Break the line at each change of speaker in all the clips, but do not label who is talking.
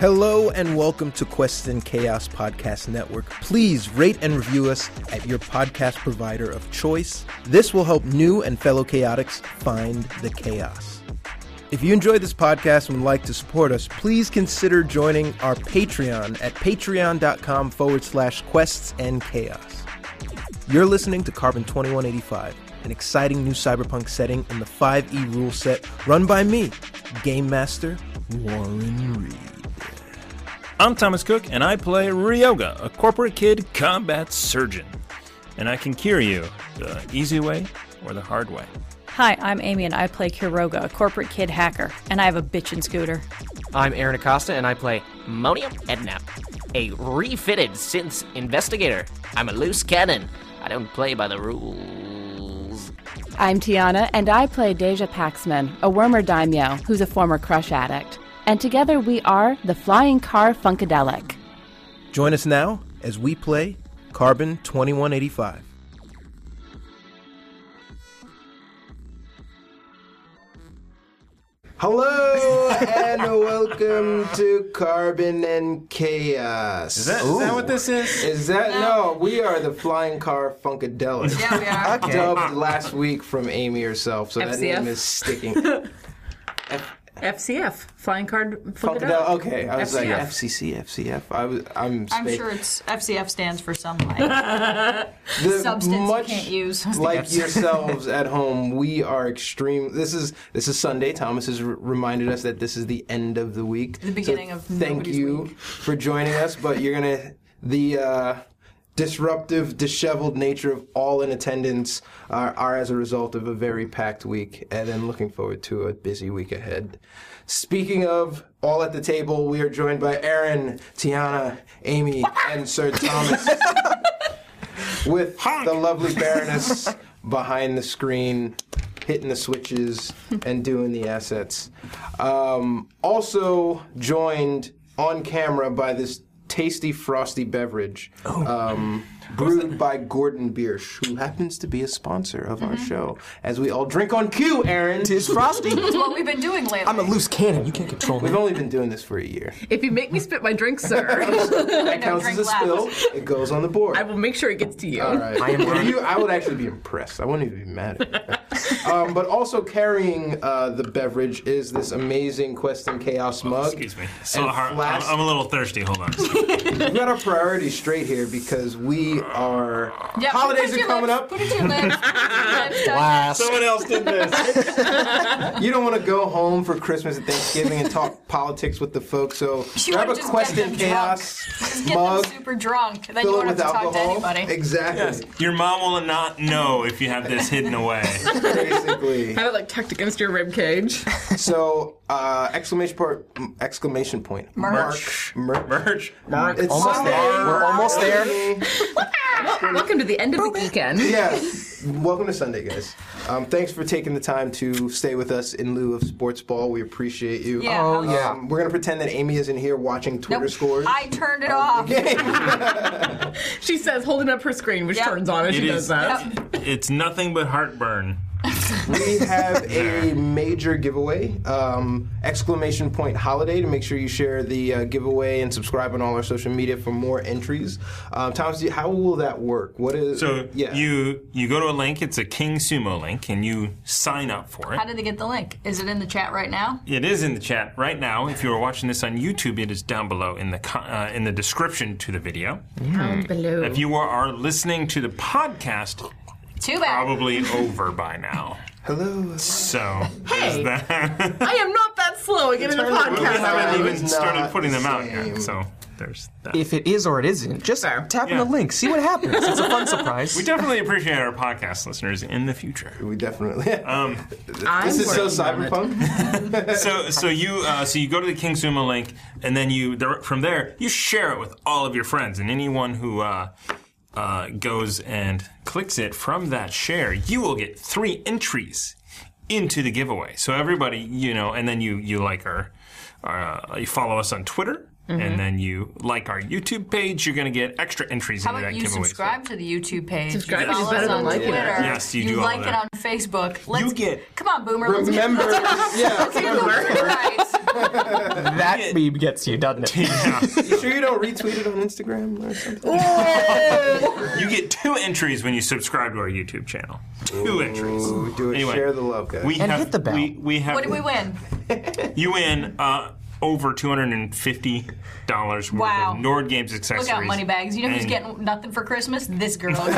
Hello and welcome to Quest and Chaos Podcast Network. Please rate and review us at your podcast provider of choice. This will help new and fellow chaotics find the chaos. If you enjoy this podcast and would like to support us, please consider joining our Patreon at patreon.com forward slash quests and chaos. You're listening to Carbon 2185, an exciting new cyberpunk setting in the 5e rule set run by me, Game Master Warren Reed.
I'm Thomas Cook, and I play Ryoga, a corporate kid combat surgeon. And I can cure you the easy way or the hard way.
Hi, I'm Amy, and I play Kiroga, a corporate kid hacker, and I have a bitchin' scooter.
I'm Aaron Acosta, and I play Monium Ednap, a refitted since investigator. I'm a loose cannon. I don't play by the rules.
I'm Tiana, and I play Deja Paxman, a wormer daimyo who's a former crush addict. And together we are the Flying Car Funkadelic.
Join us now as we play Carbon 2185. Hello and welcome to Carbon and Chaos. Is
that- is that what this is?
Is that no? We are the Flying Car Funkadelic. Yeah, we are. Dubbed last week from Amy herself, so that
FCF.
name is sticking.
FCF, flying card.
Funkadelic. Okay, I was like
FCF.
FCC, FCF. I was, I'm.
I'm
spa-
sure it's FCF stands for some like
the
substance
much
you can't use.
like yourselves at home we are extreme this is this is sunday thomas has r- reminded us that this is the end of the week the
beginning of
thank
nobody's
you
week.
for joining us but you're gonna the uh disruptive disheveled nature of all in attendance are, are as a result of a very packed week and then looking forward to a busy week ahead speaking of all at the table we are joined by aaron tiana amy and sir thomas with the lovely Baroness behind the screen, hitting the switches and doing the assets. Um, also joined on camera by this tasty frosty beverage
Oh.
um, brewed by Gordon Biersch, who happens to be a sponsor of our show. As we all drink on cue, Aaron.
Tis frosty.
That's what we've been doing lately.
I'm a loose cannon. You can't control me.
We've only been doing this for a year.
If you make me spit my drink, sir,
That counts as a
drink last.
spill. It goes on the board.
I will make sure it gets to you.
All right.
I am
If
on.
you- I would actually be impressed. I wouldn't even be mad at you. um, but also carrying uh, the beverage is this amazing Quest and Chaos mug.
Oh, Excuse me. So
and
hard. I'm,
flask-
I'm a little thirsty. Hold on.
We've got our priorities straight here because we are.
Yeah,
Holidays are
put it to your
coming
lips,
up.
Put it to your lips. put it to your lips, done.
Glass.
Someone else did this.
You don't want to go home for Christmas and Thanksgiving and talk politics with the folks, so
You
grab
wanna
a
just
Quest
get
and
them drunk.
Chaos
Just get
mug,
them super drunk, then you
fill it
won't have
with
to talk to
alcohol.
anybody.
Exactly.
Your mom will not know if you have this hidden away.
Basically.
Have it like tucked against your rib cage.
So, uh, exclamation point, exclamation point.
Merch.
Merch.
Merch.
It's
almost
Sunday.
there. We're almost there.
Welcome to the end of the weekend.
yeah. Welcome to Sunday, guys. Um, thanks for taking the time to stay with us in lieu of sports ball. We appreciate you.
Yeah. Oh,
yeah.
Um, we're gonna pretend that Amy isn't here watching Twitter
Nope.
scores.
I turned it off.
She says, holding up her screen, which
Yep.
turns on as
It
she does
is.
that.
It's nothing but heartburn.
we have a major giveaway. Um, exclamation point holiday to make sure you share the uh, giveaway and subscribe on all our social media for more entries. Um, Thomas, do you- how will that work? What is
So
yeah.
you you go to a link. It's a King Sumo link, and you sign up for it.
How did they get the link? Is it in the chat right now?
It is in the chat right now. If you are watching this on YouTube, it is down below in the co- uh, in the description to the video.
Down below.
If you are, are listening to the podcast,
Too bad.
probably over by now.
Hello.
So
Hey.
is that-
I am not that slow again in the
Turn the
we
movie
podcast.
on.
haven't
It's
even
not
started putting them
the
out yet.
same.
So There's that.
If it is or it isn't, just tap on
Yeah.
the link, see what happens. It's a fun surprise.
We definitely appreciate our podcast listeners in the future.
We definitely.
Um, I'm
this is so
working on it.
cyberpunk.
So, so you, uh, so you go to the King Sumo link, and then you there, from there you share it with all of your friends, and anyone who uh, uh, goes and clicks it from that share, you will get three entries into the giveaway. So everybody, you know, and then you you like our, uh, you follow us on Twitter.
Mm-hmm.
And then you like our YouTube page, you're going to get extra entries
How
into
about
that
you
giveaway. So-
subscribe to the YouTube page?
Subscribing is
you follow
better
us
than
on
liking it.
Twitter.
Yes, you do all
like
that.
it on Facebook. Let's,
get-
Come on, Boomer. let's get-
Remember, yeah.
Right.
that meme gets you, doesn't it?
You sure you don't retweet it on Instagram or something?
You get two entries when you subscribe to our YouTube channel. Two entries.
Ooh, do it.
Anyway,
Share the love, guys.
We
And
have,
hit the bell.
We, we have,
What did we win?
You win uh, over two hundred and fifty dollars worth
Wow.
of Nord Games accessories.
Look out, money bags. You know who's
And-
getting nothing for Christmas? This girl. Give it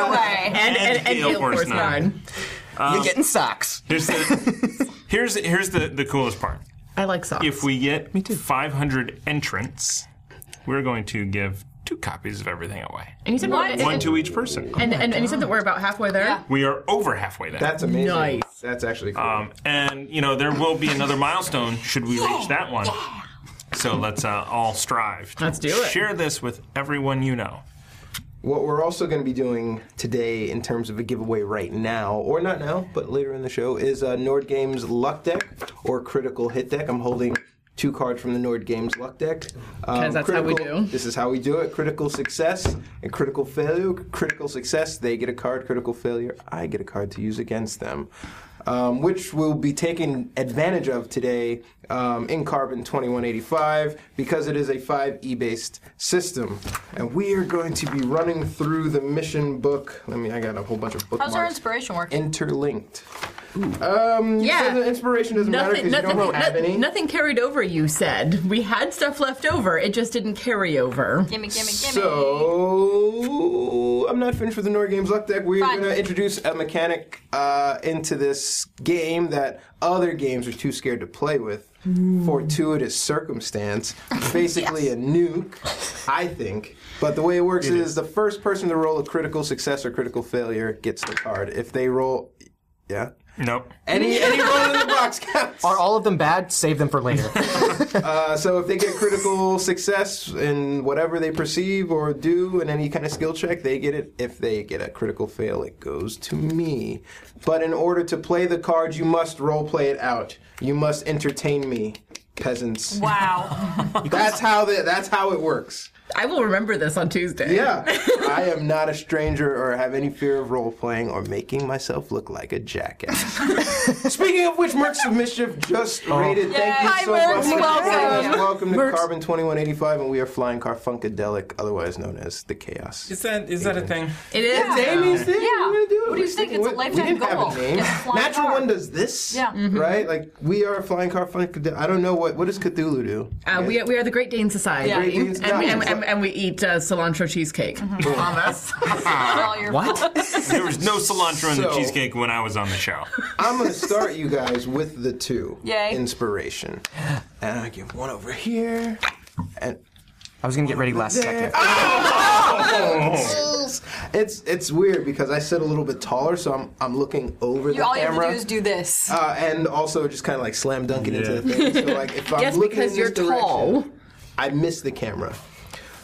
away.
And, and, and, Gale Force, 9.
You're getting socks.
Here's the here's here's the, the coolest part.
I like socks.
If we get five hundred entrants, we're going to give two copies of everything away.
and, you said we're,
One
and,
to each person.
and, and, and you said that we're about halfway there?
Yeah.
We are over halfway there.
That's amazing.
Nice.
That's actually cool.
Um, and you know there will be another milestone should we reach that one. So let's uh, all strive. to
Let's do it.
Share this with everyone you know.
What we're also going to be doing today, in terms of a giveaway right now, or not now, but later in the show, is uh, Nord Games Luck Deck or Critical Hit Deck. I'm holding two cards from the Nord Games Luck Deck. Um,
that's how we do.
This is how we do it: critical success and critical failure. Critical success, they get a card. Critical failure, I get a card to use against them. Um, which we'll be taking advantage of today um, in Carbon 2185 because it is a 5e based system. And we are going to be running through the mission book. Let me, I got a whole bunch of bookmarks.
How's our inspiration working?
Interlinked.
Yeah.
So the inspiration doesn't matter because
Nothing,
you
nothing,
don't have
nothing,
any.
nothing carried over, you said. We had stuff left over, it just didn't carry over.
Gimme, gimme, gimme.
So I'm not finished with the Nord Games luck deck. We're
Fine.
going to introduce a mechanic uh, into this game that other games are too scared to play with. Fortuitous circumstance, basically a nuke, I think. But the way it works is the first person to roll a critical success or critical failure gets the card. If they roll, yeah,
Nope.
any any roll in the box counts.
Are all of them bad? Save them for later.
Uh, So if they get critical success in whatever they perceive or do in any kind of skill check, they get it. If they get a critical fail, it goes to me. But in order to play the card, you must role play it out. You must entertain me, peasants.
Wow.
That's how the, that's how it works.
I will remember this on Tuesday.
Yeah. I am not a stranger or have any fear of role playing or making myself look like a jackass. Speaking of which, Mercs of Mischief just
Oh.
rated. Thank you
Hi,
so
Mercs.
much.
Welcome.
Yes, welcome to Carbon 2185, and we are flying Carfunkadelic, otherwise known as the Chaos.
Is that is that a thing?
It is.
It's Amy's thing.
Yeah.
We're gonna do it.
What do you think?
sticking
It's a
with-
lifetime
we didn't have a
goal.
name.
Just flying
Natural
car.
one does this.
Yeah.
Right. Like we are flying Carfunkadelic. I don't know what what does Cthulhu do.
Uh, we, we are the Great Dane Society.
Yeah. Great
Dane
and, we- and-
Society.
and- and we eat uh, cilantro cheesecake. On us.
All your
what?
There was no cilantro in the
So-
cheesecake when I was on the show.
I'm going to start you guys with the two.
Yay.
Inspiration. And I give one over here. And
I was gonna get ready last
there.
second.
Oh! It's it's weird because I sit a little bit taller, so I'm I'm looking over
You,
the
all you have to
camera.
do is do this.
uh, and also just kind of like slam dunking into the thing. So like if I'm
Yes,
looking
because
in
you're
this direction,
tall.
I miss the camera.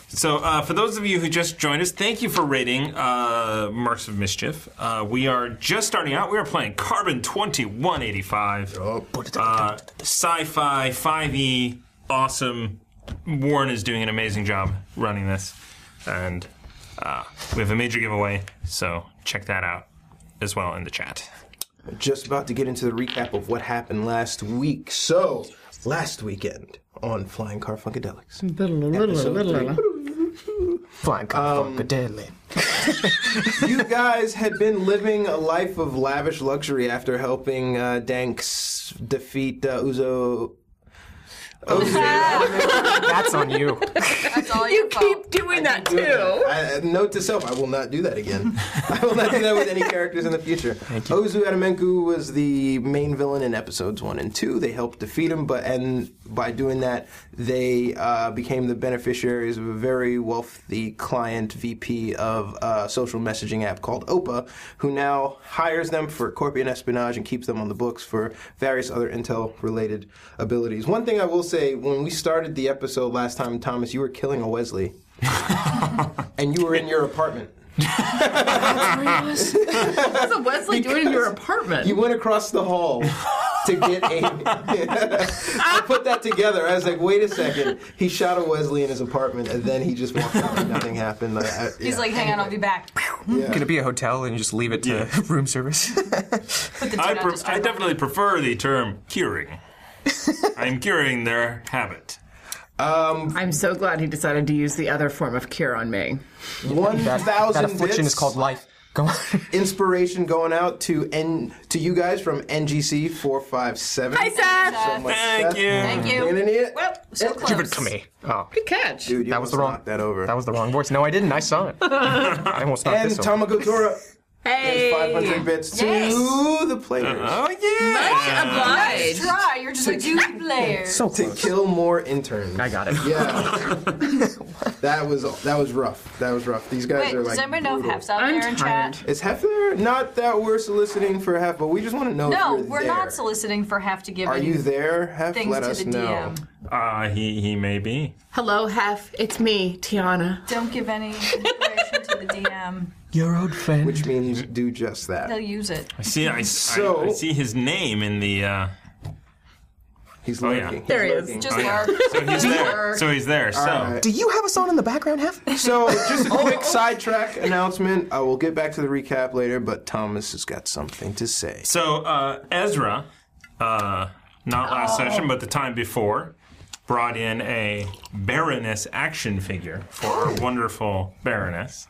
So, uh, for those of you who just joined us, thank you for rating uh, Marks of Mischief. Uh, we are just starting out. We are playing Carbon 2185.
Ah.
Uh, sci fi, 5e, awesome. Warren is doing an amazing job running this. And uh, we have a major giveaway, so check that out as well in the chat.
just about to get into the recap of what happened last week. So, last weekend on Flying Car Funkadelics. Episode three.
Flying car, um, deadly.
you guys had been living a life of lavish luxury after helping uh, Danks defeat uh, Uzo.
That's on you.
That's all
You
your fault.
keep doing that too.
I, note to self: I will not do that again. I will not do that with any characters in the future. Ozu Adamenku was the main villain in episodes one and two. They helped defeat him, but and by doing that, they uh, became the beneficiaries of a very wealthy client VP of a social messaging app called OPA, who now hires them for corporate espionage and keeps them on the books for various other intel related abilities. One thing I will say when we started the episode last time, Thomas, you were killing a Wesley, and you were in your apartment.
What's a Wesley doing in your apartment?
You went across the hall to get Amy. I put that together. I was like, wait a second. He shot a Wesley in his apartment, and then he just walked out and nothing happened. I, I-
He's
yeah.
like, hang on, I'll be back.
Could it be a hotel and you just leave it to
Yeah.
room service?
Put the
I,
tuna
pre-
just
I
on.
definitely prefer the term curing. I'm curing their habit.
I'm so glad he decided to use the other form of cure on me.
one
that, that
thousand
affliction
bits
is called life. Go on.
inspiration going out to N to you guys from NGC four five seven. Hi,
Seth.
So much
Thank
Seth.
you. Thank
Thank you.
Being an idiot.
Well, so close.
Give it to me. Oh,
Good catch.
Dude, you
that
almost
was the wrong.
knocked That over.
That was the wrong voice. No, I didn't. I saw it. I almost knocked
and
this over.
Tamagotora.
Hey.
Five hundred bits to
Yes.
the players
Uh-huh.
Oh yeah.
Obliged.
Try, you're just a duty player.
so
to
close.
kill more interns.
I got it.
Yeah, that was that was rough. That was rough. These guys
Wait,
are
does
like.
anybody know if
brutal.
Hef's out
I'm
there in
tired.
chat?
Is Hef there? Not that we're soliciting for Hef, but we just want to know.
No,
if you're
we're
there.
not soliciting for half to give
Are you there, Hef?
things
Let
to
us
the
know.
DM.
Uh, he he may be.
Hello, Hef. It's me, Tiana.
Don't give any information to the DM.
Your old friend.
Which means do just that.
They'll use it.
I see. I, I,
So-
I see his name in the. Uh,
He's
yeah.
lurking.
There he is.
Just
Oh, yeah.
lurk.
so he's there. So he's there. So
right.
Do you have us on in the background, Hef?
So, just
Oh,
a quick sidetrack announcement. I will get back to the recap later, but Thomas has got something to say.
so uh, Ezra, uh, not last
Oh.
session but the time before, brought in a Baroness action figure for our wonderful Baroness.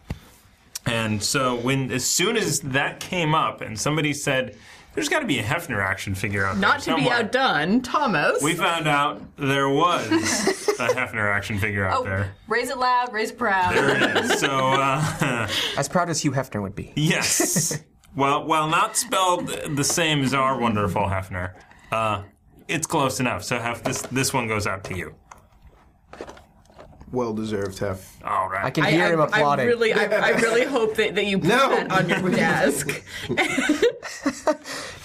And so when as soon as that came up and somebody said, "There's got to be a Hefner action figure out
Not to
there
be
somewhere,"
outdone, Thomas.
We found out there was a Hefner action figure out
Oh,
there.
raise it loud, raise it proud.
There it is. So uh,
As proud as Hugh Hefner would be.
yes, well, while not spelled the same as our wonderful Hefner, uh, it's close enough. So Hef, this this one goes out to you.
Well deserved, Hef.
All right.
I can
I,
hear
I-
him
I
applauding.
really, I, I really hope that, that you put
No.
that on your desk.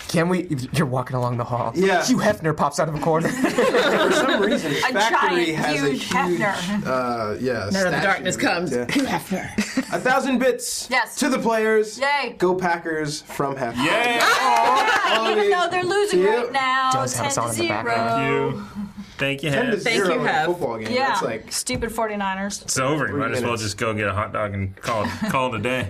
Can we? You're walking along the hall.
Yeah.
Hugh Hefner pops out of a corner.
For some reason, Factory
giant,
has a
huge
huge.
Hefner.
Uh, yeah.
Now the
statue.
darkness comes.
Yeah.
Hugh Hefner.
A thousand bits.
Yes.
To the players.
Yay.
Go Packers from Hef.
Yay!
Yeah, even though they're losing
Yeah.
right now,
Does have
ten
us
to
on in the
zero.
background.
Thank you. Thank you,
Ten to
Hef.
Thank
zero
you,
in a
Hef.
football game.
Yeah,
That's like
stupid 49ers.
It's over. You might as well
minutes.
just go get a hot dog and call it, call it a day.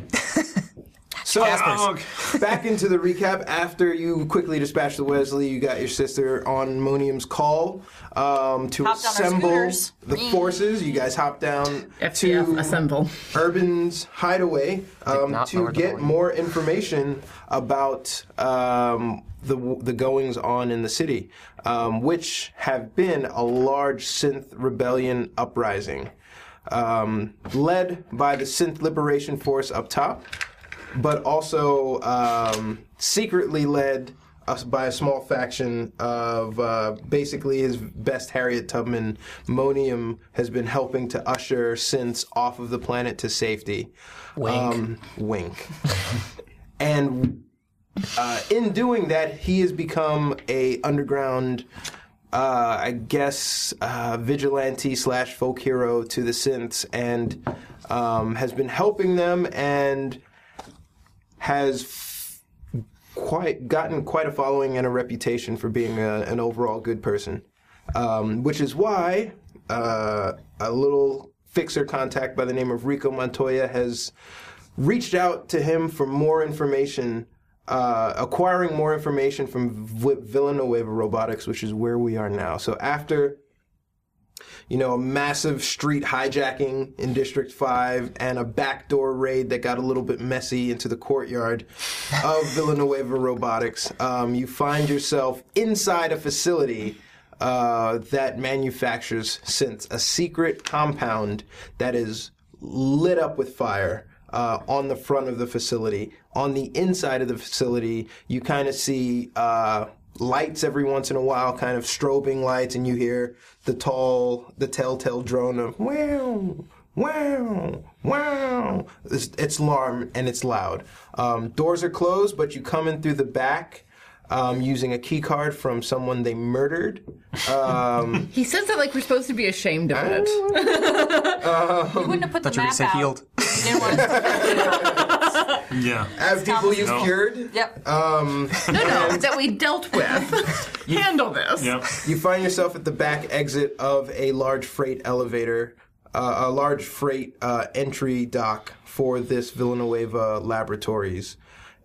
so. um,
Oh, okay.
back into the recap after you quickly dispatched the Wesley. You got your sister on Monium's call um, to
Hopped on our
assemble
scooters.
the forces. You guys hop down
FTF
to
assemble.
Urban's Hideaway um,
not
to
lower the
get
volume.
more information about um, the the goings on in the city, um, which have been a large synth rebellion uprising. Um, led by the Synth Liberation Force up top, but also um, secretly led us by a small faction of uh, basically his best Harriet Tubman. Monium has been helping to usher synths off of the planet to safety. Wink. Um, wink. and uh, in doing that, he has become a underground. Uh, I guess uh, vigilante slash folk hero to the synths, and um, has been helping them and has f- quite gotten quite a following and a reputation for being a, an overall good person, um, which is why uh, a little fixer contact by the name of Rico Montoya has reached out to him for more information. Uh, acquiring more information from v- Villanueva Robotics, which is where we are now. So after you know, a massive street hijacking in District 5 and a backdoor raid that got a little bit messy into the courtyard of Villanueva Robotics. Um, you find yourself inside a facility uh, that manufactures synths, a secret compound that is lit up with fire uh, on the front of the facility. On the inside of the facility, you kind of see uh, lights every once in a while, kind of strobing lights, and you hear the tall, the telltale drone of wow, wow, wow. It's, it's alarm and it's loud. Um, doors are closed, but you come in through the back. Um, using a key card from someone they murdered. Um,
He says that like we're supposed to be ashamed of it.
You wouldn't have put the
Thought you were
map
gonna say
out.
healed.
You didn't want to-
Yeah.
have people you've
No.
cured.
Yep.
Um,
No, no, that we dealt with. Handle this.
Yep.
You find yourself at the back exit of a large freight elevator, uh, a large freight uh, entry dock for this Villanueva Laboratories.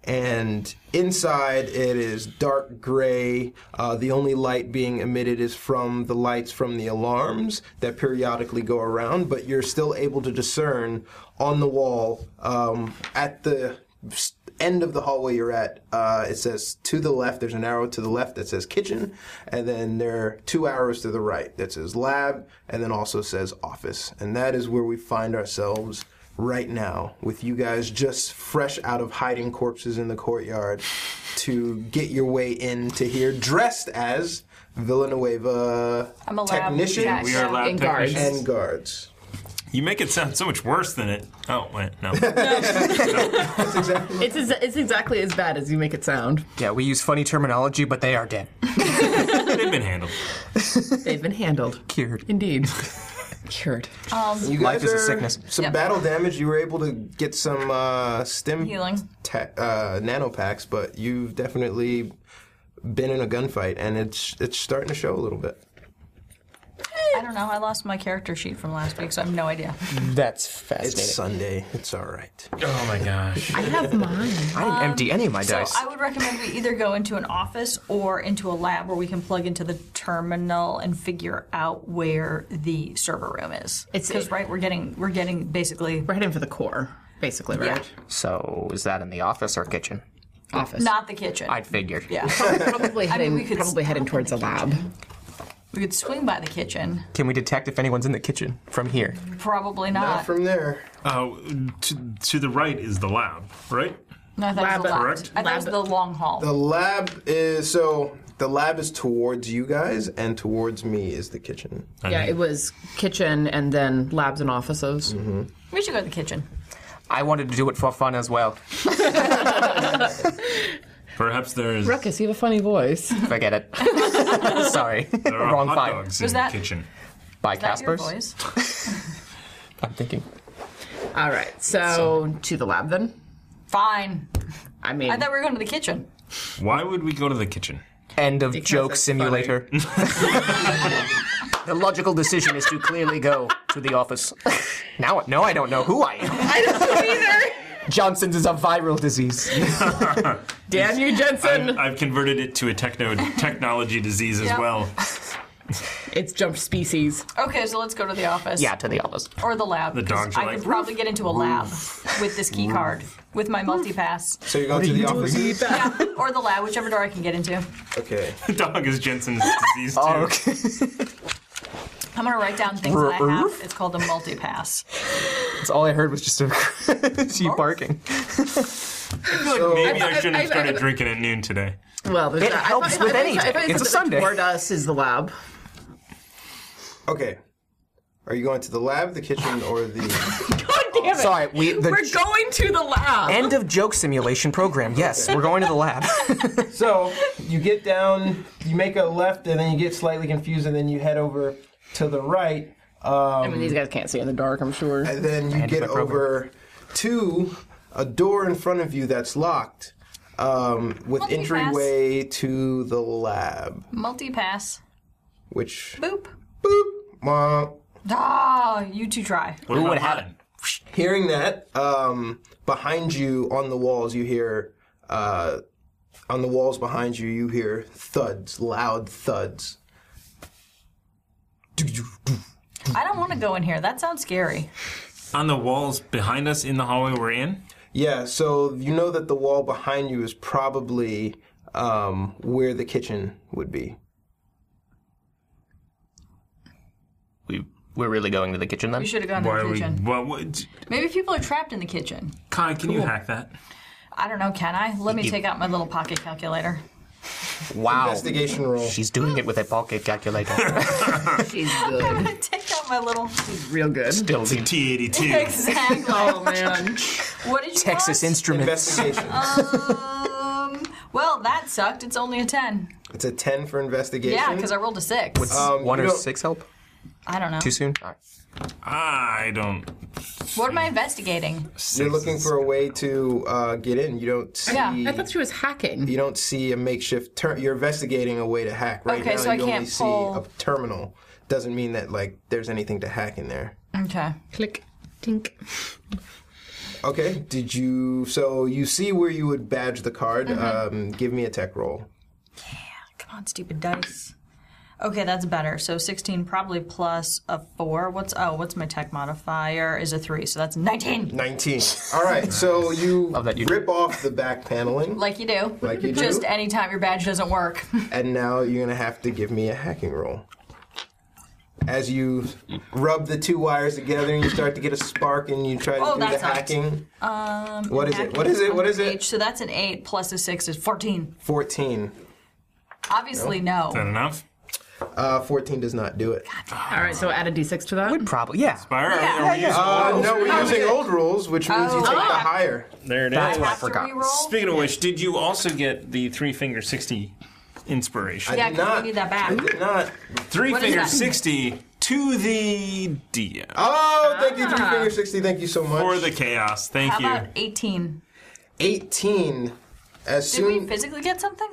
And inside it is dark gray. Uh, the only light being emitted is from the lights from the alarms that periodically go around, but you're still able to discern on the wall um, at the end of the hallway you're at, uh, it says to the left. There's an arrow to the left that says kitchen, and then there are two arrows to the right that says lab, and then also says office. And that is where we find ourselves right now, with you guys just fresh out of hiding corpses in the courtyard to get your way into here, dressed as Villanueva
I'm a lab
technicians
tech.
We are lab
And guards.
technicians.
and guards.
You make it sound so much worse than it. Oh, wait, no.
It's, as, it's exactly as bad as you make it sound.
Yeah, we use funny terminology, but they are dead.
They've been handled.
They've been handled.
Cured.
Indeed. Cured.
You
Life
guys
is a
are-
sickness.
Some
Yep.
battle damage. You were able to get some uh, stim
Healing.
ta- uh, nano packs, but you've definitely been in a gunfight, and it's it's starting to show a little bit.
I don't know. I lost my character sheet from last week, so I have no idea.
That's
It's
fascinating.
Sunday. It's all right.
Oh my gosh.
I have mine.
I didn't empty any of my
So
dice.
I would recommend we either go into an office or into a lab where we can plug into the terminal and figure out where the server room is.
It's-
because right, we're getting we're getting basically
We're heading for the core, basically, right?
So is that in the office or kitchen?
Office.
not the kitchen.
I'd figured.
yeah,
probably heading,
we could
probably heading towards a lab.
we could swing by the kitchen.
Can we detect if anyone's in the kitchen from here?
Probably
Not
not.
from there.
Uh, to, to the right is the lab, right?
no, I thought it was
Lab-
the lab.
Correct.
I thought it was
Lab-
the long haul.
The lab is so. The lab is towards you guys, and towards me is the kitchen.
Yeah, it was kitchen and then labs and offices.
we should go to the kitchen.
I wanted to do it for fun as well.
Perhaps there is
Ruckus, you have a funny voice.
Forget it. Sorry.
there are
Wrong
hot
file.
dogs
Was
in
that-
the kitchen.
By
That your
Casper's.
voice?
I'm thinking.
All right, so to the lab then.
Fine.
I mean,
I thought we were going to the kitchen.
Why would we go to the kitchen?
End of
Because
joke
it's
simulator. the logical decision is to clearly go to the office. Now, no, I don't know who I am.
I don't know either.
Johnson's is a viral disease.
Dan, you Jensen.
I've converted it to a techno technology disease as
Yeah.
well.
It's jumped species.
Okay, so let's go to the office.
yeah, to the office.
Or the lab.
The
'cause
dogs are
I
like,
could probably get into a lab with this key card, with my multi-pass.
So you're going to the office.
Yeah, or the lab, whichever door I can get into.
Okay.
The dog is Jensen's disease too.
Oh, okay.
I'm gonna write down things that I have. It's called a multi-pass.
That's all I heard was just a sheep barking.
I feel like maybe I,
I-
shouldn't
I- I-
have started
I-
drinking at noon today.
Well, there's
It
that. I
helps
thought- I
with
thought- I thought- I
anything.
thought you
It's a
said that
Sunday.
Toward us is the lab.
Okay. Are you going to the lab, the kitchen, or the?
God damn it!
Sorry, we- the-
we're going to the lab.
End of joke simulation program. Yes, we're going to the lab.
So you get down, you make a left, and then you get slightly confused, and then you head over to the right. Um,
I mean, these guys can't see in the dark. I'm sure.
And then you get
my program.
over to a door in front of you that's locked um, with
Multipass.
entryway to the lab,
Multi-pass.
which
Boop.
boop. wah.
Ah, you two try.
What would happen?
Hearing that, um, behind you on the walls, you hear uh, on the walls behind you, you hear thuds, loud thuds.
I don't want to go in here. That sounds scary.
On the walls behind us in the hallway we're in?
Yeah, so you know that the wall behind you is probably um, where the kitchen would be.
we, we're really going to the kitchen then?
We should have gone
Why
to
are
the
we?
kitchen.
What, what,
Maybe people are trapped in the kitchen.
Kai, can you hack that?
I don't know. Can I? Let me take out my little pocket calculator.
Wow.
Investigation roll.
She's doing it with a pocket calculator.
She's good.
Take out my little.
Real good.
Still the
T82.
Exactly.
Oh, man.
What did you
Texas
want?
Instruments.
Investigation.
Um. Well, that sucked. It's only a ten.
it's a 10 for investigation.
Yeah, because I rolled a six.
Um,
One
you
or
don't-
six help?
I don't know.
Too soon? All right.
I don't.
What am I investigating?
You're looking for a way to uh, get in. You don't see.
Yeah,
I thought she was hacking.
you don't see a makeshift turn. You're investigating a way to hack right
Okay,
now.
so I
you
can't
only
pull-
see a terminal. Doesn't mean that like there's anything to hack in there.
Okay.
Click. Tink.
Okay. Did you? So you see where you would badge the card.
Mm-hmm.
Um, give me a tech roll.
Come on, stupid dice. Okay, that's better. So 16 probably plus a 4. What's oh, what's my tech modifier? Is a 3. So that's 19.
19. All right. So you,
that you-
rip off the back paneling,
Like you do.
Like you do.
Just anytime your badge doesn't work.
and now you're gonna have to give me a hacking roll. As you rub the two wires together and you start to get a spark and you try to
Oh,
do
that
the
sucks.
hacking. Um, what is it? What is it? What is it?
So that's an 8 plus a 6 is 14.
14.
Obviously no.
Is that enough?
Uh, 14 does not do it.
All right, so add a d6 to that.
Probably, yeah.
Fire? Are we using-
Oh,
Uh, no, we're using old rules, which means you take the higher.
There it is.
That's what I
After we
forgot.
roll-
Speaking of which, did you also get the three finger sixty inspiration?
Yeah,
Did
'cause
not-
we need that back.
I did not.
Three
What is
finger
that?
sixty to the DM
Oh, thank you, Three Finger 60. Thank you so much.
for the chaos. Thank
How
you.
about 18?
18. As
Did we
soon
physically get something?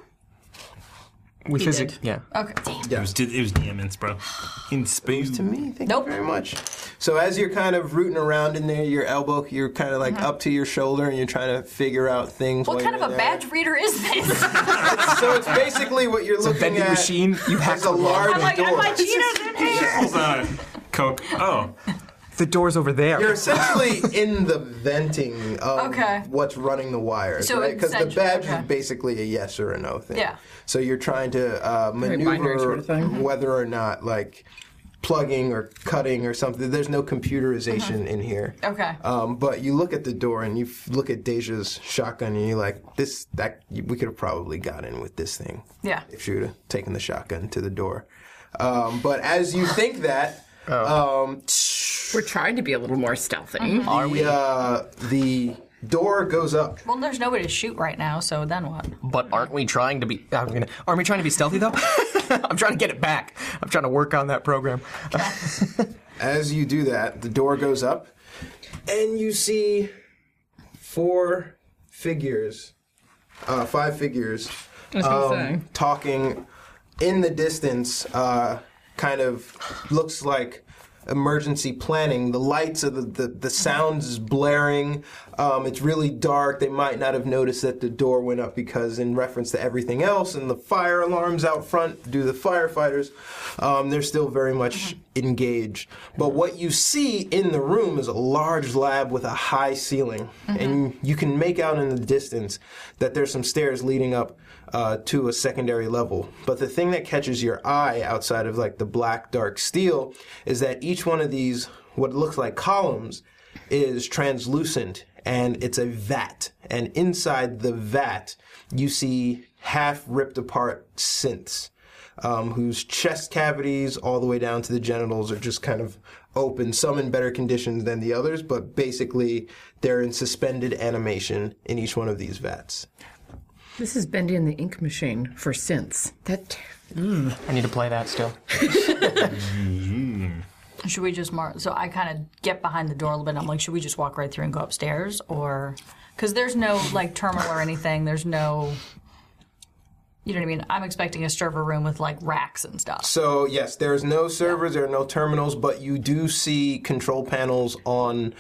We
He
physic-
did.
Yeah.
Okay. Damn.
It was, it was DM inspo. Inspo.
to me, thank
Nope.
you very much. So as you're kind of rooting around in there, your elbow, you're kind of like up to your shoulder, and you're trying to figure out things.
Mm-hmm. What
while
kind
you're
of a
in there.
badge reader is this?
So it's basically what you're looking
vending
at.
machine. You hacked
There's a
the wall.
large
I'm like,
door.
I'm like, Gina's in here.
Hold on. Coke. Oh.
The door's over there.
You're essentially in the venting of
Okay.
what's running the wires,
So
right? Because the
essentially-
badge
okay.
is basically a yes or a no thing.
Yeah.
So you're trying to uh, maneuver
binary sort of thing.
whether or not like plugging or cutting or something. There's no computerization in here.
Mm-hmm. Okay.
Um, but you look at the door and you f- look at Deja's shotgun and you're like, this that we could have probably got in with this thing.
Yeah.
If she would have taken the shotgun to the door. Um, but as you think that. Um,
We're trying to be a little more stealthy. Mm-hmm.
the, Uh, the door goes up.
Well, there's nobody to shoot right now, so then what?
But aren't we trying to be? I'm gonna. Aren't we trying to be stealthy though? I'm trying to get it back. I'm trying to work on that program.
As you do that, the door goes up, and you see four figures, uh, five figures, um, talking in the distance. Uh, kind of looks like emergency planning. The lights of the, the, the sounds is blaring. Um, it's really dark. They might not have noticed that the door went up because, in reference to everything else, and the fire alarms out front do the firefighters, um, they're still very much engaged. But what you see in the room is a large lab with a high ceiling, and you can make out in the distance that there's some stairs leading up uh, to a secondary level. But the thing that catches your eye outside of like the black dark steel is that each one of these, what looks like columns, is translucent and it's a vat. And inside the vat, you see half ripped apart synths. Um, whose chest cavities all the way down to the genitals are just kind of open, some in better conditions than the others, but basically they're in suspended animation in each one of these vats.
This is Bendy and the Ink Machine for synths. That
I need to play that still.
Should we just mark? So I kind of get behind the door a little bit. and I'm like, should we just walk right through and go upstairs, or because there's no like terminal or anything. There's no, you know what I mean. I'm expecting a server room with like racks and stuff.
So yes, there's no servers, there are no terminals, but you do see control panels on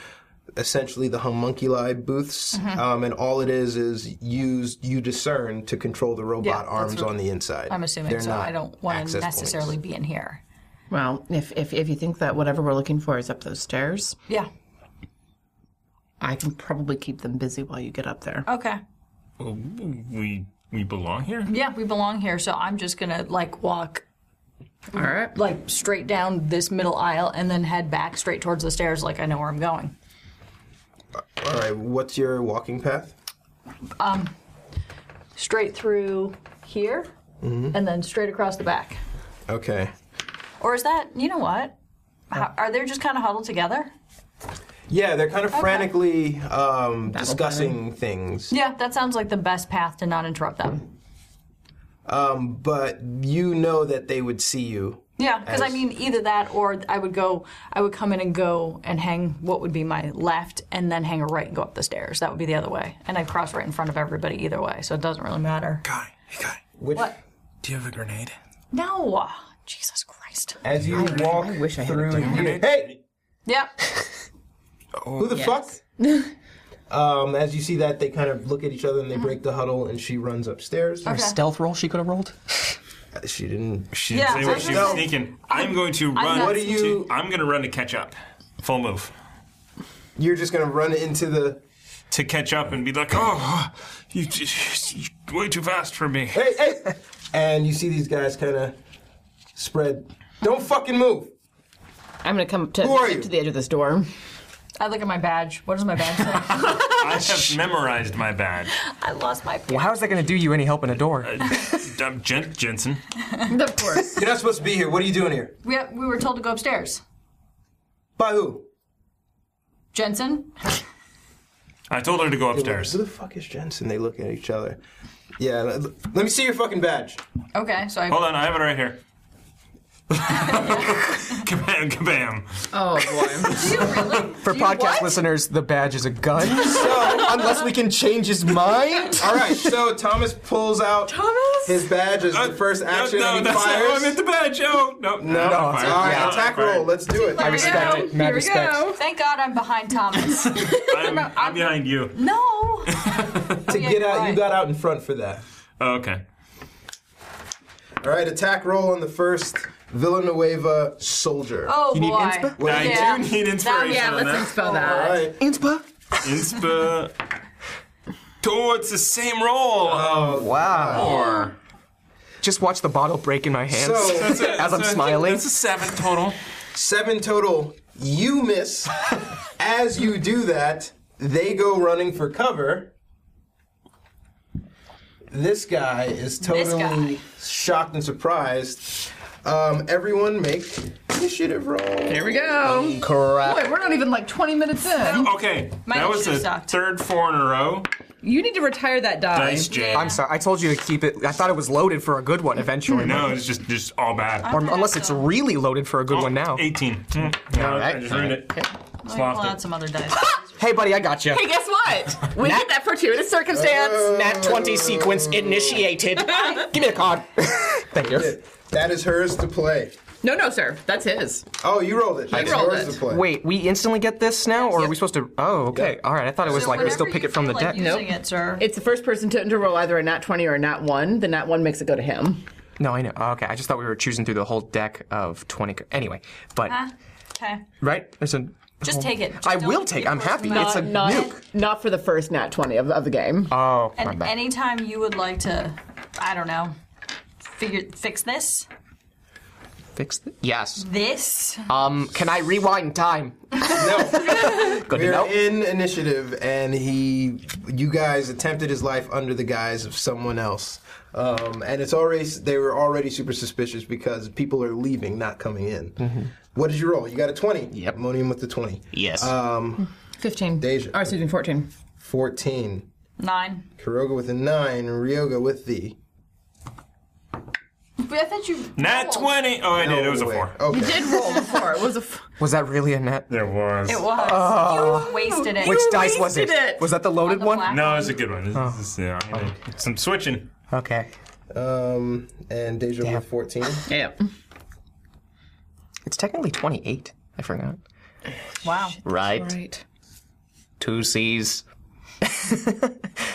essentially the homunculi booths,
Mm-hmm.
um, and all it is is used you discern to control the
Yeah,
robot
that's
arms
what
on the inside.
I'm assuming
They're
so.
not
I don't want to
access points.
necessarily be in here.
well, if, if if you think that whatever we're looking for is up those stairs,
Yeah.
I can probably keep them busy while you get up there.
Okay.
We we belong here?
Yeah, we belong here. So I'm just gonna like walk
All right.
like straight down this middle aisle and then head back straight towards the stairs. Like I know where I'm going.
All right, what's your walking path?
Straight through here. and then straight across the back.
Okay.
Or is that you know what? How, are they just kind of huddled together?
Yeah, they're kind of frantically um, discussing things.
Yeah, that sounds like the best path to not interrupt them.
Um, but you know that they would see you.
Yeah, because I
As-
mean either that or I would go, I would come in and go and hang what would be my left, and then hang a right and go up the stairs. That would be the other way, and I'd cross right in front of everybody either way, so it doesn't really matter.
Guy, hey guy,
Which,
What?
do you have a grenade?
No, Jesus Christ.
As you walk
wish I had a
through
damn
here, hey,
Yep.
who the fuck? um, as you see that, they kind of look at each other and they
Mm-hmm.
break the huddle, and she runs upstairs.
Okay.
Stealth roll she could have rolled.
She didn't.
She
Yeah,
didn't say
I
what she was
know.
thinking. I'm going to run.
not- What
do
to-
you-
I'm going to run to catch up. Full move
You're just gonna run into the.
to catch up and be like, oh, you, just- you way too fast for me.
Hey, hey! and you see these guys kind of spread. Don't fucking move.
I'm gonna come up to,
Who are you?
to the edge of this door.
I look at my badge. What does my badge say?
I have memorized my badge.
I lost my.
Well, how's that going to do you any help in a door?
I'm Um, Jen- Jensen.
of course.
You're not supposed to be here. What are you doing here?
We, we were told to go upstairs.
By who?
Jensen,
I told her to go upstairs.
Who the fuck is Jensen? They look at each other. Yeah, let, let me see your fucking badge.
Okay, so I
Hold on, I have it right here. kabam, kabam.
Oh boy.
do you really?
For podcast listeners, the badge is a gun. so, unless we can change his mind.
All right, so Thomas pulls out
Thomas?
his badge as the first
Uh,
action.
no,
and he
that's
fires.
not. Oh, I'm at the badge. Oh, no.
No,
I'm
all
fired.
right,
Yeah,
attack
I'm fired.
roll. Let's do it.
I respect it. Mad respect.
Thank God I'm behind Thomas.
I'm, I'm behind you.
no.
to
yeah,
get out,
right.
you got out in front for that.
Oh, okay.
All right, attack roll on the first Villanueva soldier.
Oh
You need
boy.
inspi-
Now, I do need inspiration
yeah,
on that.
let's spell
All
that.
right.
Inspa.
Inspa. Oh, it's the same roll. Oh,
Wow.
four.
Just watch the bottle break in my hands
So-
as I'm smiling.
That's a seven total.
Seven total. You miss. As you do that, they go running for cover. This guy is totally
guy.
shocked and surprised. Um, everyone make initiative roll.
Here we go.
Crap.
Oh, Boy, we're not even like 20 minutes in.
Okay,
Mine
that was
should've
the
sucked.
third four in a row.
You need to retire that die.
Dice J.
I'm sorry. I told you to keep it. I thought it was loaded for a good one eventually.
No, it's just just all bad.
Or, unless it's really loaded for a good one now.
18. Mm, no, I
right,
just
all
ruined
right.
it.
Pull
Sloughed
out
it.
some other dice.
Hey, buddy, I got you.
Hey, guess what? We did that fortuitous circumstance.
Nat 20 sequence initiated. Give me a card. Thank you.
That is hers to play.
No, no, sir. That's his.
Oh, you rolled it. That's
rolled
yours
it.
to play.
Wait, we instantly get this now, or are we supposed to? Oh, okay. All right. I thought it was like we still
Whenever
pick
you
it from the
feel like
deck.
Using it, sir.
It's the first person to, to roll either a nat 20 or a nat 1. The nat 1 makes it go to him.
No, I know. Oh, okay, I just thought we were choosing through the whole deck of twenty. ca- Anyway, but
okay.
right, there's a.
Just take it. Just
I
don't
will
keep
take.
it
I'm
personal.
happy.
Not-
it's a
not,
nuke.
Not for the first nat 20 of, of the game.
Oh, my
And
bad.
anytime you would like to, I don't know, figure fix this,
Fix it. Yes.
this.
Um, can I rewind time?
No.
Good to
We're
know.
in initiative, and he, you guys attempted his life under the guise of someone else. Um, and it's already they were already super suspicious because people are leaving, not coming in. What did you roll? You got a twenty.
Mm-hmm. Yep.
Monium with the twenty.
Yes.
15.
Deja.
Or, excuse me, 14.
Fourteen.
Nine.
Kuroga with a nine. Ryoga with the.
But I thought you.
Nat 20. Oh, I did. It was a
way.
four.
Okay.
You did roll before. It was a. F-
was that really a net?
There was.
It was. you wasted it.
Which dice was it?
wasted it.
Was that the loaded
The
one?
black
No, it's a good one. This, this is, yeah, I'm gonna- Some switching.
Okay.
Um, and Deja with fourteen.
yeah.
It's technically twenty-eight. I forgot.
Wow.
Right.
Right.
Two C's.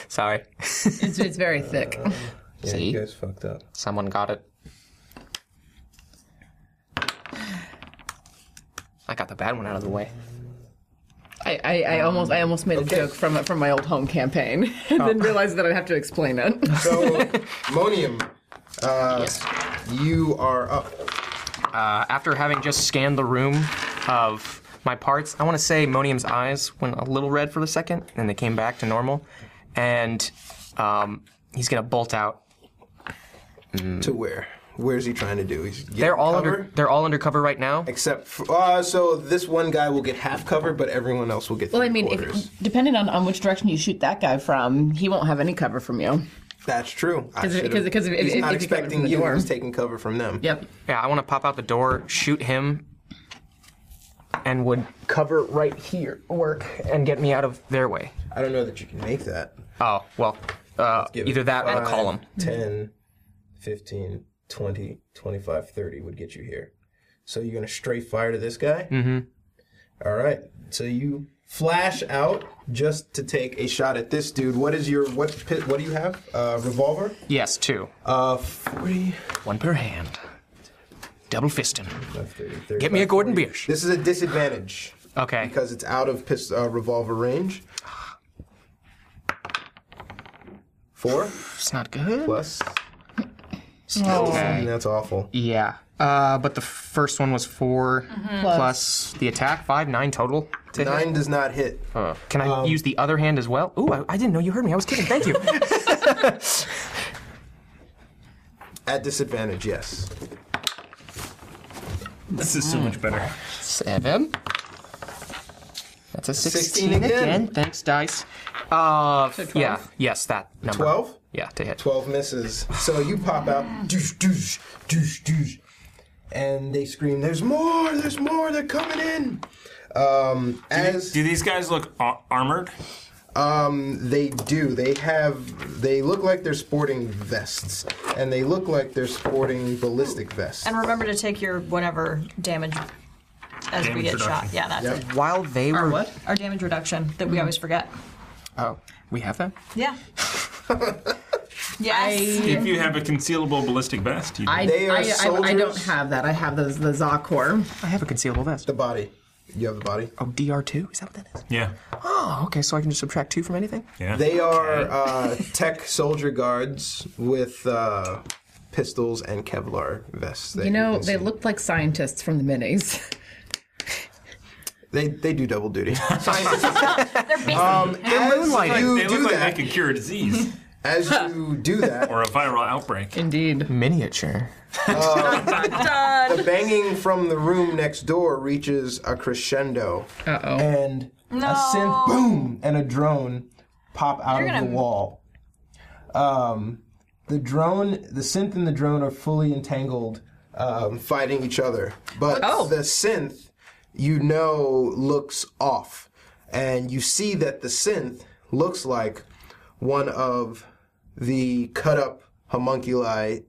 Sorry.
It's, it's very thick.
Yeah,
See?
you guys fucked up.
Someone got it. I got the bad one out of the way.
I, I, I almost
Um,
I almost made a joke from from my old home campaign and
Oh.
then realized that I'd have to explain it.
So, Monium, uh, you are up.
Uh, after having just scanned the room of my parts, I want to say Monium's eyes went a little red for a second, and they came back to normal. And um, he's going to bolt out
To where? Where's he trying to do? He's getting
They're all
cover?
under. They're all undercover right now.
Except for, uh, so this one guy will get half cover, but everyone else will get.
Well,
three
I mean,
quarters.
if, depending on, on which direction you shoot that guy from, he won't have any cover from you.
that's true. I
'Cause if-
should've-
'cause- 'cause if-
he's
if- if
not
you cover
expecting
from the
you,
door.
he's taking cover from them.
Yep.
Yeah, I want to pop out the door, shoot him, and would cover right here work and get me out of their way.
I don't know that you can make that.
Oh well, uh,
Give
either
it
that or
five,
a column.
10, 15, 20, 25, 30 would get you here. So you're going to straight fire to this guy? Mm-hmm. All right. So you flash out just to take a shot at this dude. What is your, what pi- What do you have? Uh, revolver?
Yes, two.
Uh, 40,
One per hand. Double fisting.
30, 30,
Get me a Gordon Biersch.
This is a disadvantage
Okay.
because it's out of pist- uh, revolver range. Four
it's not good.
plus.
Okay.
That's awful.
Yeah. Uh, but the first one was 4 plus the attack, five, nine total. to hit.
Nine Um, does not hit.
Can I use the other hand as well? Ooh, I, I didn't know you heard me. I was kidding. Thank you.
At disadvantage, yes.
This is so much better.
Seven. That's a 16,
16
again.
again.
Thanks, dice. Uh, yeah. Yes, that number.
12?
Yeah, to hit.
12 misses. So you pop out, doosh, doosh, doosh, doosh. And they scream, There's more, there's more, they're coming in. Um, as
Do these guys look a- armored?
they do, they have, they look like they're sporting vests. And they look like they're sporting ballistic vests.
And remember to take your whatever damage as we
Damage
get shot.
reduction.
Yeah, that's it.
While they were.
Our damage reduction that
Hmm.
we always forget.
Oh, we have them?
Yeah. yes.
If you have a concealable ballistic vest, you
I,
They are
I, I, I don't
soldiers.
have that. I have the, the Zakor.
I have a concealable vest.
The body. You have the body?
Oh, DR2? Is that what that is?
yeah,
Oh, okay. So I can just subtract two from anything?
yeah.
They are uh, tech soldier guards with uh, pistols and Kevlar vests. that
You know,
can
they
see.
looked like scientists from the minis.
They, they do double duty. Um,
They're busy.
As
moonlighting.
You
they
do
look
that.
like they could cure a disease
As you do that,
or a viral outbreak.
Indeed.
Miniature.
the banging from the room next door reaches a crescendo.
Uh-oh.
And a synth boom and a drone pop out
You're
of
gonna-
the wall. Um, the drone, the synth and the drone are fully entangled, um, fighting each other. But the synth, you know, looks off. And you see that the synth looks like one of the cut up homunculi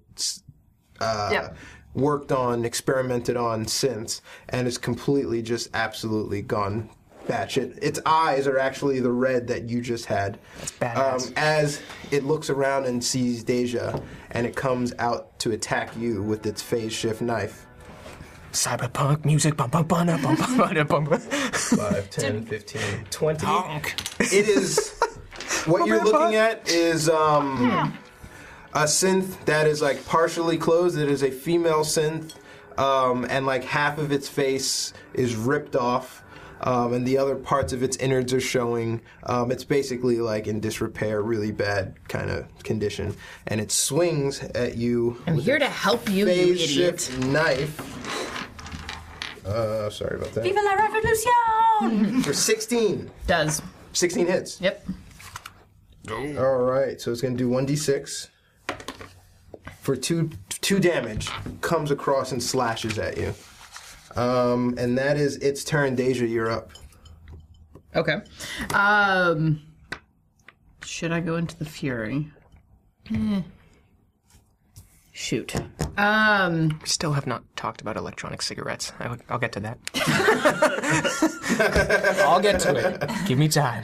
yeah.
uh, worked on, experimented on since, and is completely just absolutely gone batshit. Its eyes are actually the red that you just had. That's
badass.
Um, as it looks around and sees Deja, and it comes out to attack you with its phase shift knife.
Cyberpunk music. Bum, bum, bum, bum, bum, bum, bum, bum.
5, 10, 15, 20.
Honk.
It is. What you're looking at is um, a synth that is like partially closed. It is a female synth, um, and like half of its face is ripped off, um, and the other parts of its innards are showing. Um, it's basically like in disrepair, really bad kind of condition, and it swings at you
I'm here to help you, you
phase
idiot.
shift knife. Uh, sorry about that.
Viva la revolution!
For 16,
Does.
16 hits.
Yep.
All right, so it's gonna do one d six for two two damage. Comes across and slashes at you, um, and that is its turn. Deja, you're up.
Okay. Um, should I go into the fury? Eh. Shoot. Um,
We still have not talked about electronic cigarettes. I would, I'll get to that. I'll get to it. Give me time.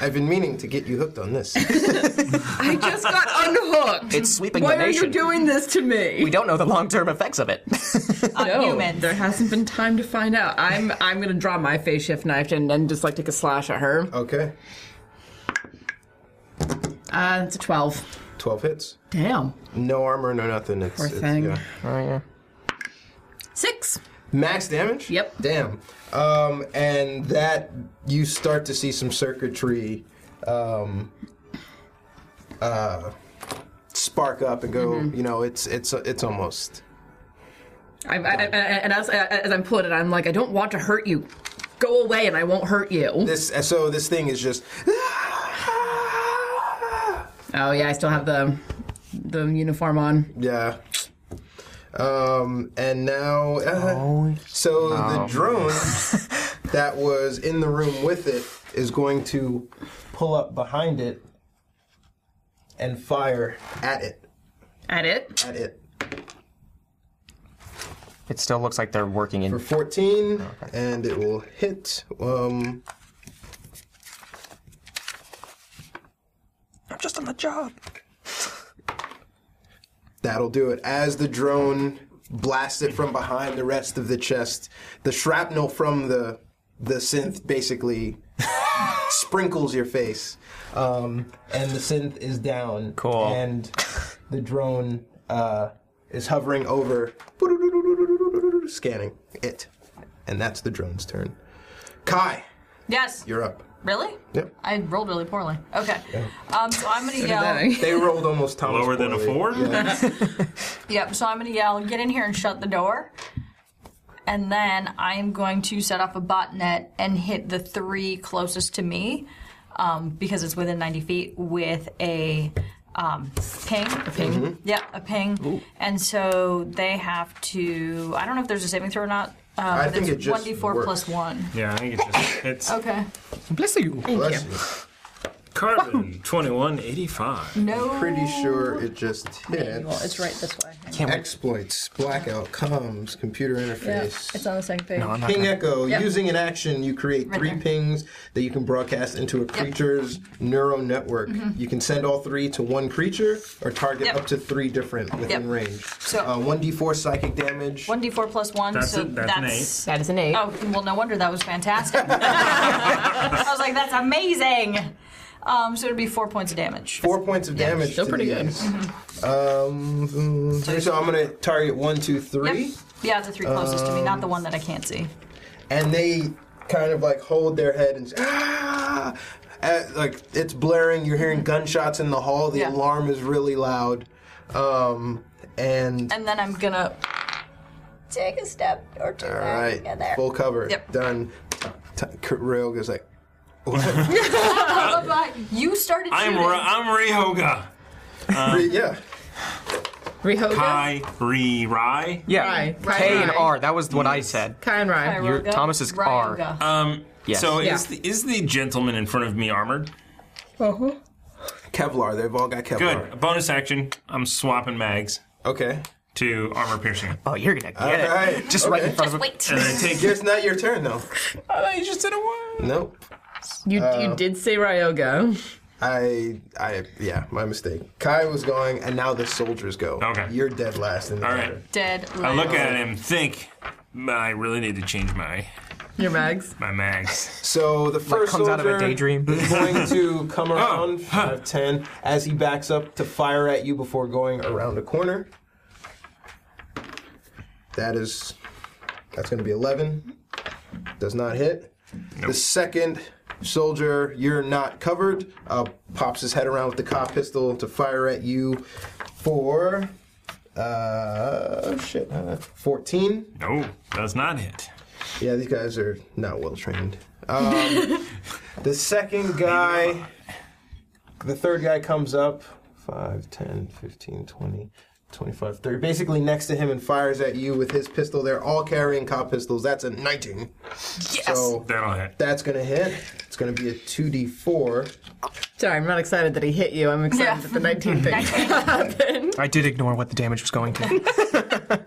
I've been meaning to get you hooked on this.
I just got unhooked.
It's sweeping
Why
the
are
nation.
you doing this to me?
we don't know the long-term effects of it.
no,
humans.
there hasn't been time to find out. I'm I'm gonna draw my face shift knife and then just like take a slash at her.
Okay,
Uh, it's a twelve.
twelve hits,
Damn.
no armor, no nothing. It's,
Poor
it's-
thing.
yeah.
Six.
Max damage.
Yep.
Damn. Um, and that you start to see some circuitry um, uh, spark up and go. You know, it's it's it's almost.
I, I, I, and as, uh, as I'm putting it, I'm like, I don't want to hurt you. Go away, and I won't hurt you.
This uh, so this thing is just.
Oh yeah, I still have the the uniform on.
Yeah. Um, and now, uh, so the drone that was in the room with it is going to pull up behind it and fire at it.
At it.
At it
It still looks like they're working
for
in.
14, and it will hit. Um,
I'm just on the job.
That'll do it. As the drone blasts it from behind the rest of the chest, the shrapnel from the the synth basically sprinkles your face, um, and the synth is down.
Cool.
And the drone uh, is hovering over, scanning it, and that's the drone's turn. Kai,
Yes.
you're up.
Really?
Yep.
I rolled really poorly. Okay. Um, so I'm gonna
That
yell.
ain't-
They rolled almost Thomas
Lower than a
poorly.
four?
Yep. So I'm gonna yell. Get in here and shut the door. And then I'm going to set off a botnet and hit the three closest to me, um, because it's within 90 feet with a um, ping. A ping.
Mm-hmm.
Yeah, a ping. And so they have to. I don't know if there's a saving throw or not. Uh,
I
but
think
it's
it just
1d4
works.
plus one.
Yeah, I think it just hits.
Okay.
Bless you.
Bless you.
Carbon 2185.
No.
Pretty sure it just hits.
Well, it's right this way.
Exploits, blackout, comms, computer
Yeah,
interface.
it's on the same page.
Ping echo.
Yep.
Using an action, you create
Right
three
there.
pings that you can broadcast into a creature's neural network. You can send all three to one creature or target
Mm-hmm. Yep.
up to three different within
Yep.
range.
So-
uh, 1d4 psychic damage.
1d4 plus 1,
That's
so
it, that's an
That is an eight.
Oh, well, no wonder that was fantastic. I was like, that's amazing. Um, so it'd be four points of damage.
Four points of damage.
still
to
pretty good.
these. Um, mm, so I'm going to target one, two, three.
Mm-hmm. Yep. Yeah, the three closest to me, not the one that I can't see.
and they kind of like hold their head and ah, Uh, like it's blaring. You're hearing gunshots in the hall. The
Mm-hmm. Yeah.
alarm is really loud, um, and
And then I'm gonna take a step or two.
all right, full cover,
Yep.
done. T- K- Rail goes like,
Bye-bye. You started
I'm,
shooting.
Ra- I'm Rehoga. Uh,
yeah,
Rihoga.
Kai Re Rai.
Yeah.
Right, right,
K and
right.
R. That was what I said.
Kai and Ryan.
Your
Ryoga.
Thomas is R.
Ryoga.
Yes.
So
Yeah.
is, the, is the gentleman in front of me armored?
Kevlar. They've all got Kevlar.
Good. A bonus action. I'm swapping mags
Okay.
to armor piercing.
oh, you're gonna get it.
right.
Just right in front of him.
Wait.
And I take
It's not your turn though.
you just did a one.
Nope.
You, you did say Ryoga.
I, I, yeah, my mistake. Kai was going, and now the soldiers go.
Okay.
You're dead last in the
All
order.
right.
Dead.
I look at him, think, I really need to change my
Your mags.
my mags.
So the first
comes out of a
soldier
daydream.
is going to come around five ten as he backs up to fire at you before going around a corner. That is, that's going to be eleven. Does not hit. The second soldier, you're not covered. Uh, pops his head around with the cop pistol to fire at you for uh shit uh, fourteen.
No, does not hit.
Yeah, these guys are not well trained. Um, the second guy, the third guy comes up 5, 10, 15, 20, 25, 30, basically next to him and fires at you with his pistol. They're all carrying cop pistols. That's a 19. Yes! So
That'll hit.
that's going to hit. It's going to be a 2d4.
Sorry, I'm not excited that he hit you. I'm excited
Yeah.
that the 19 thing happened.
I did ignore what the damage was going to.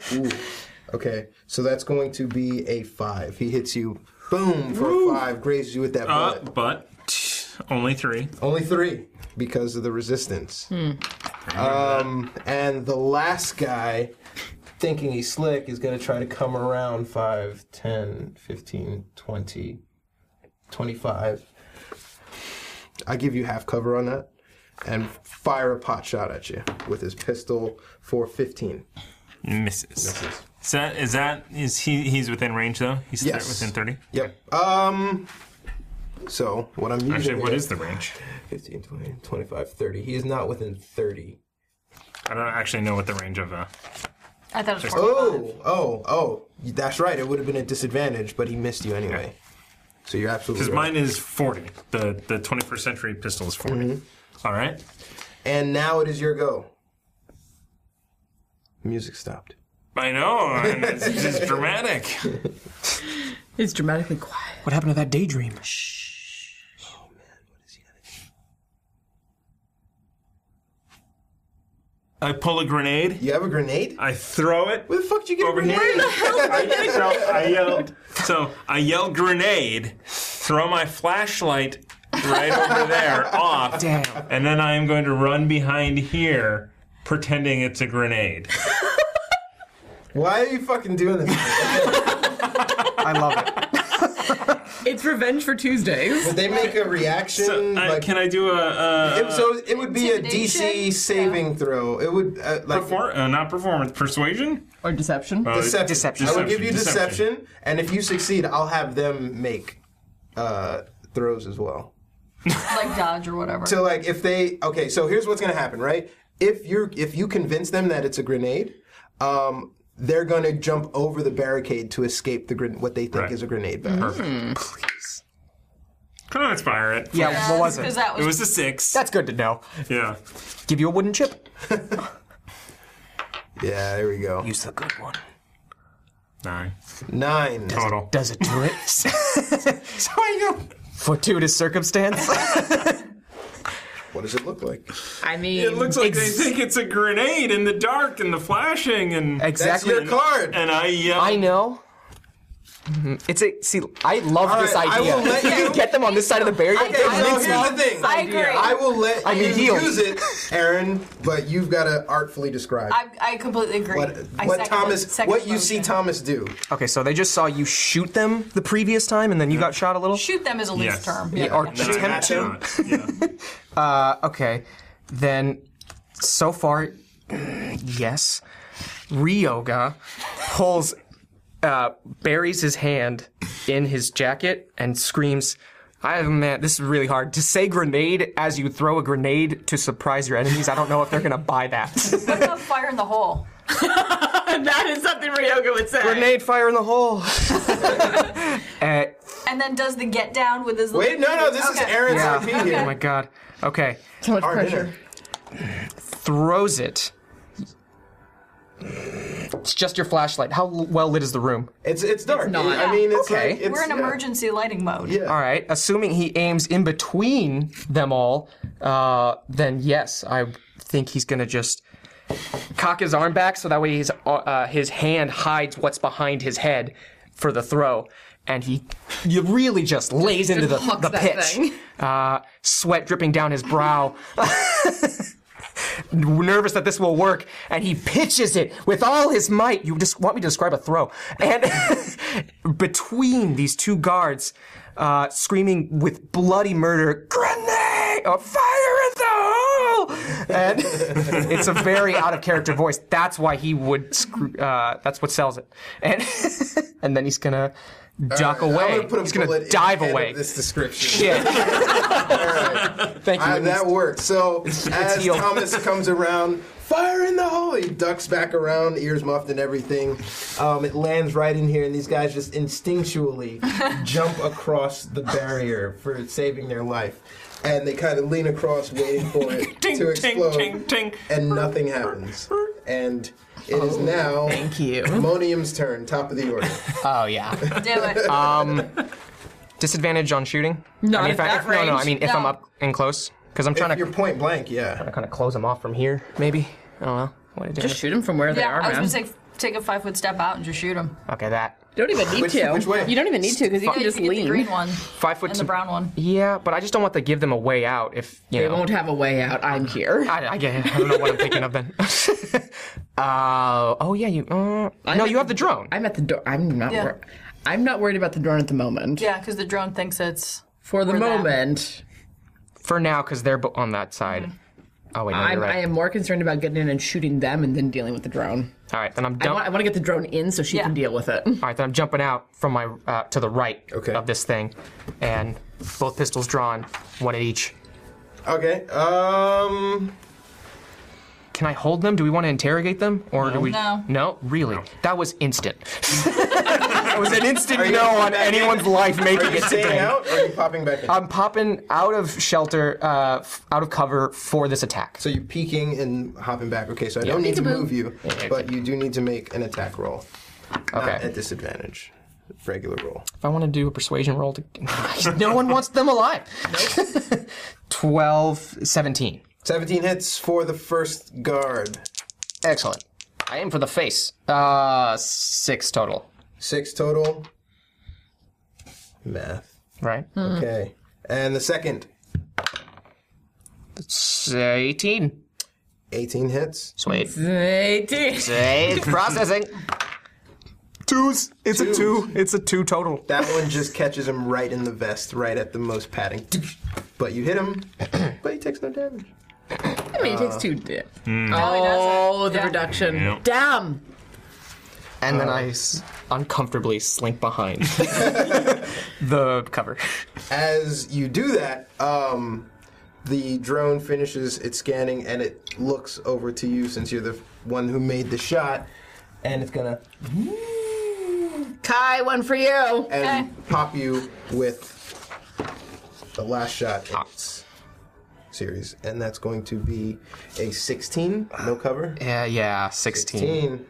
Okay, so that's going to be a 5. He hits you, boom, for a 5, grazes you with that
Uh,
bullet.
but only three.
Only three because of the resistance. Um, and the last guy, thinking he's slick, is going to try to come around 5, 10, 15, 20, 25. I give you half cover on that and fire a pot shot at you with his pistol for 15.
Misses. Is that is that is he he's within range though? He's th-
Yes.
within thirty.
Yep. Um. So, what I'm using
Actually, what
is
is the range?
15, 20, 25, 30. He is not within 30
I don't actually know what the range of. Uh,
I thought it was 45.
Oh, oh, oh. That's right. It would have been a disadvantage, but he missed you anyway. So you're absolutely
because
right.
mine is 40. The the 21st century pistol is 40.
Mm-hmm.
All right.
And now it is your go. Music stopped.
I know, and it's just dramatic.
It's dramatically quiet.
What happened to that daydream?
I pull a grenade.
You have a grenade?
I throw it.
Where the fuck did you get
Over
a grenade?
I, so I yell. So I yell grenade. Throw my flashlight right over there off.
Damn.
And then I am going to run behind here, pretending it's a grenade.
Why are you fucking doing this?
I love it.
It's revenge for Tuesdays.
Would they make a reaction?
So I,
Mm, like,
can I uh, do a, a
it, so it would be a
Intimidation?
DC saving throw. It would uh, like
perfor- uh, not performance persuasion?
Or deception.
Uh,
deception.
Deception.
I would give you
Deception,
deception, and if you succeed, I'll have them make uh, throws as well. Oh.
Like Dodge or whatever.
So like if they okay, so here's what's gonna happen, right? If you're if you convince them that it's a grenade, um, they're gonna jump over the barricade to escape the gren- what they think
Right.
is a grenade barrel.
Mm-hmm.
Couldn't inspire it.
Yeah, what was
Because
it?
that
It
was,
was a six.
That's good to know.
Yeah.
Give you a wooden chip.
Yeah, there we go.
Use the good one.
Nine.
Nine.
Total.
Does it do it?
So I go.
Fortuitous circumstance.
What does it look like?
I
It
mean,
looks like
Ex-
they think it's a grenade in the dark and the flashing and
That's
exactly.
your card.
and I yell.
I know. Mhm. It's a see. I love
All
this
right, I
idea.
will let you-
get them on this side of the barrier.
I-
get
Okay,
them
so
next
here's
to
the thing.
I agree.
I will let
I mean,
you
healed.
use it, Aaron, but you've got to artfully describe
I, I completely agree.
what
I
what
second the
Thomas
second
what you see
motion.
Thomas do.
Okay, so they just saw you shoot them the previous time, and then you got shot a little.
Shoot them is a loose
Yes.
term.
Yeah.
Or
And then I
attempt
match
to.
out. Yeah.
Okay, then so far, yes, Ryoga pulls, uh, buries his hand in his jacket and screams, "I man, this is really hard to say grenade as you throw a grenade to surprise your enemies. I don't know if they're gonna buy that
What about fire in the hole?
that is something Ryoga would say.
grenade fire in the hole." uh,
And then does the get down with his
Wait, no, no, this is Aaron's
yeah.
IP
Oh
here.
my god. Okay,
So much
Our
pressure.
dinner.
throws it. It's just your flashlight. How l- well lit is the room?
It's it's dark.
not.
I mean, it's
Okay.
like it's,
We're in
yeah.
emergency lighting mode.
Yeah.
All right. Assuming he aims in between them all, uh, then yes, I think he's gonna just cock his arm back so that way his uh, his hand hides what's behind his head for the throw, and he you really just lays into the
Hucks
the
that
pitch.
thing.
Uh, sweat dripping down his brow. Nervous that this will work, and he pitches it with all his might. You just want me to describe a throw, and between these two guards, uh, screaming with bloody murder, grenade, a fire in the hole, and it's a very out of character voice. That's why he would. Screw, uh, that's what sells it, and and then he's gonna duck
I'm
away.
gonna put a
he's
bullet
gonna
in
dive
the head of
away.
This description.
Yeah,
All right.
thank you.
Uh,
Whitney.
that worked. So as
healed.
Thomas comes around, fire in the hole. He ducks back around, ears muffed and everything. Um, it lands right in here, and these guys just instinctually jump across the barrier for saving their life. And they kind of lean across, waiting for it
Ting,
to
ting,
explode,
ting, ting.
and nothing happens. And it is now
Thank you.
Monium's turn, top of the order.
oh yeah.
Do it.
Um, Disadvantage on shooting.
Not
I mean,
at
if I,
that
if, no, no. I
range.
mean, if I'm
No.
up and close, because I'm trying
You're
to
point blank, yeah.
kind of close them off from here. Maybe I don't know. What did I do?
Just shoot them from where they
yeah,
are,
I was
man.
gonna say take a five foot step out and just shoot him.
Okay, that
you don't even need
Which-
to.
which way?
You don't even need to because you
Yeah,
can
you
just
can get the green
lean.
one
five foot.
and the
to-
brown one.
Yeah, but I just don't want to give them a way out. If you
They
know,
won't have a way out. I'm here.
I, I, get it. I don't know what I'm thinking of then. uh, oh yeah, you. Uh, no,
at
you have the drone.
I'm at the door. I'm not.
Yeah.
Wor- I'm not worried about the drone at the moment.
Yeah, because the drone thinks it's
For the
For them.
moment,
for now because they're bo- on that side.
Mm-hmm.
Oh wait, no,
I'm,
you're right.
I am more concerned about getting in and shooting them and then dealing with the drone.
All right, then I'm
I
done.
want, I want to get the drone in so she
Yeah.
can deal with it.
All right, then I'm jumping out from my uh, to the right
Okay.
of this thing, and both pistols drawn, one at each.
Okay. Um.
Can I hold them? Do we want to interrogate them, or do we?
No.
No, really. That was instant. that was an instant no on anyone's life making it
Staying
today.
out or are you popping back in?
I'm popping out of shelter, uh, f- out of cover for this attack.
so you're peeking and hopping back. Okay, so I don't need to
Peekaboo.
move you, but you do need to make an attack roll. Not
Okay.
at disadvantage. Regular roll.
If I want to do a persuasion roll, to, no one wants them alive. 12, 17.
17 hits for the first guard.
Excellent. I aim for the face. Uh, six total.
Six total. Math.
Right.
Hmm.
Okay. And the second,
It's 18.
18 hits.
Sweet.
Eighteen.
Save. Processing. Twos. It's a two. It's a two total.
That one just catches him right in the vest, right at the most padding. But you hit him, but he takes no damage.
I mean, it
uh,
takes two dip.
hmm.
Oh,
Oh, the reduction.
Yeah.
Damn.
And then I s- uncomfortably slink behind the cover.
As you do that, um, the drone finishes its scanning and it looks over to you since you're the one who made the shot, and it's gonna
Kai, one for you.
and pop you with the last shot in its series, and that's going to be a 16, no cover.
Yeah, yeah. 16.
16,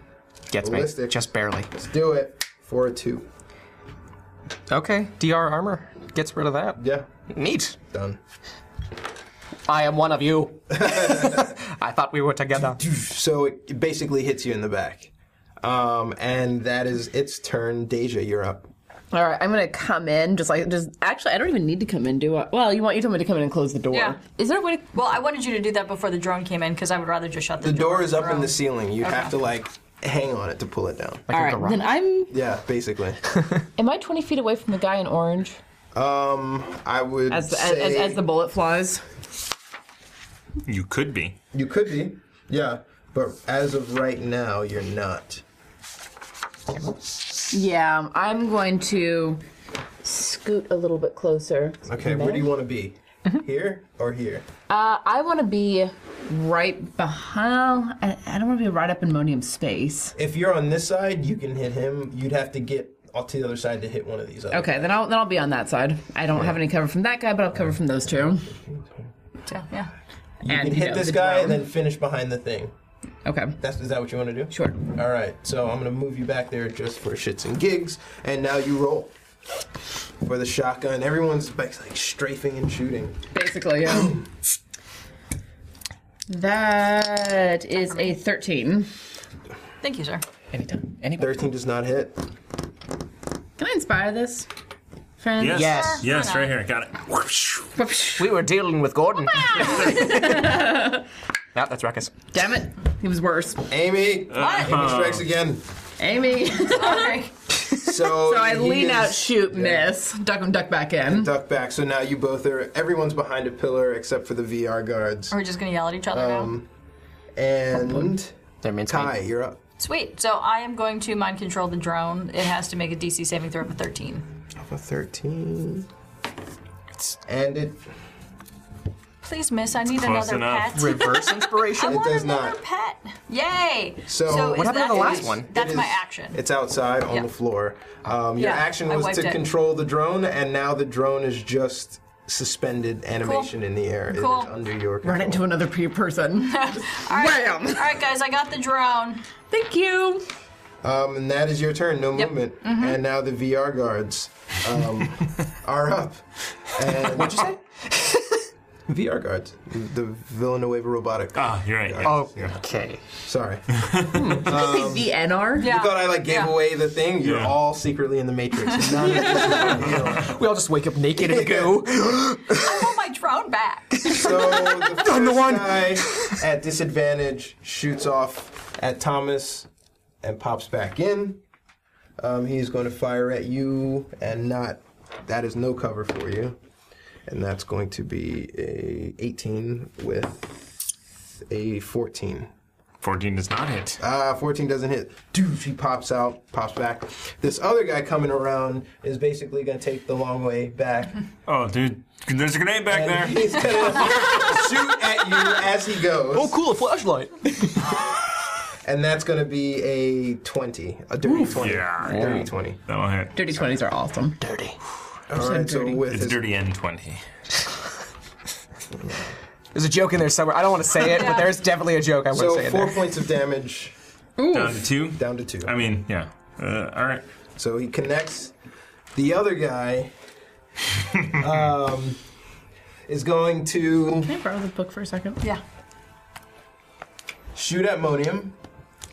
Gets me.
Ballistic.
Just barely.
let's do it for a two.
Okay. DR armor. Gets rid of that.
Yeah,
Neat.
done.
I am one of you. I thought we were together.
So it it basically hits you in the back. Um, and that is its turn. Deja, you're up.
All right, I'm gonna come in. Just like, just actually, I don't even need to come in. Do I? Well, you want you told me to come in and close the door.
Yeah.
Is there a way to?
Well, I wanted you to do that before the drone came in because I would rather just shut the,
The door is
on
up
your
in the
own.
ceiling. You have to, like, hang on it to pull it down.
Like
All
a
right,
garage.
then I'm.
Yeah, basically.
Am I 20 feet away from the guy in orange?
um, I would
As the, as,
say
as, as the bullet flies.
You could be.
you could be. Yeah, but as of right now, you're not.
Yeah, I'm going to scoot a little bit closer.
Okay, where do you want to be?
Mm-hmm.
Here or here?
Uh, I want to be right behind. I, I don't want to be right up in Monium's space.
If you're on this side, you can hit him. You'd have to get off to the other side to hit one of these. Other
Okay, then I'll then I'll be on that side. I don't have any cover from that guy, but I'll cover from those two.
Yeah, yeah.
You
and
can
you
hit
know,
this
the
guy and
drone.
then finish behind the thing.
Okay.
That's is that what you want to do?
Sure.
All right, so I'm gonna move you back there just for shits and gigs, and now you roll for the shotgun. Everyone's back, like strafing and shooting.
Basically, yeah. that is a 13.
Thank you, sir.
Anytime. Anytime.
Thirteen does not hit.
Can I inspire this? Friend?
Yes.
Yes.
Yes, right here. Got it.
We were dealing with Gordon. no, that's Ruckus.
Damn it. He was worse.
Amy, Amy strikes again.
Amy. so
Sorry.
So,
I
he
lean out,
is
shoot, miss. Duck him, duck back in.
Duck back. So now you both are. Everyone's behind a pillar except for the VR guards.
We're just gonna yell at each other
Um,
now.
And
They're mince
Kai,
meat.
you're up.
Sweet. So I am going to mind control the drone. It has to make a DC saving throw of a 13.
A thirteen. And it
Please, miss. I need
Close
another
enough.
pet.
Reverse
I
inspiration.
want
does
another
not.
pet. Yay!
So- What
is
happened to
that-
the last one?
That's
It
my
is-
action.
It's outside on
Yeah.
the floor. Um, your
Yeah,
action
I
was
wiped
to
it.
control the drone, and now the drone is just suspended animation in the air. It is
Cool.
under your control.
Run into another pe- person.
All
Wham!
right, guys. I got the drone.
Thank you.
Um, and that is your turn. No
Yep. Mm-hmm.
movement. And now the VR guards um, are up. And What'd you say? VR guards. The Villanueva robotic.
Ah, you're right. yeah.
Oh, okay.
Sorry.
the NR?
Yeah.
I thought I like gave
Yeah.
away the thing. You're
Yeah.
all secretly in the Matrix. None of this is real.
We all just wake up naked and go.
I want my drone back.
So the first
the one.
guy at disadvantage shoots off at Thomas and pops back in. Um, he's going to fire at you and not. That is no cover for you, and that's going to be a 18 with a 14.
14 does not hit.
Uh, 14 doesn't hit. Doof, he pops out, pops back. This other guy coming around is basically going to take the long way back.
Oh, dude, there's a grenade back
And
there.
he's going to shoot at you as he goes.
Oh, cool, a flashlight.
And that's going to be a 20. A dirty 20.
yeah.
Dirty 20.
That'll hit.
Dirty twenties are awesome. Dirty.
All right, so
dirty.
with
It's
his,
dirty N20.
There's a joke in there somewhere. I don't want to say it, but there's definitely a joke I want to say
So
in
four
there.
points of damage
Down to two?
down to two.
I mean, yeah. Uh, all right.
So he connects. The other guy um, is going to
Can I borrow the book for a second?
Yeah.
shoot at Monium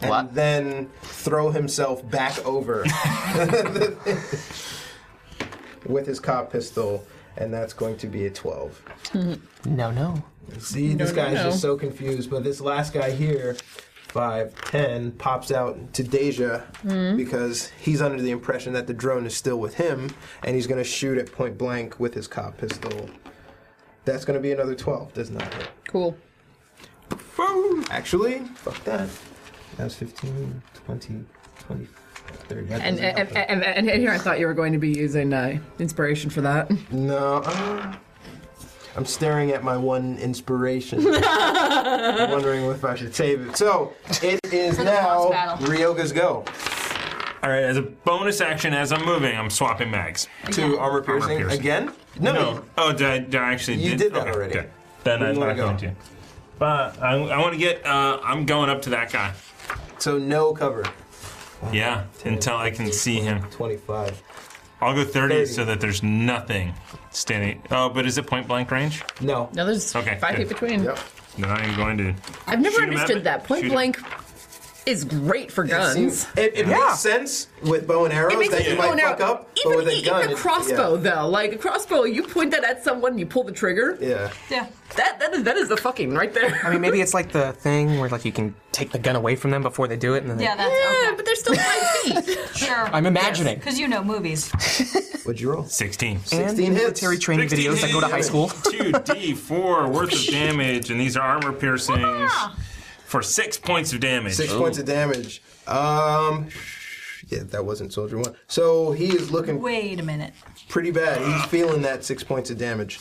and
What?
then throw himself back over with his cop pistol, and that's going to be a 12.
No, no.
See, this
no,
guy's
no.
just so confused, but this last guy here. 5, 10, pops out to Deja
Hmm.
because he's under the impression that the drone is still with him and he's going to shoot at point blank with his cop pistol. That's going to be another 12, does not hit.
Cool.
Actually, fuck that. That was 15, 20, 20, 30. That
And
doesn't
and,
help.
and, and and here I thought you were going to be using uh, inspiration for that.
no. uh, I'm staring at my one inspiration. wondering if I should save it. So, it is now
boss battle.
Ryoga's go.
All right, as a bonus action, as I'm moving, I'm swapping mags.
To armor piercing,
piercing.
again? No.
No. Oh, did I, did I actually?
You did that already.
good. Then I
Where do you wanna
thought I
go?
told you. But I, I want to get. Uh, I'm going up to that guy.
So, no cover.
Yeah, until I can see him.
25.
I'll go 30,
30.
so that there's nothing standing. Oh, but is it point blank range?
No.
Now there's
Okay,
five
good.
feet between.
Yep.
No, I'm going to.
I've never
Shoot 'em at me.
understood that. Point
Shoot 'em.
blank is great for guns.
It, it
Yeah.
makes sense with bow and arrows
It makes
that
sense
you
with
might
bow and
fuck
arrow.
up, but
Even, e,
with a
even
gun,
a
it-
crossbow, though, like a crossbow, you point that at someone, you pull the trigger.
Yeah. yeah.
Yeah.
That that is that is the fucking right there.
I mean, maybe it's like the thing where like you can take the gun away from them before they do it, and then they-
Yeah, that's
yeah,
okay.
but they're still five feet.
Sure.
I'm imagining.
Because you know movies.
What'd you roll?
16.
And
16 hits.
military training videos that go to high school.
2d4 worth of damage, and these are armor piercings
Ah.
for six points of damage.
Six points of damage. Um, yeah, that wasn't Soldier One. So he is looking
Wait a minute.
pretty bad. He's feeling that six points of damage.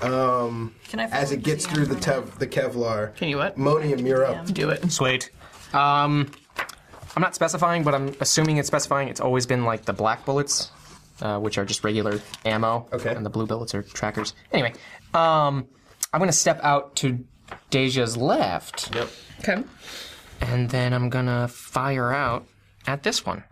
Um,
Can I
as it
forward
gets
to the
through the
armor?
tev- the Kevlar.
Can you what?
Monium, you're up.
Do it.
Sweet. Um, I'm not specifying, but I'm assuming it's specifying. It's always been like the black bullets, uh, which are just regular ammo,
Okay.
and the blue bullets are trackers. Anyway, um, I'm gonna step out to Deja's left,
Okay.
and then I'm gonna fire out at this one,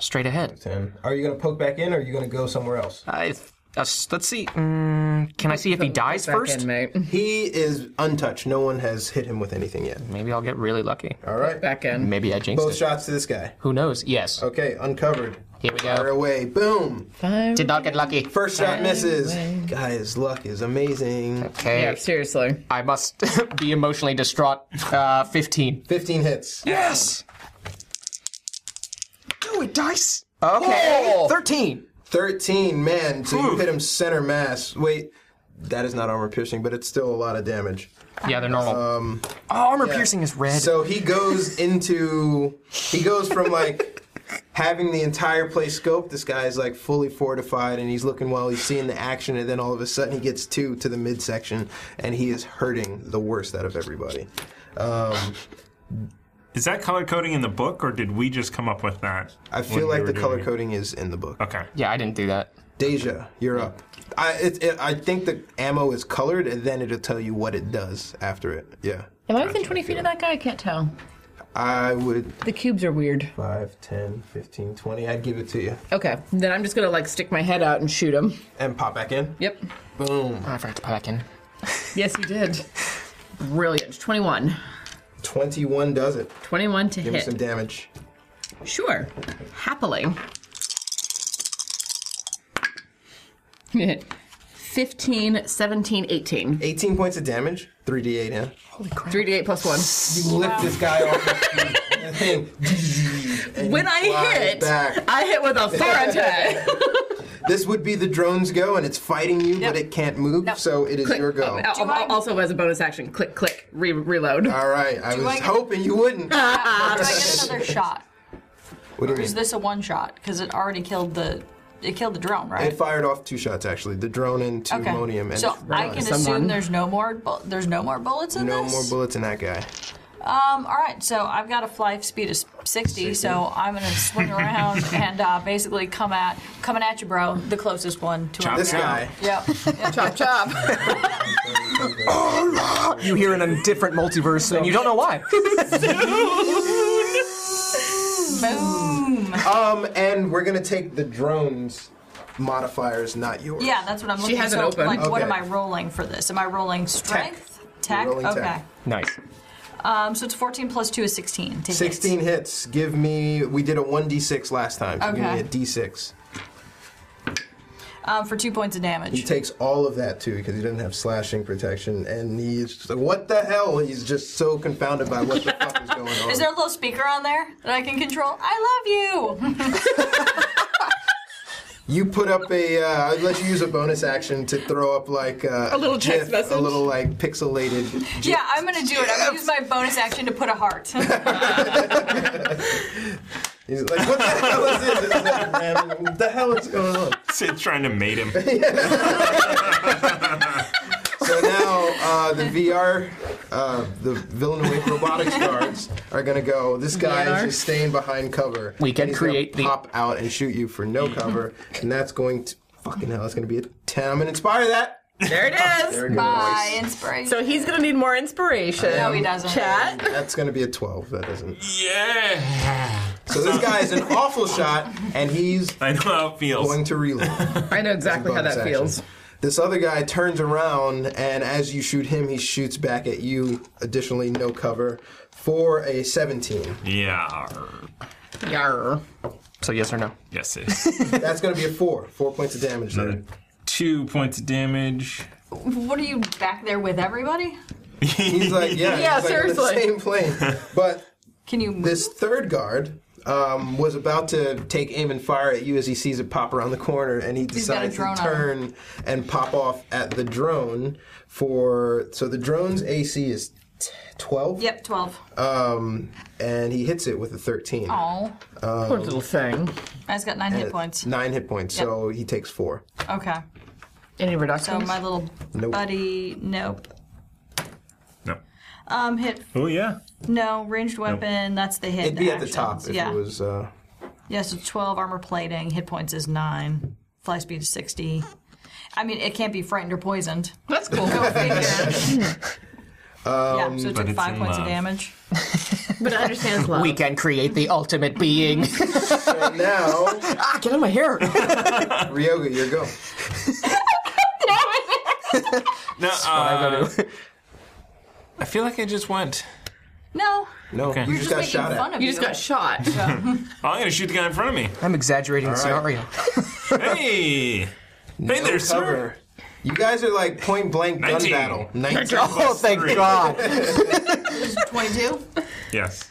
straight ahead.
Ten. Are you gonna poke back in, or are you gonna go somewhere else?
I, uh, s- let's see. Mm, can I see if he dies
Back
first?
in, mate.
He is untouched. No one has hit him with anything yet.
Maybe I'll get really lucky.
All right.
Back in.
Maybe I jinxed
Both
it.
shots to this guy.
Who knows? Yes.
Okay, uncovered.
Here we
Fire
go.
away. Boom.
Did not get lucky.
First shot misses. Guy's luck is amazing.
Okay.
Yeah, seriously.
I must be emotionally distraught. Uh, 15.
15 hits.
Yes! Do it, dice! Okay. 13.
13, man. So you hit him center mass. Wait, that is not armor piercing, but it's still a lot of damage.
Yeah, they're normal. Um, oh, armor piercing is red.
So he goes into. He goes from like. Having the entire place scoped, this guy is like fully fortified and he's looking while he's seeing the action, and then all of a sudden he gets two to the midsection and he is hurting the worst out of everybody. Um,
Is that color coding in the book, or did we just come up with that?
I
when
feel
we
like
were
the
doing
color
it?
coding is in the book.
Okay.
yeah, I didn't do that.
Deja, you're up. I it, it, I think the ammo is colored, and then it'll tell you what it does after it. Yeah.
Am I within 20 feet of that guy? I can't tell.
I would.
The cubes are weird.
5, 10, 15, 20. I'd give it to you.
Okay, then I'm just gonna like stick my head out and shoot him.
And pop back in.
Yep.
Boom.
I forgot to put back in.
Yes, you did. Brilliant. 21.
21 does it.
21 to
Give me some
hit.
damage.
Sure. Happily. 15, 17, 18.
18 points of damage. 3d8, huh?
3d8 plus
You lift this guy off the thing.
1. When I
flies
hit,
back.
I hit with a four attack.
this would be the drone's go, and it's fighting you, but it can't move, so it is your go.
Al- al-
I-
also, as a bonus action, click, click, re- reload.
All right, I was
I get-
hoping you wouldn't.
Do I get another shot?
What do you
Is
mean?
this a one shot? Because it already killed the it killed the drone, right?
It fired off two shots actually, the drone and two monium, and
so
it
I can
realized
assume there's no more bu- there's no more bullets in
no
this.
more bullets in that guy.
Um, all right, so I've got a fly speed of 60, so I'm gonna swing around and uh, basically come at coming at you, bro. The closest one to
Chop
him.
This
Yeah.
guy.
Yep.
Chop, chop.
You hear in a different multiverse, and you don't know why.
Boom.
Um, and we're gonna take the drone's modifiers, not yours.
Yeah, that's what I'm looking.
has it
so,
open.
Like, what
Okay.
am I rolling for this? Am I rolling strength? Tech.
rolling
okay.
tech.
Nice.
Um, so it's 14 plus two is 16. Take
Sixteen hits. Give me. We did a one d six last time. So Give me
Okay.
a d six.
Um, for two points of damage.
He takes all of that too because he doesn't have slashing protection, and he's just like, "What the hell?" He's just so confounded by what the fuck is going on.
Is there a little speaker on there that I can control? I love you.
You put up a. Uh, I'd let you use a bonus action to throw up like uh, a
little text message?
a little like pixelated.
Yeah, I'm gonna do it. I'm gonna use my bonus action to put a heart.
He's like, "What the hell is this?" It's like, "Man, What the hell is going on?
Sid's trying to mate him.
So now uh, the VR, uh, the Villeneuve robotics guards are gonna go. This guy
VR?
is just staying behind cover.
We can
And he's gonna
create the-
pop out and shoot you for no cover, and that's going to fucking hell. It's gonna be a ten. I'm gonna inspire that.
There it is.
There it goes.
Bye, Uh, inspiration.
So he's gonna need more inspiration.
no, he doesn't.
Chat.
That's gonna be a twelve. That doesn't.
yeah.
So this guy is an awful shot, and he's
I know how it feels.
going to reload.
I know exactly how
bonus
that
action.
feels.
This other guy turns around, and as you shoot him, he shoots back at you. Additionally, no cover for a 17.
Yeah.
Yarr.
So yes or no?
Yes, it is.
That's going to be a four. Four points of damage there.
Two points of damage.
What are you back there with everybody?
He's like, yeah,
Yeah,
he's like, on the
seriously.
same plane. But
Can you move?
this third guard um, was about to take aim and fire at you as he sees it pop around the corner, and he
got a
decides to
drone on him.
turn and pop off at the drone for. So the drone's AC is. t- 12
Yep, twelve.
um and he hits it with a 13
Oh,
Poor little thing.
I just got nine
Uh,
hit points.
Nine hit points, so he takes four.
Okay,
Any
so
reductions?
my little
Nope.
buddy, nope.
No.
Um, hit
Oh, yeah.
no ranged weapon. That's the hit.
It'd be at the
actions.
top if
yeah.
it was. Uh,
Yeah, so twelve armor plating. Hit points is nine. Fly speed is sixty. I mean, it can't be frightened or poisoned.
That's cool.
Go
Um,
figure. yeah, so it
But
took
it's
five
in
points
love.
of damage.
but I understand love.
We can create the ultimate being.
so now,
Ah, get out of my hair.
Ryoga, your go.
No, uh, I feel like I just went.
No,
No,
Okay.
you
we're
just
just
got
making
shot
fun
at.
of
you just got shot.
"Oh, I'm going to shoot the guy in front of me.
I'm exaggerating the scenario.
Hey. hey there, sir.
Cover. You guys are like point blank gun
19.
battle. 19.
Oh, thank
three.
God.
twenty-two.
Yes.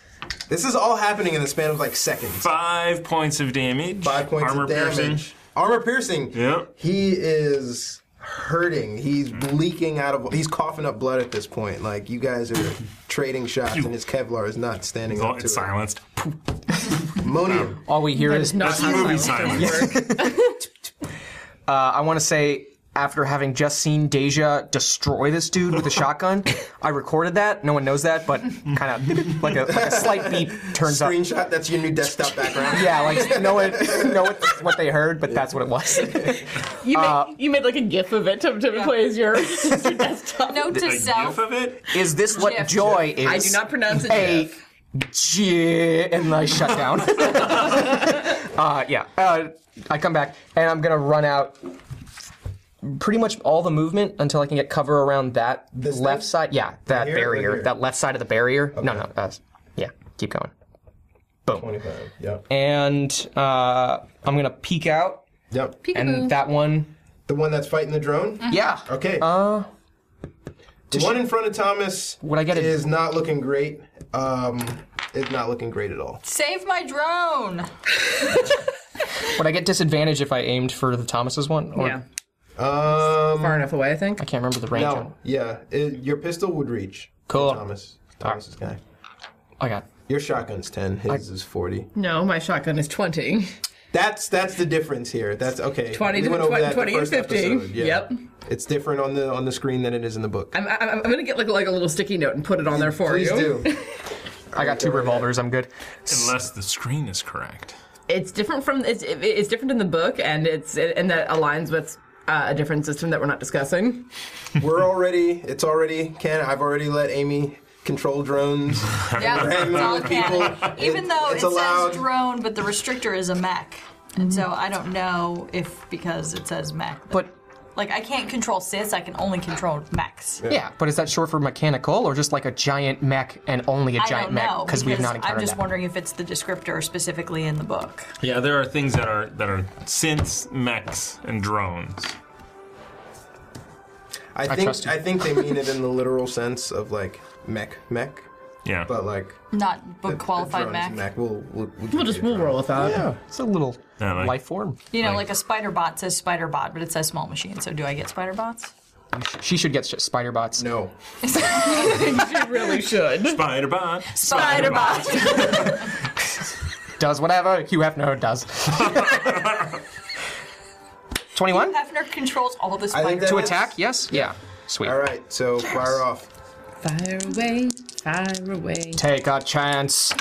This is all happening in the span of like seconds.
Five points of damage.
Five points
Armor
of damage.
piercing.
Armor piercing.
Yeah.
He is hurting. He's leaking out of. He's coughing up blood at this point. Like you guys are trading shots, and his Kevlar is not standing
Oh,
up to
it's
it.
silenced.
Monium.
All we hear
That's
is.
not
That's
how
movie
silence
silence.
works.
Uh, I want to say after having just seen Deja destroy this dude with a shotgun, I recorded that. No one knows that, but kind of like a, like a slight beep turns up.
Screenshot. That's your new desktop background.
Yeah, like no one, no one, what they heard, but that's what it was.
You, made, you made like a gif of it to, to play as your, as your desktop.
Note to
A
self.
gif of it?
Is this what
Jeff,
joy is?
I do not pronounce it.
a
gif.
J and I shut down. uh, yeah, uh, I come back and I'm gonna run out. Pretty much all the movement until I can get cover around that
This
left
thing?
side. Yeah, that
Here or
barrier,
here?
that left side of the barrier. No, no. Uh, yeah, keep going. Boom.
Twenty-five. Yep.
And uh, I'm gonna peek out,
Yep.
and that one.
The one that's fighting the drone?
Yeah.
Okay.
Uh,
the one in front of Thomas
Would I get a-
is not looking great. Um, it's not looking great at all.
Save my drone.
Would I get disadvantage if I aimed for the Thomas's one? Or
Yeah.
Um,
Far enough away, I think.
I can't remember the range. on-
no, yeah, it, your pistol would reach.
Cool.
Thomas, Thomas's guy.
I got.
Your shotgun's ten. His is forty.
No, my shotgun is 20.
That's that's the difference here. That's okay.
20
We
to-
went over
20
that the
20 and
first
50.
episode, yeah.
Yep.
It's different on the on the screen than it is in the book.
I'm, I'm, I'm going to get like, like a little sticky note and put it on there for
Please
you.
do.
I got two revolvers. I'm good.
Unless the screen is correct.
It's different from it's it- it's different in the book, and it's and that aligns with uh, a different system that we're not discussing.
We're already. It's already. Ken, I've already let Amy control drones.
Yeah, it's all
with
cat.
people.
Even
It-
though it
it's
says
allowed.
drone, but the restrictor is a Mac, and so I don't know if because it says Mac.
But
like, I can't control sys. I can only control Macs.
yeah, but is that short for mechanical or just like a giant mech and only a
I
giant
don't
mech?
know
we have not encountered
I'm just
that.
wondering if it's the descriptor specifically in the book.
Yeah, there are things that are that are synths, mechs, and drones.
I
I
think
trust you.
I think they mean it in the literal sense of like mech mech,
Yeah.
but like
Not book qualified
drones
Mac.
and mech. We'll we'll,
We'll just we'll roll with that.
Yeah, it's a little
Yeah, like-
life form.
You know, like a spider bot says spider bot, but it says small machine. So do I get spider bots?
She should get sh- spider bots.
No.
you really should.
Spider-Bot.
Spider bot.
Does whatever Hugh Hefner does. 21?
Hefner controls all the
I think
spiders.
that
To
is-
attack? Yes? Yeah. Sweet.
All right. So fire off.
Fire away, fire away.
Take a chance.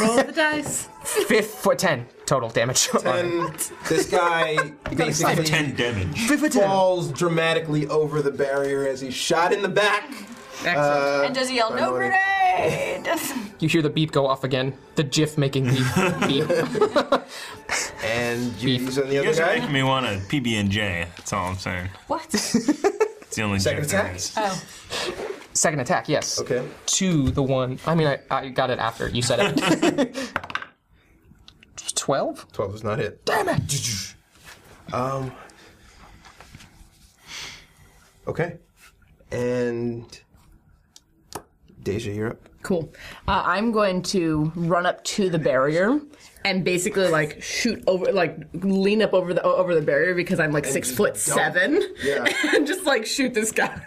Roll the dice.
Fifth foot 10 total damage.
And this guy basically
Ten damage.
Fifth foot 10.
falls dramatically over the barrier as he's shot in the back.
Excellent.
Uh,
And does he yell,
Don't
no
know
grenade?
You hear the beep go off again. The GIF making beep. beep.
and you use on the
You
other
guys are
guy.
making me want a PB and J. That's all I'm saying.
what?
It's the only
Second
joke there
attack?
is.
Oh.
Second attack, yes.
Okay.
To the one. I mean, I, I got it after you said it. 12?
Twelve does not hit. Um,
Damn it!
Okay. And Deja, you're up.
Cool. Uh, I'm going to run up to the barrier and basically like shoot over, like lean up over the over the barrier because I'm like six
just
foot
dump.
seven,
Yeah.
and just like shoot this guy.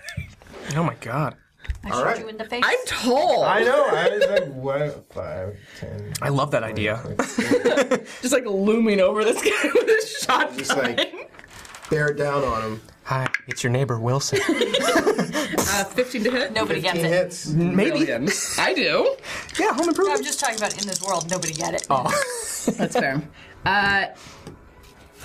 Oh my god.
I
All
shot
right.
you in the face.
I'm tall.
I know. I was like, what? Five, ten.
I love that idea.
just like looming over this guy with a shotgun.
Just like bear down on him.
Hi, it's your neighbor Wilson.
Uh, 15 to hit?
nobody gets
He
it.
hits.
Maybe.
Million. I do.
Yeah, home
I'm
improvement.
just talking about in this world, nobody get
Oh,
it.
That's fair. Uh,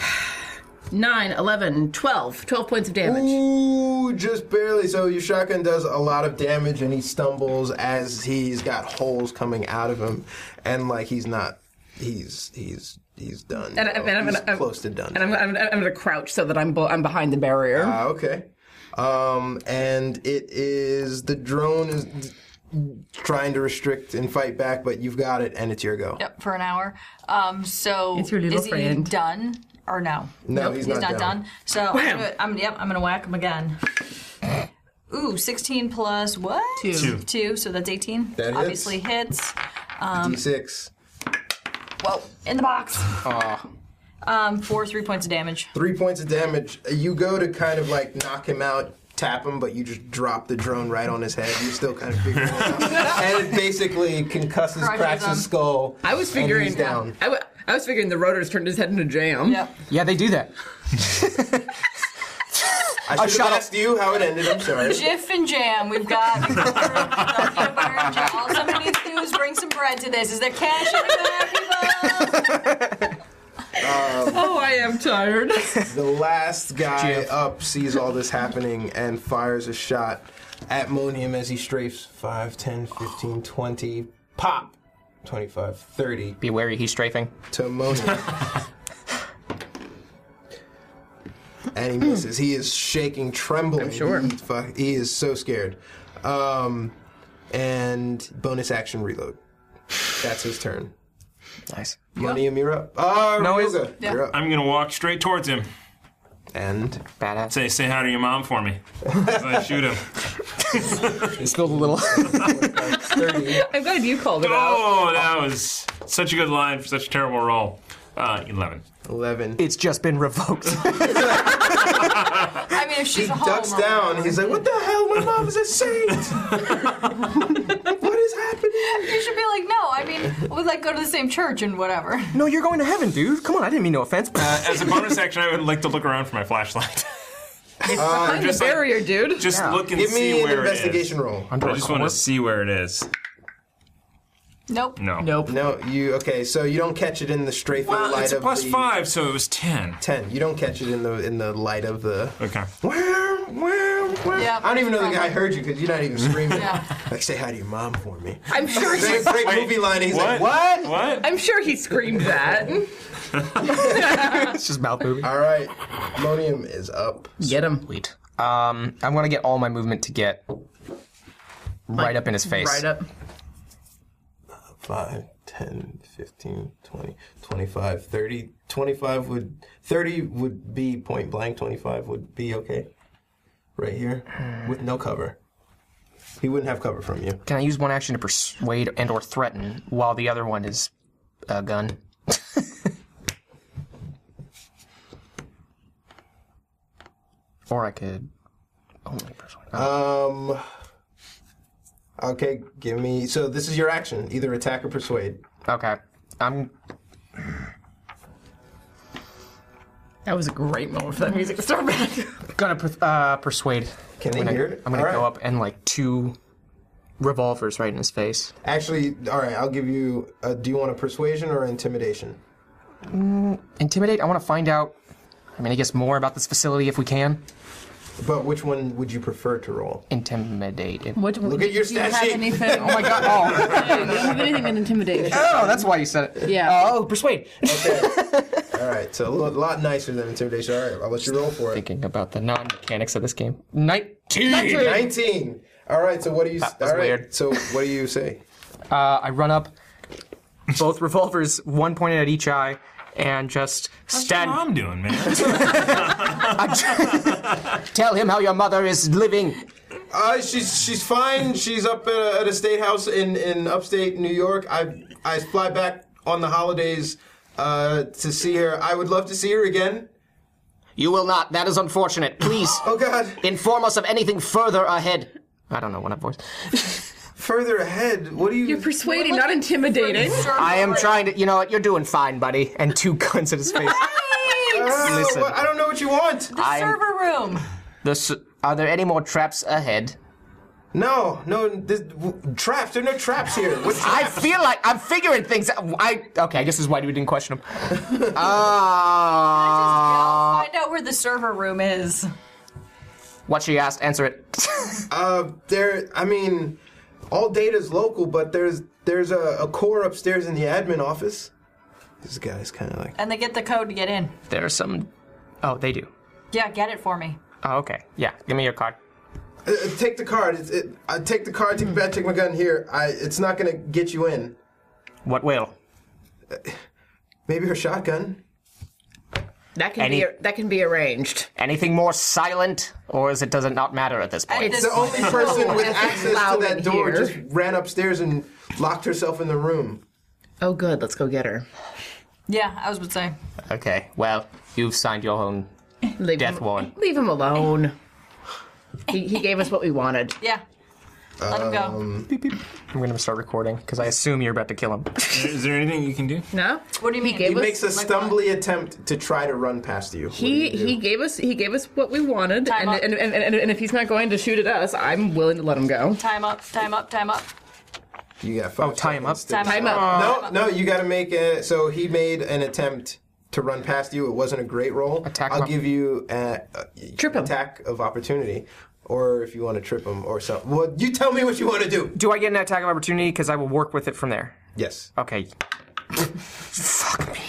9, 11, 12. 12 points of damage.
Ooh, just barely. So your shotgun does a lot of damage, and he stumbles as he's got holes coming out of him, and like he's not, he's he's he's done.
And, I, and I'm
He's
gonna, I'm,
close to done.
And I'm, I'm, I'm gonna crouch so that I'm, bo- I'm behind the barrier.
Ah, okay. Um, and it is the drone is trying to restrict and fight back, but you've got it, and it's your go.
Yep, for an hour. Um, so
It's your little
is he
friend.
done or no?
No, he's not done.
So I'm
Wham!
gonna, I'm yep, I'm gonna whack him again. Ooh, 16 plus what?
Two. Two.
Two, so that's 18.
That hits.
Obviously hits.
D6,
Whoa, in the box. Um, four, three points of damage.
three points of damage. You go to kind of like knock him out. Tap him, but you just drop the drone right on his head. You're still kind of figuring it out, and it basically concusses,
Crushes
cracks
him.
his skull.
I was
and
figuring
he's down.
I, w- I was figuring the rotor's turned his head into jam.
Yep.
yeah, they do that.
I should have
shot him.
asked you how it ended. I'm sorry.
Jiff and jam. We've got peanut butter and jam. All somebody needs to do is bring some bread to this. Is there cash in the bag, people?
Oh, I am tired.
The last guy
Jeff.
up sees all this happening and fires a shot at Monium as he strafes 5, 10, 15, 20, pop, 25, 30
Be wary, he's strafing.
to Monium. and he misses. He is shaking, trembling. I'm
sure.
He, fuck, he is so scared. Um, and bonus action reload. That's his turn.
Nice.
Monium, you're up. Oh,
No, he's-
Ryoga, you're up.
I'm gonna walk straight towards him.
And
Badass.
Say, say hi to your mom for me. As I shoot him.
He spilled a little.
30.
I'm glad you called it out.
Oh, that was such a good line for such a terrible roll. Uh, 11.
11.
It's just been revoked.
I mean, if she's
he
a home
ducks
or
down.
whatever.
He's like, what the hell? My mom's a saint. what is happening?
You should be like, no. I mean, we like go to the same church and whatever.
no, you're going to heaven, dude. Come on, I didn't mean no offense.
Uh, as a bonus action, I would like to look around for my flashlight.
It's behind the
just like-
barrier, dude.
Just look and
Give
see
me an
where
investigation
it
roll.
is. I just want to see where it is.
Nope.
No.
Nope.
No, you, okay, so you don't catch it in the strafing
Well,
light
it's a
of
plus
the
five, so it was ten.
10. You don't catch it in the in the light of the.
Okay.
Where, where, where?
Yeah.
I don't even know the guy heard you because you're not even screaming.
Yeah.
Like, say hi to your mom for me.
I'm sure
There's a
he,
great
Wait,
movie line. He's like,
what?
what?
What?
I'm sure he screamed that.
it's just mouth moving.
All right, Monium is up.
Get him.
Sweet. Um, I'm gonna get all my movement to get right up in his face.
Right up.
5, 10, 15, 20, 25, 30. 25 would, 30 would be point blank, 25 would be okay. Right here, with no cover. He wouldn't have cover from you.
Can I use one action to persuade and or threaten while the other one is a gun? or I could only persuade. Uh,
Um. Okay, give me. So this is your action either attack or persuade.
Okay. I'm
That was a great moment for that music to start back.
gonna per- uh, persuade.
Can they
I'm gonna,
hear it?
I'm gonna
All
go
right.
up and like two revolvers right in his face.
Actually, all right, I'll give you. A, do you want a persuasion or intimidation?
Intimidate. I want to find out. I mean, I guess more about this facility if we can.
But which one would you prefer to roll?
Intimidate. It.
What,
Look at your
Do you
stat
have
sheet.
anything? Oh my god.
Oh,
you don't have anything in intimidation.
oh, that's why you said it.
Yeah.
Oh, persuade.
All right, so a lo- lot nicer than intimidation. All right, I'll let you roll for it.
Thinking about the non-mechanics of this game. Nineteen.
Nineteen. All right, so what do you?
That was
all right,
weird.
So what do you say?
Uh, I run up, both revolvers, one pointed at each eye, and just
What's your
stand.
mom doing, man?
Tell him how your mother is living.
Uh, she's she's fine. She's up at a, at a state house in, in upstate New York. I I fly back on the holidays uh, to see her. I would love to see her again.
You will not. That is unfortunate. Please
Oh God!
inform us of anything further ahead. I don't know what that voice.
Further ahead, what do you?
You're persuading, not intimidating.
I am trying to. You know what? You're doing fine, buddy. And two guns at his face.
I don't know
listen.
what- I don't know what you want.
I am-
Server room.
This, are there any more traps ahead?
No, no, this, w- traps. There are no traps here. What-
I feel like I'm figuring things. out. I okay. I guess this is why we didn't question him. Ah.
Find out where the server room is.
what she asked, answer it.
there, I mean, all data's local, but there's there's a, a core upstairs in the admin office. This guy's kind of like. "Uh,
And they get the code to get in.
There are some. Oh, they do.
Yeah, get it for me.
Oh, okay. Yeah, give me your card.
Uh, take the card. It's, it, I take the card. Take the bat. Take my gun. Here. I. It's not gonna get you in.
What will?
Maybe her shotgun.
That can
Any-
be that can be arranged.
Anything more silent, or is it does it not matter at this point?
At this
The only
point-
person
Oh,
with
it's
access to
loud
that
in
door
here.
just ran upstairs and locked herself in the room.
Oh, good. Let's go get her.
Yeah, I was would say.
okay. Well, you've signed your own
Leave
death
him,
warrant.
Leave him alone. He, he gave us what we wanted.
Yeah. Let him
Um,
go.
I'm gonna start recording because I assume you're about to kill him.
Is there anything you can do?
No,
What do you mean?
gave
He
us-
makes a
like
stumbly attempt to try to run past you. What do
he
you do?
he gave us he gave us what we wanted,
Time
and,
up.
and, and, and and if he's not going to shoot at us, I'm willing to let him go.
Time up, time up, time up.
You got five.
Oh, tie him up.
seconds to-
Time
Time up.
No, no. You got to make a. So he made an attempt to run past you. It wasn't a great roll.
Attack
I'll
him.
give you a, a
Trip him.
attack of opportunity, or if you want to trip him or something. Well, you tell me what you want to do.
Do I get an attack of opportunity? Because I will work with it from there.
Yes.
Okay. Fuck me.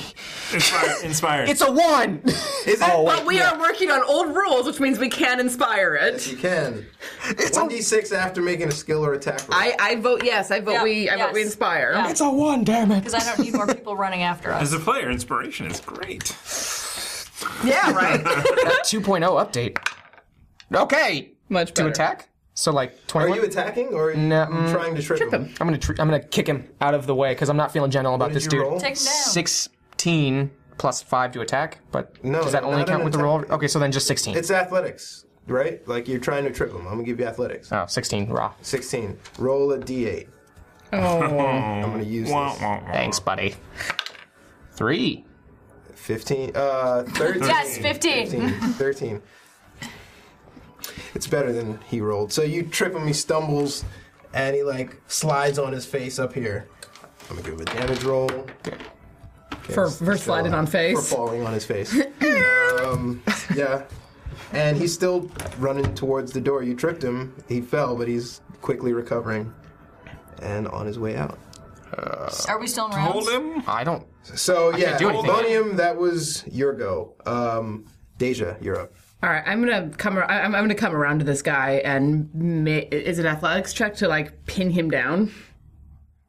Inspire, inspired.
It's a one.
Is it?
Oh,
But we are working on old rules, which means we can inspire it.
You can. One d six after making a skill or attack roll.
I, I vote yes. I vote
Yeah,
we. I vote we
yes.
inspire.
Yeah.
It's a one. Damn it.
Because I don't need more people running after us.
As a player, inspiration is great.
Yeah, right.
2.0 update. Okay.
Much
To
better.
attack. So like
are
21.
you attacking or are you
mm,
trying to trip,
Trip him.
I'm gonna tr- I'm gonna kick him out of the way because I'm not feeling gentle about
did
this
you
dude.
roll?
Take him down.
Six 15 plus 5 to attack, but
No,
does that
no,
only
not
count
an
with the
attack.
roll? Okay, so then just 16.
It's athletics, right? Like you're trying to trip them. I'm gonna give you athletics.
oh, 16 raw.
16. Roll a d8.
Oh.
I'm gonna use
Wah,
this.
wah, wah.
Thanks, buddy. 3.
15. Uh, 13.
Yes, 15.
13. 13. It's better than he rolled. So you trip him, he stumbles, and he like slides on his face up here. I'm gonna give him a damage roll. Uh,
For, for sliding on face.
For falling on his face. um, yeah. And he's still running towards the door. You tripped him. He fell, but he's quickly recovering and on his way out.
Are we still in rounds?
Hold him.
I don't.
So, yeah,
can't do anything.
Albonium, that was your go. Um, Deja, you're up.
All right, I'm gonna come. ar- I- I'm, I'm gonna come around to this guy and ma- is it athletics check to like pin him down?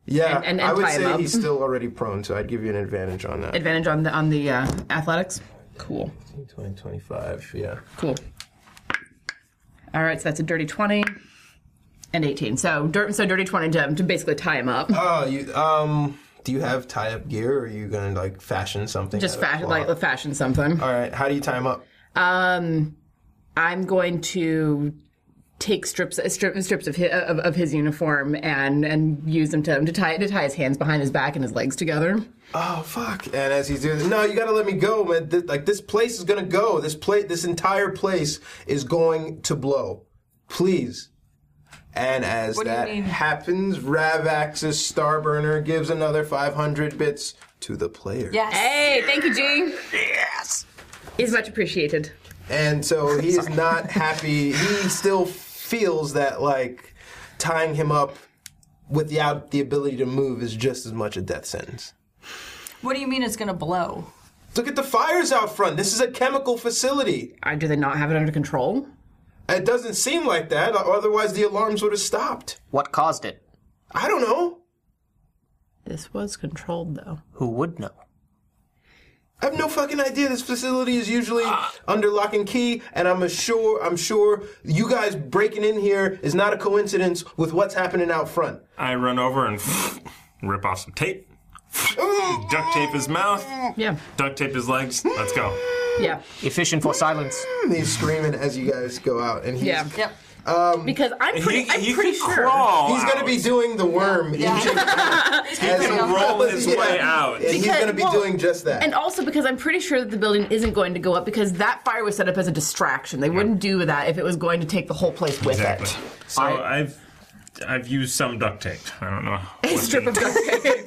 Yeah,
And- and-
I
and
would
tie him
say
up.
he's still already prone, so I'd give you an advantage on that.
Advantage on the on the uh, athletics. Cool,
20, 25, yeah.
cool. All right, so that's a dirty twenty and eighteen. So dirt, so dirty twenty to, to basically tie him up.
Oh, you, um, do you have tie-up gear, or are you going to, like, fashion something?
Just
out of
fashion,
cloth?
like fashion something.
Uh,
All right, how do you tie him up?
Um, I'm going to take strips uh, strip, strips of his, of, of his uniform and and use them to to tie to tie his hands behind his back and his legs together.
Oh fuck! And as he's doing, no, you gotta let me go, man. Th- like this place is gonna go. This place, this entire place is going to blow. Please. And as
do you
that
mean?
happens, Ravax's Starburner gives another 500 bits to the player.
Yes.
Hey, thank you, G. Yes, is much appreciated.
And so he is not happy. He still feels that like tying him up without the ability to move is just as much a death sentence.
What do you mean it's gonna blow?
Look at the fires out front. This is a chemical facility.
Uh, do they not have it under control?
It doesn't seem like that, otherwise the alarms would have stopped.
What caused it?
I don't know.
This was controlled though.
Who would know?
I have no fucking idea. This facility is usually
Ah.
under lock and key, and I'm sure I'm sure you guys breaking in here is not a coincidence with what's happening out front.
I run over and rip off some tape. Duct tape his mouth.
Yeah,
Duct tape his legs. Let's go.
yeah,
Efficient for silence.
He's screaming as you guys go out, and he's
yeah.
Yep.
Because I'm pretty,
he
I'm
he
pretty
could
sure.
crawl.
he's gonna be
out.
doing the worm.
Yeah.
injury.
He can roll his
Yeah.
way out.
And he's
Because-
gonna be
well,
doing just that.
And also because I'm pretty sure that the building isn't going to go up because that fire was set up as a distraction. They wouldn't do that if it was going to take the whole place with
Exactly.
it.
So I, have I've used some duct tape. I don't know.
A strip of duct tape.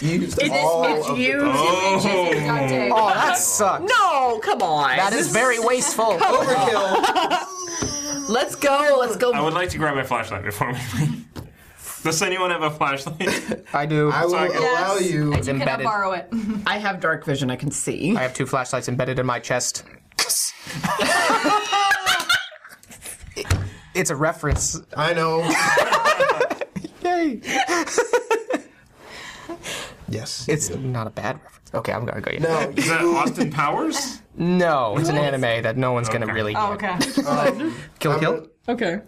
used
Is
all
this
of
it's
the-
used?
Oh, that sucks.
No, come on.
That is very wasteful.
overkill.
Let's go. Let's go.
I would like to grab my flashlight before we leave. Does anyone have a flashlight?
I do.
I will
Sorry.
allow you.
You can
embedded.
borrow it.
I have dark vision. I can see.
I have two flashlights embedded in my chest. it's a reference.
I know.
Yay.
Yes.
It's not a bad reference. Okay, I'm gonna go. No,
no.
Is that Austin Powers?
no it's an anime that no one's gonna
Okay.
really.
Oh, okay.
Kill Kill?
Okay.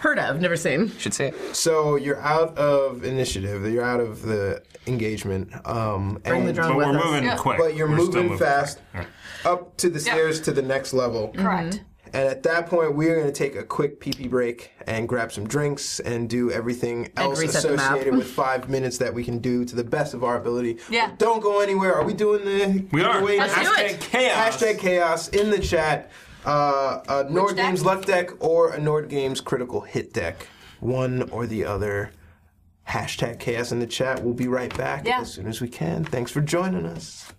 Heard of, never seen.
Should say it.
So you're out of initiative. You're out of the engagement. Um,
Bring the
and-
drone
But
with
we're
us.
moving quick.
But you're
We're still
moving, fast
quick.
up to the stairs to the next level.
Correct.
And at that point, we're going to take a quick pee pee break and grab some drinks and do everything else
reset the map.
associated with five minutes that we can do to the best of our ability.
Yeah.
But don't go anywhere. Are we doing the
We are.
giveaway
Let's
now?
do
Hashtag
it.
chaos.
Hashtag chaos in the chat. Uh, a Nord
deck?
Games left deck or a Nord Games critical hit deck. One or the other. Hashtag chaos in the chat. We'll be right back
Yeah.
as soon as we can. Thanks for joining us.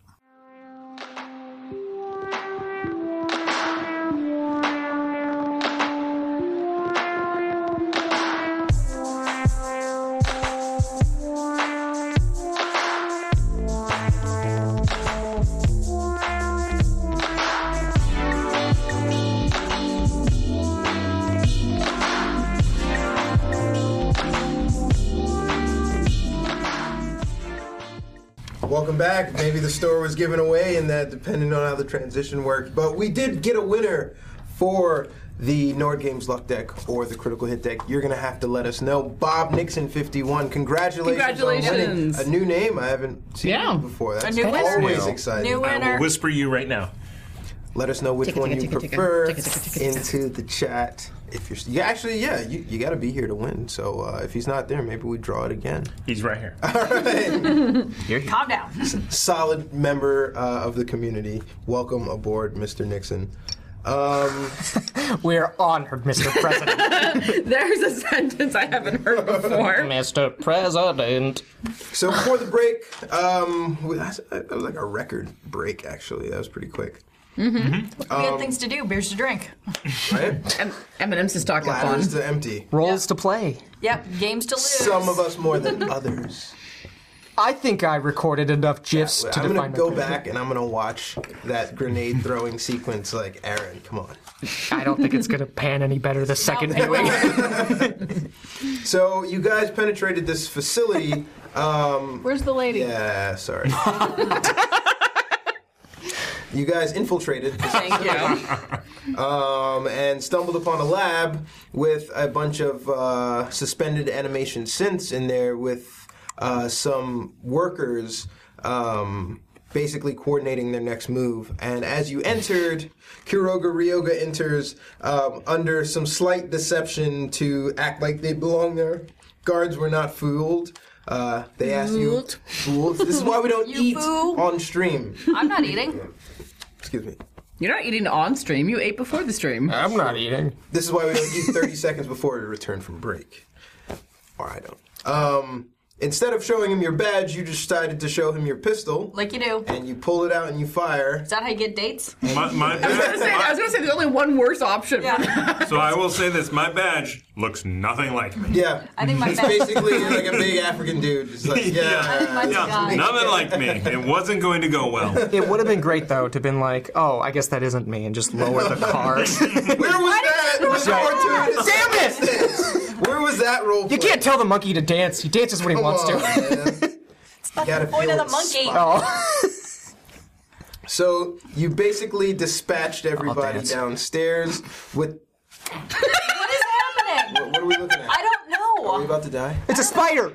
Welcome back. Maybe the store was given away, and that depending on how the transition worked. But we did get a winner for the Nord Games luck deck or the critical hit deck, you're gonna have to let us know. Bob Nixon fifty one, congratulations! on winning
Congratulations.
a new name I haven't seen
Yeah.
before. That's
new winner.
always
New
exciting.
New
I will
winner.
whisper you right now.
Let us know which
Ticket,
one
ticket,
you
ticket, ticket.
prefer
Ticket, ticket, ticket, ticket.
into the chat. If you're yeah, actually, yeah, you, you got to be here to win. So uh, if he's not there, maybe we draw it again.
He's right here.
Calm down.
Solid member uh, of the community. Welcome aboard, Mr. Nixon. Um,
We're honored, Mr. President.
There's a sentence I haven't heard before.
Mr. President.
so before the break, um, we- that was like a record break. Actually, that was pretty quick.
We
Um,
had things to do, beers to drink.
Right?
M- M&M's to stock up on.
Ladders to empty.
Roles to play.
Yep, games to lose.
Some of us more than others.
I think I recorded enough GIFs to
I'm
define
gonna
my
go
career.
back and I'm gonna watch that grenade throwing sequence. Like Aaron, come on.
I don't think it's gonna pan any better the second viewing.
So you guys penetrated this facility.
Where's the lady?
Yeah, sorry. you guys infiltrated
Thank you.
um, and stumbled upon a lab with a bunch of uh, suspended animation synths in there with uh, some workers um, basically coordinating their next move. And as you entered, Kiroga Ryoga enters um, under some slight deception to act like they belong there. Guards were not fooled. Uh, they asked you,
Fooled.
fools. This is why we don't
You
eat
fool.
on stream.
I'm not eating.
Excuse me.
You're not eating on stream. You ate before the stream.
I'm not eating.
This is why we don't eat 30 seconds before we return from break. Or I don't. Um, instead of showing him your badge, you decided to show him your pistol.
Like you do. Is
and you pull it out and you fire.
that how you get dates?
My, my
I was gonna say- I was going to say there's only one worse option.
Yeah.
so I will say this: my badge looks nothing like me.
Yeah.
I think my
He's
best-
basically like a big African dude. Just like, yeah.
mine's
Yeah,
God.
nothing like me. It wasn't going to go well.
It would have been great though to have been like, oh, I guess that isn't me, and just lower the car.
Where was that? It was fortuitous.
Damn it!
Where was that role
You
play?
can't tell the monkey to dance. He dances when he wants to.
That's
gotta
the point
feel
of the
it
monkey.
spot.
Oh.
So you basically dispatched everybody
dance.
downstairs with.
What is happening?
What are we looking at?
I don't
Are we
know.
about to die?
It's a spider.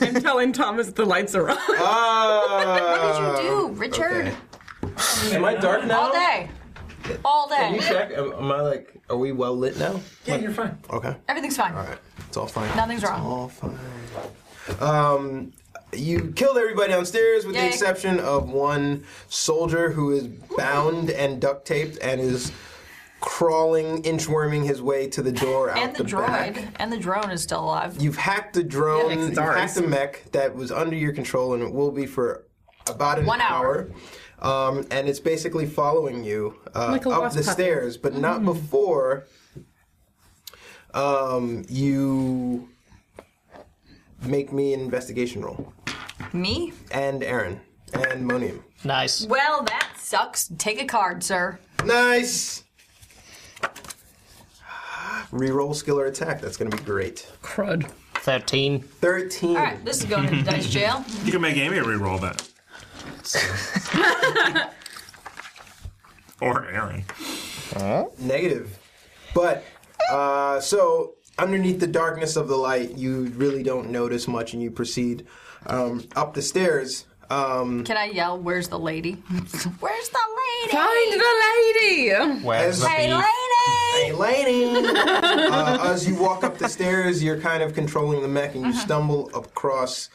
I'm telling Thomas the lights are on.
Ah!
What did you do, Richard?
Am I dark now?
All day. All
Can you
day.
check? Am, am I like, are we well lit now?
Yeah, you're fine.
Okay.
Everything's fine.
All right. It's all fine.
Nothing's
It's
wrong.
all fine. Um, you killed everybody downstairs with the
Yay.
exception of one soldier who is bound and duct taped and is crawling, inchworming his way to the door out
And the,
the
droid
back.
and the drone is still alive.
You've hacked the drone,
Yeah,
you've
it's
hacked
ours.
the mech that was under your control, and it will be for about an
One hour.
hour. Um, and it's basically following you uh,
Like a
up
lost
the
puppy. Mm-hmm.
stairs, but not before um, you make me an investigation roll.
Me?
And Aaron. And Monium.
Nice.
Well, that sucks. Take a card, sir.
Nice! Reroll skill or attack. That's going to be great.
Crud.
Thirteen.
13.
All right, this is going to dice jail.
You can make Amy re-roll that. or Aaron.
Negative. But uh, so underneath the darkness of the light, you really don't notice much, and you proceed um, up the stairs. Um,
Can I yell, where's the lady? where's the lady?
Find the lady.
Where's
As-
the
Hey,
beef?
lady!
hey, lady! uh, as you walk up the stairs, you're kind of controlling the mech, and
Uh-huh.
you stumble across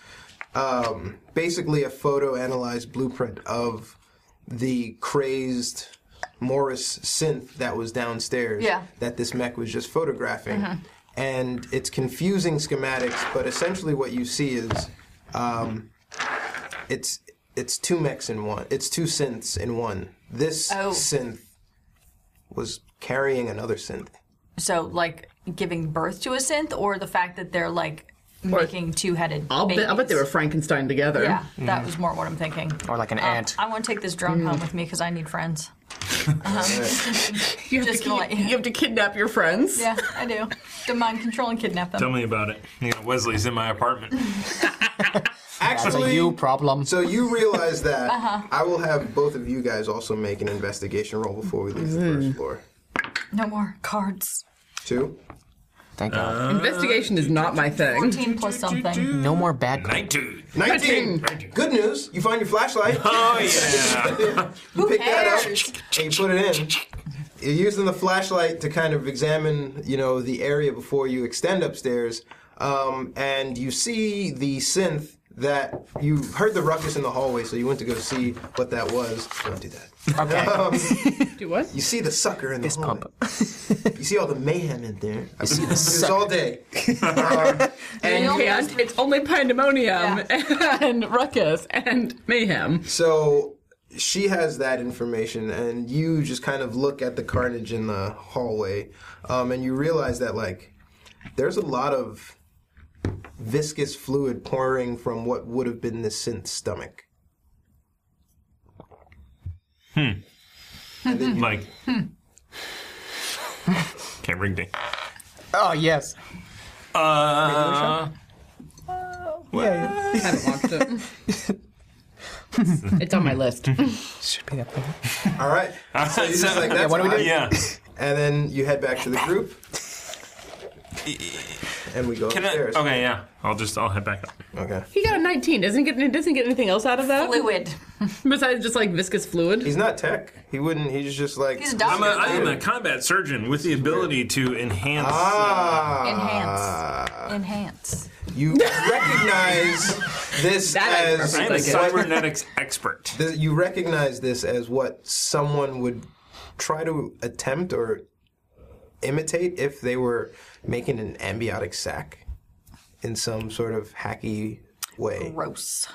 um, basically a photo analyzed blueprint of the crazed Morris synth that was downstairs.
Yeah. Uh-huh.
that this mech was just photographing. And it's confusing schematics, but essentially what you see is um, it's it's two mechs in one. It's two synths in one. This
Oh.
synth was carrying another synth.
So, like, giving birth to a synth, or the fact that they're like making two-headed.
I'll bet, I'll bet they were
babies?
Frankenstein together.
Yeah, that was more what I'm thinking.
Or like an
Uh,
ant.
I want to take this drone home with me because I need friends. Oh.
You have,
Just
to
gonna
keep-
let you-
you have to kidnap your friends.
Yeah, I do. Don't mind control and kidnap them.
Tell me about it. You know, Wesley's in my apartment.
That's
Actually,
a you problem.
so you realize that I will have both of you guys also make an investigation roll before we leave the first floor.
No more cards.
Two.
Thank God.
Investigation is not my thing.
14 plus something.
no more bad cards.
19.
19. Good news. You find your flashlight.
Oh, yeah.
You pick that up and you put it in. You're using the flashlight to kind of examine, you know, the area before you extend upstairs, um, and you see the synth that you heard the ruckus in the hallway, so you went to go see what that was. Don't do that. Um,
Okay.
Do what?
You see the sucker in the hallway.
pump.
You see all the mayhem in there. I see the sucker. all day. Um, and
And it's only pandemonium and ruckus and mayhem.
So she has that information, and you just kind of look at the carnage in the hallway, um, and you realize that like there's a lot of viscous fluid pouring from what would have been the synth's stomach.
Like. Okay, ring ding.
Oh, yes.
Uh,
I haven't watched it. it's on my list.
Should be up there.
All right, so you just like that's
what do we do?
odd."
yeah.
and then you head back to the group, and we go
Can I,
upstairs.
okay, yeah. I'll just, I'll head back up.
okay.
He got a 19. Doesn't get doesn't get anything else out of that
Fluid.
besides just like viscous fluid.
He's not tech. He wouldn't. He's just like
He's a
I'm a,
doctor.
I am a combat surgeon with the ability to enhance.
ah.
Enhance.
You recognize this
That I
as
I am a
Like it.
cybernetics expert.
Th- you recognize this as what someone would try to attempt or imitate if they were making an amniotic sac in some sort of hacky way.
Gross.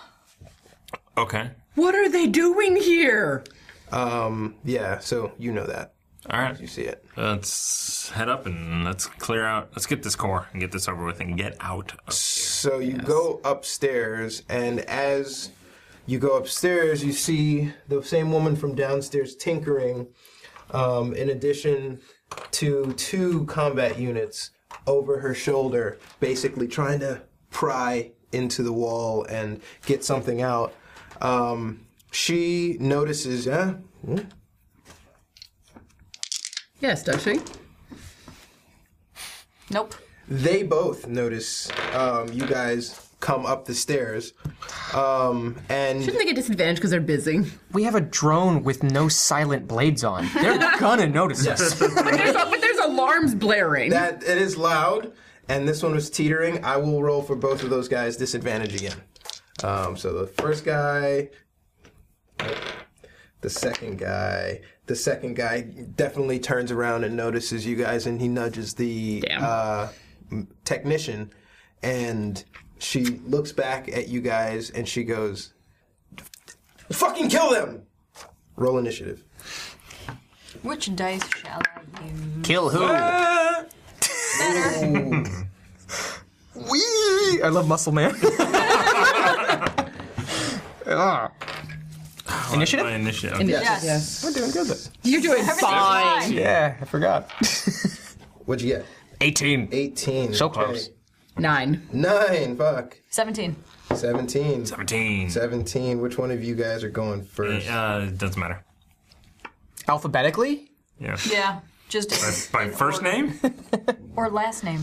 Okay.
What are they doing here?
Um, yeah, so you know that.
All right.
You see it.
Let's head up and let's clear out. Let's get this core and get this over with and get out. Of
So you go upstairs, and as you go upstairs, you see the same woman from downstairs tinkering, um, in addition to two combat units over her shoulder, basically trying to pry into the wall and get something out. Um, she notices, yeah,
Yes, does she?
Nope.
they both notice um, you guys come up the stairs, um, and
Shouldn't they get disadvantaged because they're busy?
We have a drone with no silent blades on. They're gonna notice us.
But there's, a- but there's alarms blaring.
That it is loud, and this one was teetering. I will roll for both of those guys disadvantage again. Um, so the first guy, the second guy, the second guy definitely turns around and notices you guys, and he nudges the
Damn.
uh, m- technician, and she looks back at you guys, and she goes, "Fucking kill them!" Roll initiative.
Which dice shall I use?
Kill who?
Wee! I love Muscle Man. Ah. Initiative?
My initiative.
Yes.
We're doing good. then.
You're doing fine.
Yeah, I forgot.
What'd you get?
18.
Eighteen.
So close.
Nine.
Nine. Fuck.
17.
Seventeen.
17.
17. Which one of you guys are going first?
Uh, it doesn't matter.
Alphabetically?
Yeah.
Yeah. Just
By first name?
or last name.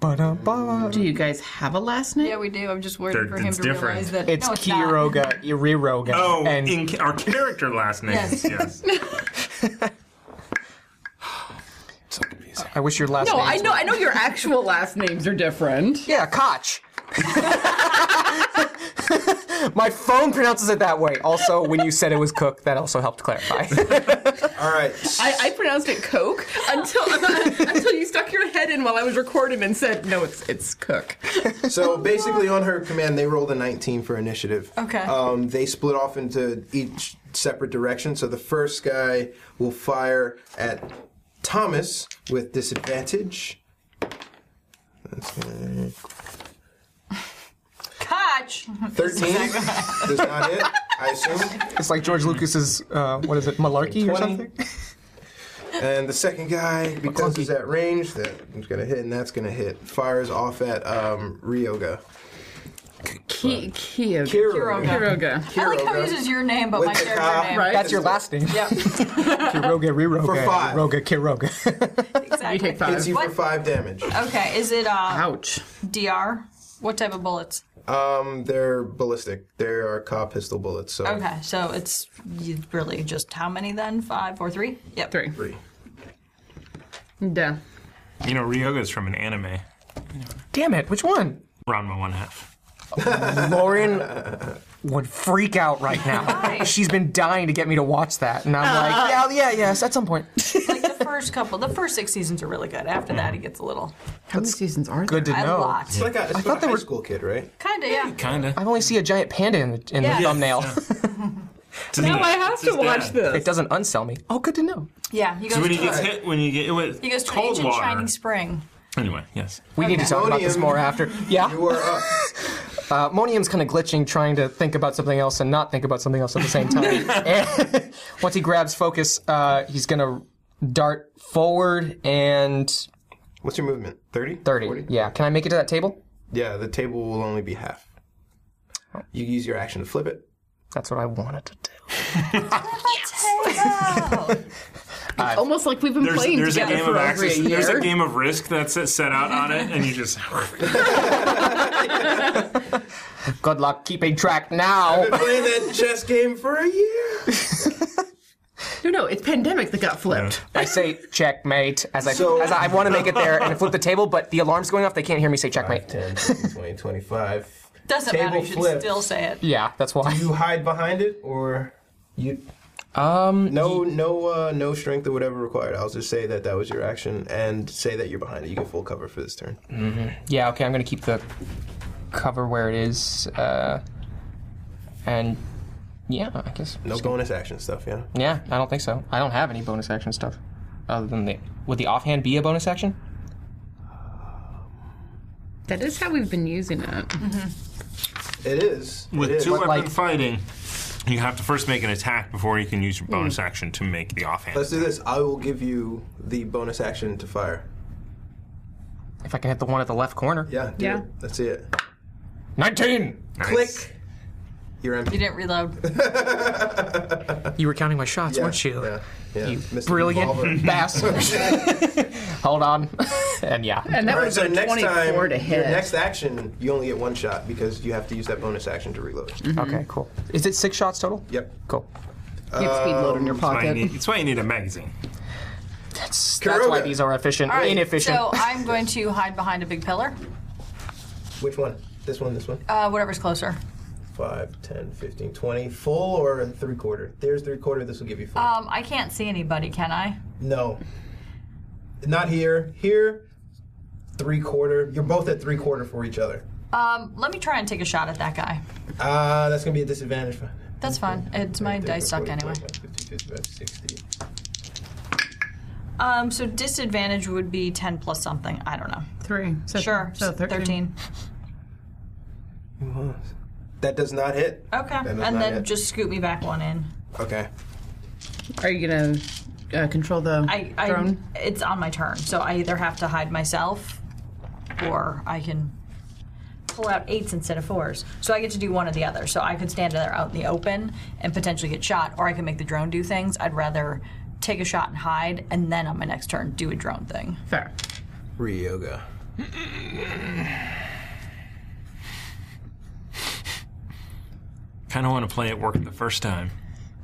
Ba-da-ba.
Do you guys have a last name?
Yeah, we do. I'm just worried
They're-
for him
it's
to
different.
realize that
It's
no, it's not.
Kiroga, Iriroga.
Oh,
and
in our character last name.
Yes.
yes.
I wish your last
No,
name.
I know. I know your actual last names are different.
Yeah, Koch. My phone pronounces it that way. Also, when you said it was Cook, that also helped clarify.
All right.
I, I pronounced it Coke until until you stuck your head in while I was recording and said, "No, it's it's Cook."
So basically, on her command, they rolled a 19 for initiative.
Okay.
Um, they split off into each separate direction. So the first guy will fire at Thomas with disadvantage. That's gonna-
Koch.
13 does not hit, I assume.
it's like George Lucas's, uh, what is it, Malarkey or
20.
something?
And the second guy, because he's at range, that's gonna hit and that's gonna hit. Fires off at um, Ryoga.
Ki- Kyoga.
Kiro.
Kyoga.
I like how he
Kyoga.
uses your name, but
With
my
the
character
Ka,
name.
right?
That's your last name.
Yep,
Kiroga, Riroga,
For five.
Roga, Kiroga.
exactly.
You take five.
Hits you for
What?
five damage.
Okay, is it uh,
Ouch.
DR? What type of bullets?
Um, they're ballistic. They are Ka pistol bullets. So
Okay, so it's you really just how many then? Five or three? Yep.
Three.
three.
Duh.
You know, Ryoga's from an anime.
Damn it, which one?
Ranma one half.
Lauren would freak out right now.
Why?
She's been dying to get me to watch that, and I'm like, yeah, yeah, yes, at some point.
Like the first couple, the first six seasons are really good. After that, it gets a little
How many seasons are there?
Good to
a
know.
lot.
It's like a, it's I
thought
a
they
high
were-
school kid, right?
Kinda, yeah.
Kinda.
I've only seen a giant panda in the, in
Yeah.
the thumbnail.
now
I have to watch
it
this.
doesn't unsell me. Oh, good to know.
Yeah, he goes
So when
to
he gets
a-
hit, when you get with
he goes to an
cold
ancient
water.
shining spring.
Anyway, yes.
We need to talk about this
Monium.
more after. Yeah.
You are up.
Uh, Monium's kind of glitching, trying to think about something else and not think about something else at the same time. And once he grabs focus, uh, he's gonna dart forward and
What's your movement? 30?
thirty.
40?
Yeah, can I make it to that table?
Yeah, the table will only be half.
Oh.
You use your action to flip it.
That's what I wanted to do.
Almost like we've been
There's,
playing
there's a
together
game
for
of
over
access.
a year.
There's a game of Risk that's set out on it, and you just
Good luck keeping track now.
Playing that chess game for a year.
No, no, it's pandemic that got flipped.
I say checkmate as I
So-
as I, I want to make it there and flip the table, but the alarm's going off. They can't hear me say checkmate.
10, 15, 20, 25.
Doesn't
Table
matter, you should
flips.
still say it.
Yeah, that's why.
You hide behind it, or you.
Um,
No, no, uh, no strength or whatever required. I'll just say that that was your action, and say that you're behind it. You get full cover for this turn.
Yeah, okay, I'm gonna keep the cover where it is. Uh, and yeah, I guess.
No bonus action stuff, yeah.
Yeah, I don't think so. I don't have any bonus action stuff. Other than the. Would the offhand be a bonus action?
That is how we've been using it.
It is. It
with
is.
two weapon
like-
fighting, you have to first make an attack before you can use your bonus
Hmm.
action to make the offhand.
Let's do this. I will give you the bonus action to fire.
If I can hit the one at the left corner.
Yeah. Do
Yeah.
It. Let's see it.
19!
Nice.
Click. You're empty.
You didn't reload.
You were counting my shots, weren't you?
Yeah. yeah.
You
Mr.
brilliant
Revolver.
bastard. Hold on. and yeah.
And that
All right,
was
so
a
next
24
time,
to
your
hit.
next action, you only get one shot because you have to use that bonus action to reload.
Mm-hmm.
Okay, cool. Is it six shots total?
Yep.
Cool.
you have speed load in your
That's why, you
pocket.
need, that's why you need a magazine.
That's, that's why
Kuroga.
these are efficient.
All right,
inefficient.
So I'm going to hide behind a big pillar,
Which one? This one, this one?
uh, whatever's closer.
Five, ten, fifteen, twenty. Full or three quarter? There's three quarter. This will give you full.
Um, I can't see anybody, can I?
no. Not here. Here, three quarter. You're both at three quarter for each other.
Um, let me try and take a shot at that guy.
Uh, that's going to be a disadvantage.
That's fine. It's my dice suck anyway.
50, 60.
Um, so disadvantage would be ten plus something. I don't know.
Three. So,
Sure.
So 13.
That does not hit.
Okay.
Then that's
and
not
then
it.
just scoot me back one in.
Okay.
Are you going to uh, control the
I, I
drone?
it's on my turn, so I either have to hide myself, or I can pull out eights instead of fours. So I get to do one or the other. So I could stand there out in the open and potentially get shot, or I can make the drone do things. I'd rather take a shot and hide, and then on my next turn do a drone thing.
Fair.
Ryoga.
Kind of want to play it worked the first time.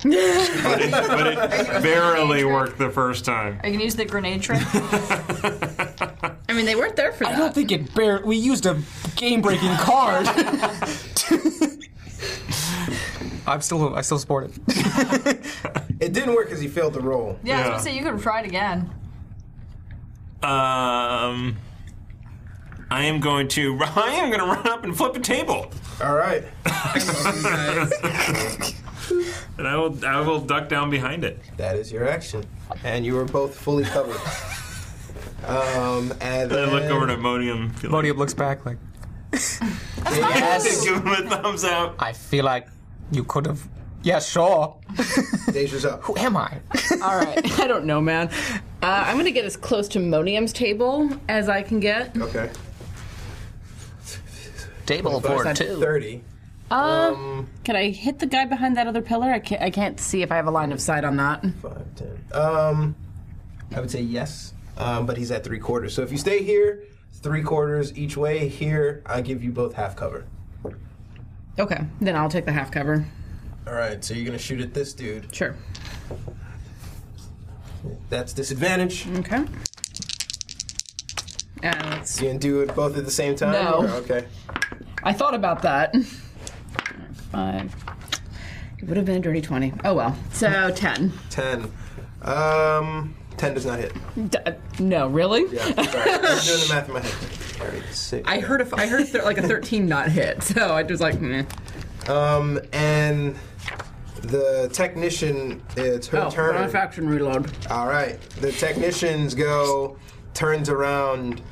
but it, but it barely worked the first time.
Are you gonna use the grenade trick?
I mean, they weren't there for
I
that.
don't think it bear. We used a game-breaking card. I'm still. I still support it.
It didn't work because he failed the roll.
yeah, I was
Yeah.
gonna say you could try it again.
Um, I am going to. I am going to run up and flip a table,
All right.
and I will. I will duck down behind it.
That is your action. And you are both fully covered. um,
And
and
I
then
look over to Modium. feel like-
looks back like.
Give him a thumbs up.
I feel like you could have. Yeah, sure.
Deja's up.
Who am I?
All right. I don't know, man. Uh, I'm going to get as close to Monium's table as I can get.
Okay.
Table
But
for
it's
two.
30.
Can I hit the guy behind that other pillar? I can't, I can't see if I have a line of sight on that.
5, 10. Um, I would say yes, um, but he's at three quarters. So if you stay here, three quarters each way. Here, I give you both half cover.
Okay, then I'll take the half cover.
All right, so you're going to shoot at this dude.
Sure.
That's disadvantage.
Okay. And it's-
You can do it both at the same time?
No.
Or- okay.
I thought about that. Five. It would have been a dirty 20. Oh well. So 10.
10. Um, 10 does not hit.
D- no, really?
Yeah, sorry. I'm doing the math in my head. All right, six.
I heard a, I heard th- like a 13 not hit, so I was like, meh.
Um, and the technician, it's her
Oh,
turn.
manufacturing reload.
All right. The technicians go, turns around,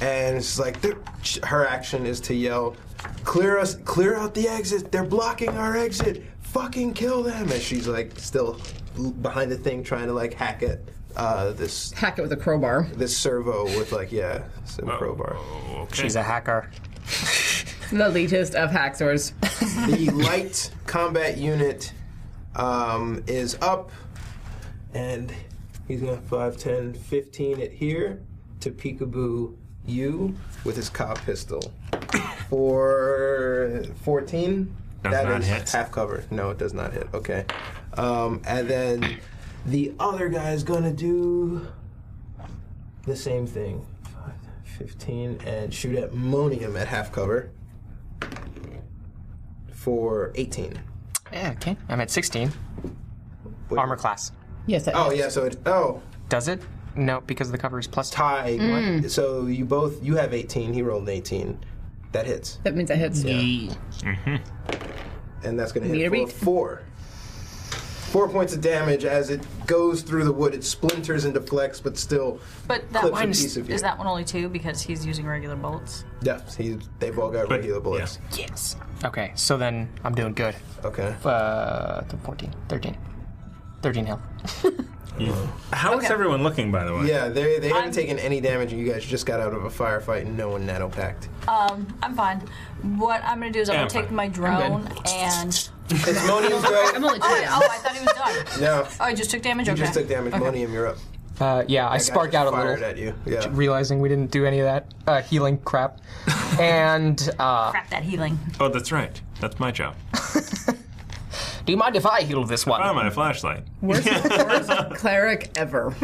and it's like "They're-" sh- her action is to yell, "Clear us! Clear out the exit! They're blocking our exit! Fucking kill them!" And she's like still l- behind the thing trying to like hack at uh, this
Hack it with a crowbar.
this servo with like yeah some crowbar.
She's a hacker.
The elitist of hacksaws.
The light combat unit um, is up, and he's going to 5, 10, 15 it here to peekaboo you with his cop pistol. For 14,
Does
that
not
is
hit.
half cover. No, it does not hit. Okay. Um, and then the other guy is going to do the same thing 5, 15, and shoot at Monium at half cover for 18.
Yeah, okay. I'm at 16.
Wait.
Armor class.
Yes, that
Oh yeah, so it oh
Does it? No, because the cover is plus two.
tie.
Mm.
So you both you have 18. He rolled an 18. That hits,
That means it hits.
and that's gonna
Meter
hit for
beat.
four. Four points of damage as it goes through the wood. It splinters and deflects, but still.
But that
clips a
one
piece of you.
is that one only two because he's using regular bullets.
Yeah, he, they've all got regular bullets.
Okay, so then I'm doing good.
Okay.
Uh, th- 14, 13. 13 health.
How is everyone looking, by the way?
Yeah, they they haven't taken any damage. and You guys just got out of a firefight, and no one nano packed.
I'm fine. What I'm gonna do is I'm
Yeah,
gonna
I'm
take
fine.
my drone and.
It's Monium's
I'm
go.
only two down.
Oh, I thought he was done.
No,
Oh, I just took damage.
you
okay.
just took damage. Monium, you're up.
Uh, yeah, I
That guy
spark
just
out a
fired
little,
at you. Yeah.
realizing we didn't do any of that uh, healing crap. and uh,
Crap that healing.
Oh, that's right. That's my job.
do you mind if I heal this one?
Oh, my flashlight.
Cleric ever.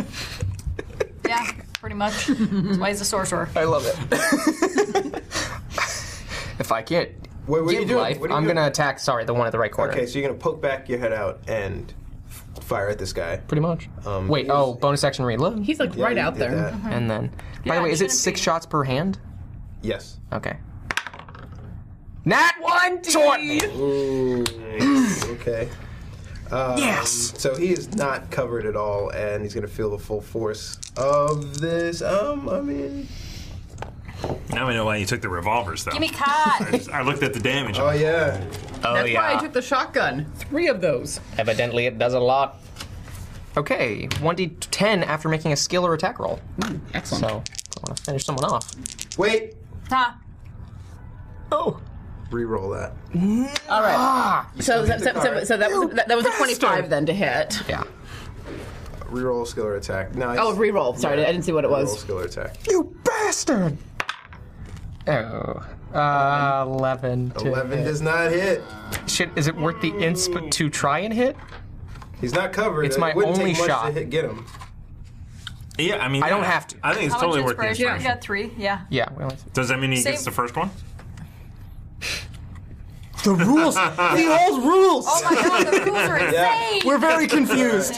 Yeah, pretty much. That's why he's a sorcerer.
I love it. if I can't
Wait, what are you
give
doing?
life,
What are you
I'm
doing?
gonna attack. Sorry, the one at the right corner.
Okay, so you're gonna poke back your head out and f- fire at this guy.
Pretty much.
um,
Wait. Oh, bonus action reload,
He's like right
you
out
did
there.
that.
and then. by the
Yeah,
way,
it
is it
shouldn't
six
be.
shots per hand?
Yes.
Okay. Nat one, Jordan.
Ooh, okay. Um,
Yes.
So he is not covered at all, and he's gonna feel the full force of this. Um, I mean,
Now I know why you took the revolvers, though.
Give me cod.
I looked at the damage.
oh yeah,
Oh
That's why I took the shotgun. Three of those.
Evidently, it does a lot. Okay, one d ten after making a skill or attack roll.
Excellent.
So I want to finish someone off.
wait,
huh.
Oh.
re-roll that.
All right. So, so, so, so, so that, was, that, that was a 25 then to hit.
Yeah.
Re-roll skill or attack. No,
Oh, re-roll. Sorry, I didn't see what it
roll
was.
skill or attack.
You bastard. Oh. Uh, 11. to
Eleven
hit.
does not hit.
Shit, is it worth the insp to try and hit?
He's not covered.
It's
It
my
wouldn't
only
take much
shot.
To hit, get him.
Yeah, I mean,
I don't have to.
I think it's
How
totally
much
worth the
inspiration? You
inspiration.
got three. Yeah.
Yeah. we only-
Does that mean he gets
Save-
the first one?
The rules! the old rules!
Oh my god, the rules are insane.
We're very confused.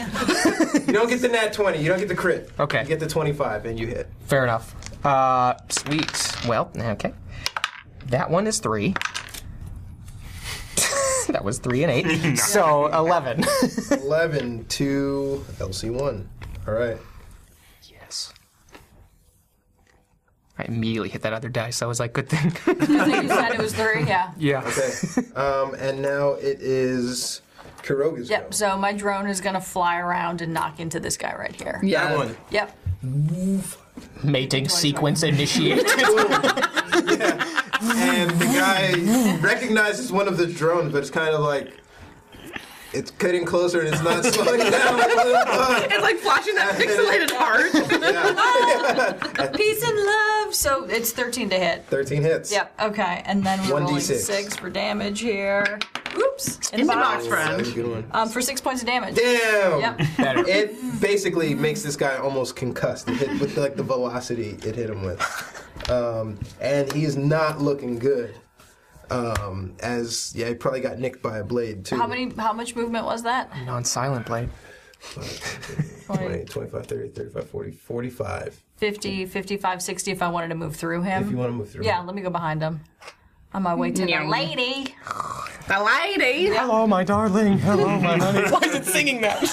You don't get the nat twenty. You don't get the crit.
Okay.
You get the twenty-five, and you hit.
Fair enough. Uh, sweet. Well, okay. That one is three. that was three and eight. so, 11.
Eleven to LC one. All right.
yes. I immediately hit that other dice. I was like, good thing.
you said it was three. Yeah.
yeah.
Okay. um, and now it is Kuroga's go.
Yep. So my drone is gonna fly around and knock into this guy right here.
Yeah.
That one.
Yep.
Mating sequence initiated.
and the guy recognizes one of the drones, but it's kind of like it's getting closer and it's not slowing down. Like a little bug.
It's like flashing that pixelated heart.
Peace and love. So it's 13 to hit.
Thirteen hits.
Yep. Okay. And then we're
1d6.
rolling six for damage here. Oops. In,
In
the
the
box.
That
box, friend.
was a good one.
Um, for six points of damage.
Damn.
Yep.
It basically makes this guy almost concussed. It hit with like the velocity it hit him with, um, and he is not looking good. Um, as yeah, he probably got nicked by a blade too.
How many? How much movement was that?
Non-silent blade.
20, 25, 30, 35, 40, 45.
50, 55, 60 if I wanted to move through him.
If you want to move through.
yeah, let me go behind him. On my way to the
Meow.
lady.
The lady.
Hello, my darling. Hello, my honey. Why is it singing that?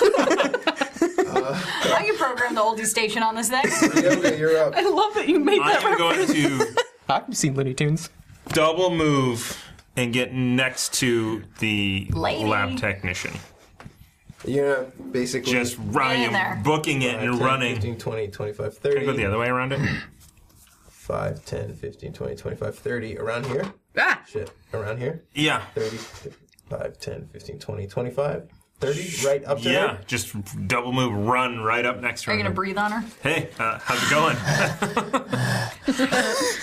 Uh,
I can program the oldie station on this thing.
Yoga, you're up.
I love that you made
I
that.
am going to
I've seen Looney Tunes.
double move and get next to the
Lady.
lab technician.
You're basically Uh,
Just running,
there.
booking it and
10,
running.
15, 20, 25,
Can I go the
30.
other way around it?
5, 10, 15, 20, 25, 30. Around here?
Ah,
Shit. Around here?
Yeah.
30, 5, 10, 15, 20, 25, 30. Right up to
Yeah,
her?
just double move, run right up next to
Are
her.
you gonna breathe on her?
Hey, uh, how's it going?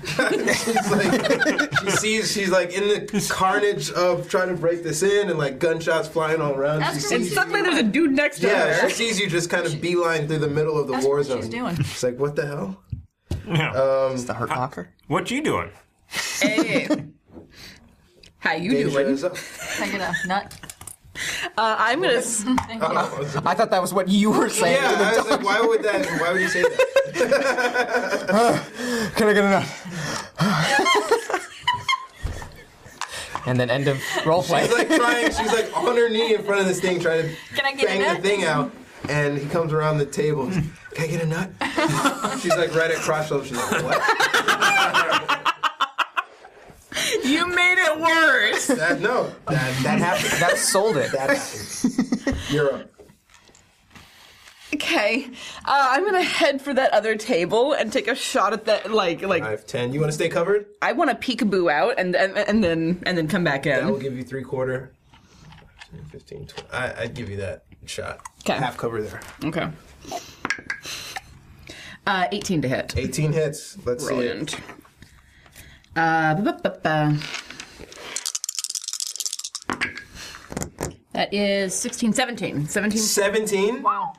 She's like, she sees she's like in the carnage of trying to break this in and like gunshots flying all around. She
Ask her
sees
what
and
you-
suddenly there's a dude next to
Yeah,
her.
she sees you just kind of beeline through the middle of the
That's
war
what
zone.
she's doing.
She's like, what the hell?
Yeah.
It's the Hurt Locker.
what you doing?
Hey. How you
Deja
doing?
is up.
Can I get a nut?
Uh, I'm gonna. s-
Thank you.
I thought that was what you were saying.
Yeah, I was like, why would that? Why would you say that?
Can I get a nut? and then end of role play.
She's like trying. She's like on her knee in front of this thing, trying to
Can I get a
bang
nut?
the thing out. And he comes around the table. he's like, Can I get a nut? she's like right at crossroads. She's like, what?
You made it worse.
That no, that
that happened. That sold it.
that happens. You're up.
okay, uh, I'm gonna head for that other table and take a shot at that. Like, like
Five ten. You want to stay covered?
I want to peekaboo out and, and and then and then come back
I will
in.
give you three quarter. 10, 15, 20. I, I'd give you that shot.
'Kay.
Half cover there.
Okay. Uh, 18 to hit.
18 hits. Let's see.
Brilliant. Uh, ba- ba- ba- ba. That is 16, 17. 17.
It. 17.
Wow.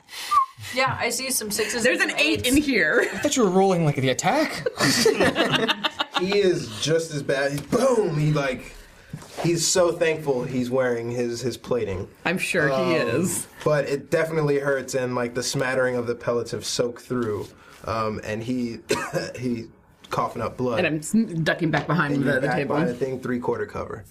Yeah, I see some sixes.
There's
and
an 8
some eights.
in here.
I thought you were rolling like the attack.
he is just as bad. He- Boom! He like, he's so thankful he's wearing his his plating,
I'm sure he
Oh.
is.
but it definitely hurts, and like the smattering of the pellets have soaked through, um, and he he coughing up blood.
And I'm s- ducking back behind
You're
the, the
back behind
table.
the thing three quarter cover.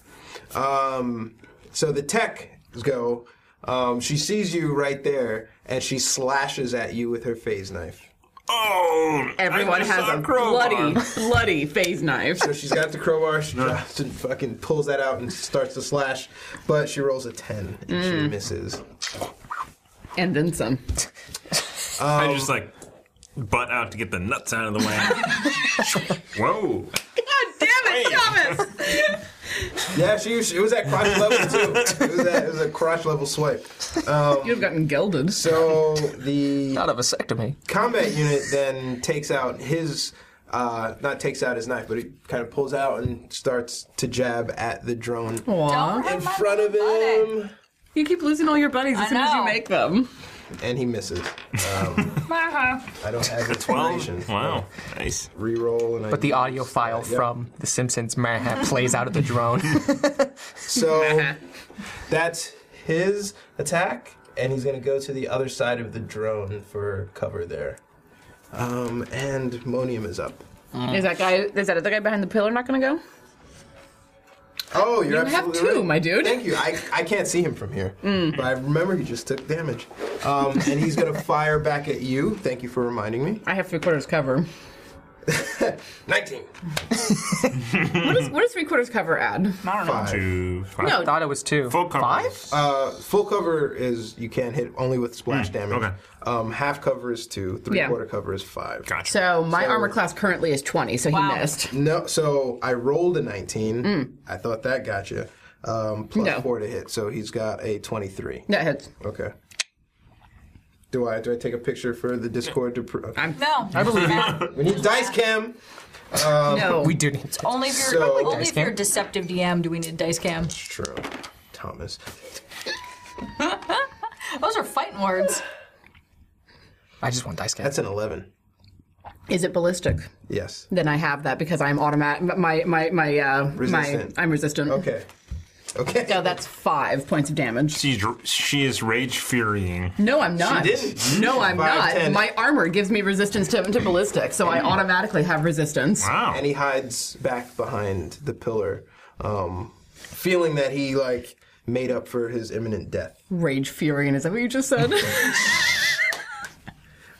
Um, so the tech go. Um, she sees you right there, and she slashes at you with her phase knife.
Oh, I
Everyone
just
has
saw
a
crowbar.
bloody, bloody phase knife.
So she's got the crowbar. She drops and fucking pulls that out and starts to slash, but she rolls a ten and
Mm.
she misses.
And then some.
I just like butt out to get the nuts out of the way. Whoa.
God damn it, Thomas!
Yeah, she, she it was at crotch level too. It was at, it was a crotch level swipe.
You've gotten gelded.
So the
Not a vasectomy.
combat unit then takes out his uh, not takes out his knife, but he kind of pulls out and starts to jab at the drone
Aw.
Don't hurt
in
my
front of
little buddy.
him,
uh, You keep losing all your buddies as
I
soon as you
know.
make them.
and he misses. Um,
Uh-huh.
I don't have inspiration.
Well, wow. Nice.
Reroll and I
But the audio file from The Simpsons meh, plays out of the drone.
So that's his attack, and he's gonna go to the other side of the drone for cover there. Um, and Monium is up.
Is that guy? Is that other guy behind the pillar not going to go?
Oh, you're
You have
absolutely
two,
right.
my dude. Mm.
Thank you. I, I can't see him from here, but I remember he just took damage. Um, and he's gonna fire back at you. Thank you for reminding me.
I have three quarters cover.
Nineteen.
What does, what does three quarters cover add?
Five.
Two, five.
No,
Thought it was two.
Full cover.
Five?
Uh, full cover is you can't hit only with splash
Mm,
damage.
okay.
Um, half cover is two. Three quarter cover is five.
Gotcha.
So my armor class currently is 20, so he
Um,
missed.
No, so I rolled a 19. I thought that got you. Um, plus
Mm. No.
four to hit, so he's got a 23.
That hits.
Okay. Do I do I take a picture for the Discord to? Pr- okay.
No, I believe you.
We need dice cam.
no.
We do need to.
Only if you're
So-
only
Dice
if you're
cam?
a deceptive DM do we need a dice cam.
True, Thomas.
Those are fighting words.
I just want dice cam.
That's an 11.
Is it ballistic?
Yes.
Then I have that because I'm automatic. My my my uh,
Resistant.
my I'm resistant.
Okay. Okay.
So that's five points of damage.
She's, she is rage furying.
No, I'm not.
didn't.
No, I'm
Five,
not.
ten.
My armor gives me resistance to, to ballistic, so I automatically have resistance.
Wow.
and he hides back behind the pillar, um, feeling that he like made up for his imminent death.
Rage, fury, and is that what you just said?
It's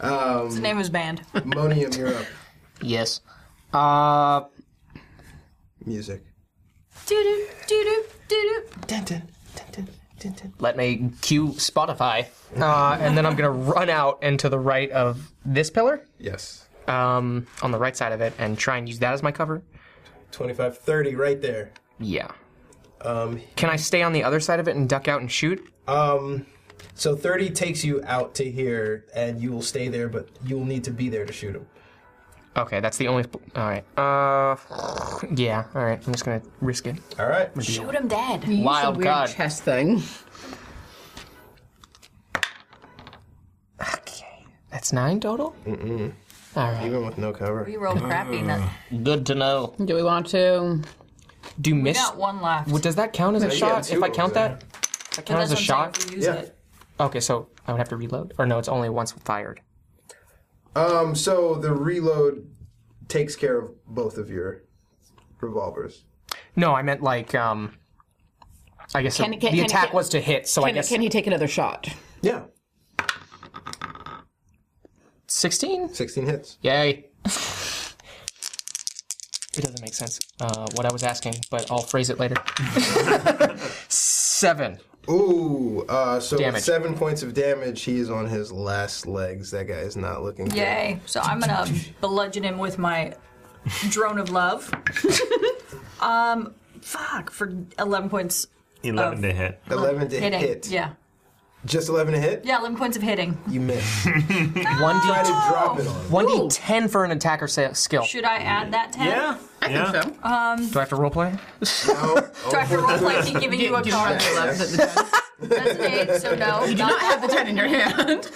the name of his band.
Monium, you're up.
Yes. Uh,
Music.
Doo doo doo doo doo doo.
dun, dun, dun, dun, dun, dun. let me cue Spotify. Uh, and then I'm going to run out and to the right of this pillar,
Yes.
um, on the right side of it, and try and use that as my cover.
25, 30, right there.
Yeah. Um, Can I stay on the other side of it and duck out and shoot?
Um, so 30 takes you out to here, and you will stay there, but you will need to be there to shoot him.
Okay, that's the only. All right. Uh, yeah. All right. I'm just gonna risk it.
All right.
Shoot him dead.
Use
Wild
a weird
card.
chess thing.
Okay. That's nine total. Mm-mm. right.
Even with no cover.
We rolled crappy. Nut.
Good to know.
Do we want to?
Do miss?
Got one left.
What- Does that count as a
you
shot?
got
If I
two
count
over
that, Does that
But
count as a
that's what I'm
shot.
saying, if we use
Yeah.
it.
Okay, so I would have to reload, or no? It's only once fired.
Um, so the reload takes care of both of your revolvers.
No, I meant like um. I guess
Can-
the-
can-
the
can-
attack
can-
was to hit, so I
Can,
guess
can he take another shot?
Yeah.
sixteen.
16 hits.
Yay. It doesn't make sense uh, what I was asking, but I'll phrase it later. Seven.
Ooh, uh, so with
Damage.
seven points of damage. He is on his last legs. That guy is not looking good.
Yay. So I'm gonna bludgeon him with my drone of love. um fuck for eleven points.
11 to hit.
11 to
Hitting.
hit.
Yeah.
Just 11 to hit?
Yeah, eleven points of hitting.
You miss. Try
One d
to drop it on him.
one d ten for an attacker sa- skill.
Should I add that ten?
Yeah.
I
yeah.
think so.
Do I have to roleplay?
Do I
Oh,
have to roll like he giving you a card?
Love that the-
That's an eight, so no.
you do not have the ten in your hand.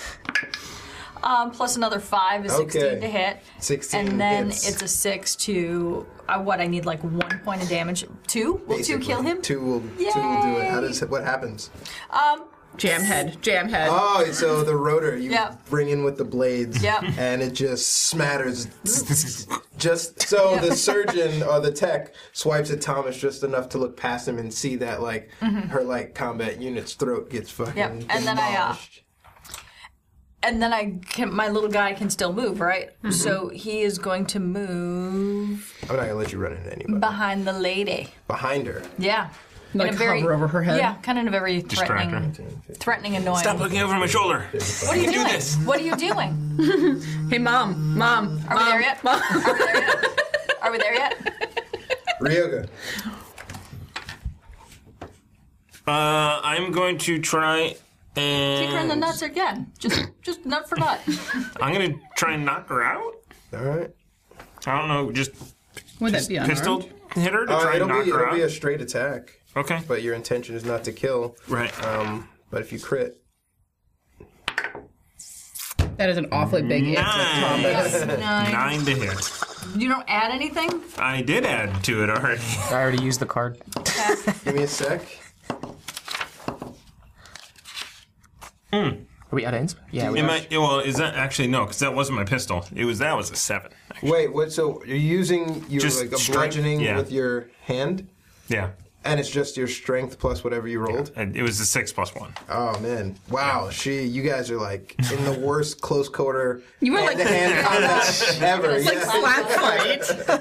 Um, plus another five is sixteen
Okay.
to hit.
16
And then
hits.
it's a six to uh, what I need like one point of damage. Two? Will two kill him?
Two will, two will do it. How does it, what happens?
Jam head. Jam head.
Oh, so the rotor you
Yep.
bring in with the blades,
Yep.
and it just smatters. just so the surgeon or the tech swipes at Thomas just enough to look past him and see that like her like combat unit's throat gets fucking
Mm-hmm. Yep. And then I, uh,
demolished.
And then I can my little guy can still move, right?
Mm-hmm.
So he is going to move
I'm not gonna let you run into anybody
behind the lady.
behind her.
Yeah.
Like hover over her head?
Yeah, kind of in a very threatening, threatening, annoying.
Stop looking over my shoulder.
What are you doing? What are you doing?
Hey, mom, mom,
Are we there yet? Are we there yet? Are we there
Ryoga.
yet?
Uh, I'm going to try
Kick her in the
and
nuts again. Just, just nut for nut.
I'm going to try and knock her out.
All right.
I don't know, just
Would that be unarmed?
pistol hit her to
Uh,
try and
it'll
knock
be
her
it'll
out.
be a straight attack,
okay.
but your intention is not to kill.
Right.
Um, but if you crit,
That is an awfully big if.
Nine.
Nine.
Nine to hit.
You don't add anything.
I did add to it already.
I already used the card.
give me a sec.
Are we out of ins? Yeah. We
Am
are.
I, well, is that actually no? Because that wasn't my pistol. It was that was a seven.
Wait, what? So you're using you're
Just
like a
straight-
bludgeoning
yeah.
with your hand?
Yeah.
And it's just your strength plus whatever you rolled.
And it was a six plus one.
Oh man! Wow, she. You guys are like in the worst close quarter.
You were like-
hand-to-hand combat ever.
It's like
yeah.
slap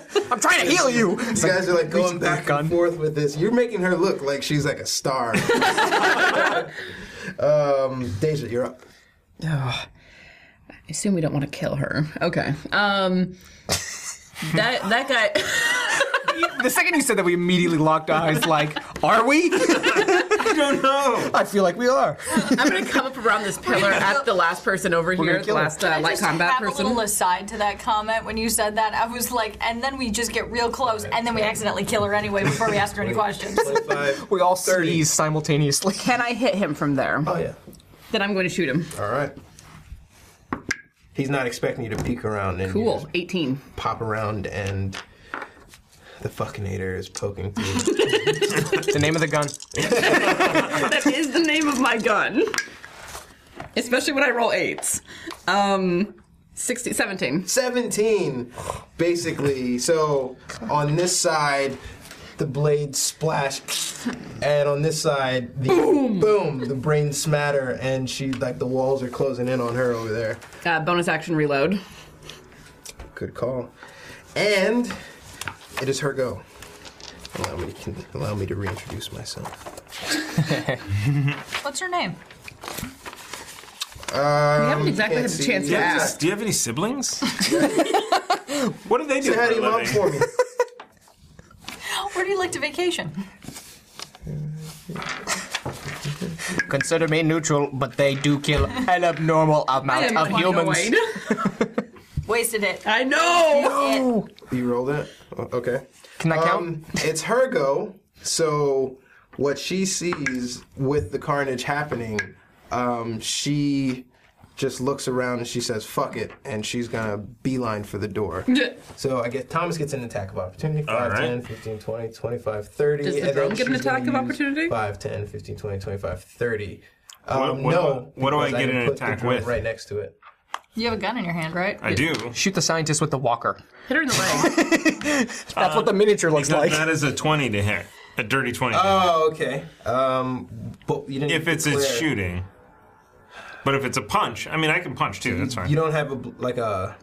fight.
I'm trying to heal you.
You guys are like going
Reach for the
back
gun.
and forth with this. You're making her look like she's like a star. um, Deja, you're up.
Ugh. I assume we don't want to kill her. Okay. Um, that that guy.
The second you said that, we immediately locked eyes. Like, are we?
I don't know.
I feel like we are.
I'm gonna come up around this pillar at the last person over here,
gonna
the
kill her.
last uh,
I
light
just
combat
have
person.
a little aside to that comment when you said that. I was like, and then we just get real close, and then we accidentally kill her anyway before we ask her any questions.
Five.
We all sneeze simultaneously.
Can I hit him from there?
Oh yeah.
Then I'm going to shoot him.
All right. He's not expecting you to peek around and you
Cool.
just
18.
pop around and the fuckinator is poking through.
the name of the gun.
that is the name of my gun. Especially when I roll eights. Um, 16, 17.
17 basically so on this side the blade splash and on this side the boom, the brain smatter and she like the walls are closing in on her over there
Uh, bonus action reload.
good call and it is her go allow me can, allow me to reintroduce myself
What's her name?
we
Um,
haven't exactly had
can't
the
see.
chance to
Do you have any-
ask.
Do you have any siblings? what do they do?
say hi
for
to
a
your mom
living?
for me
Oh, Where do you like to vacation?
Consider me neutral, but they do kill an abnormal
I
amount
am
of humans.
annoyed.
Wasted it.
I know.
It-
You rolled it? O- Okay.
Can I count?
Um, it's her go. So what she sees with the carnage happening, um, she just looks around and she says, fuck it. And she's going to beeline for the door. so I get Thomas gets an attack of opportunity. 5,
right.
10, 15, 20, 25, 30.
Does the
and then
drone get an
she's
attack
gonna
of
use
opportunity?
5, 10, 15, 20, 25, 30.
What-
Um,
what do I-
no.
what do I
because
get
didn't
an
put the
attack
drone
with?
Right next to it.
You have a gun in your hand, right?
I do.
Shoot the scientist with the walker.
Hit her in the leg.
That's what the miniature looks
That-
like.
that is a twenty to hit. A dirty twenty.
Oh, okay. Um, but you didn't
if it's it's
declare-
shooting. But if it's a punch, I mean, I can punch too. That's fine.
You don't have a bl- like a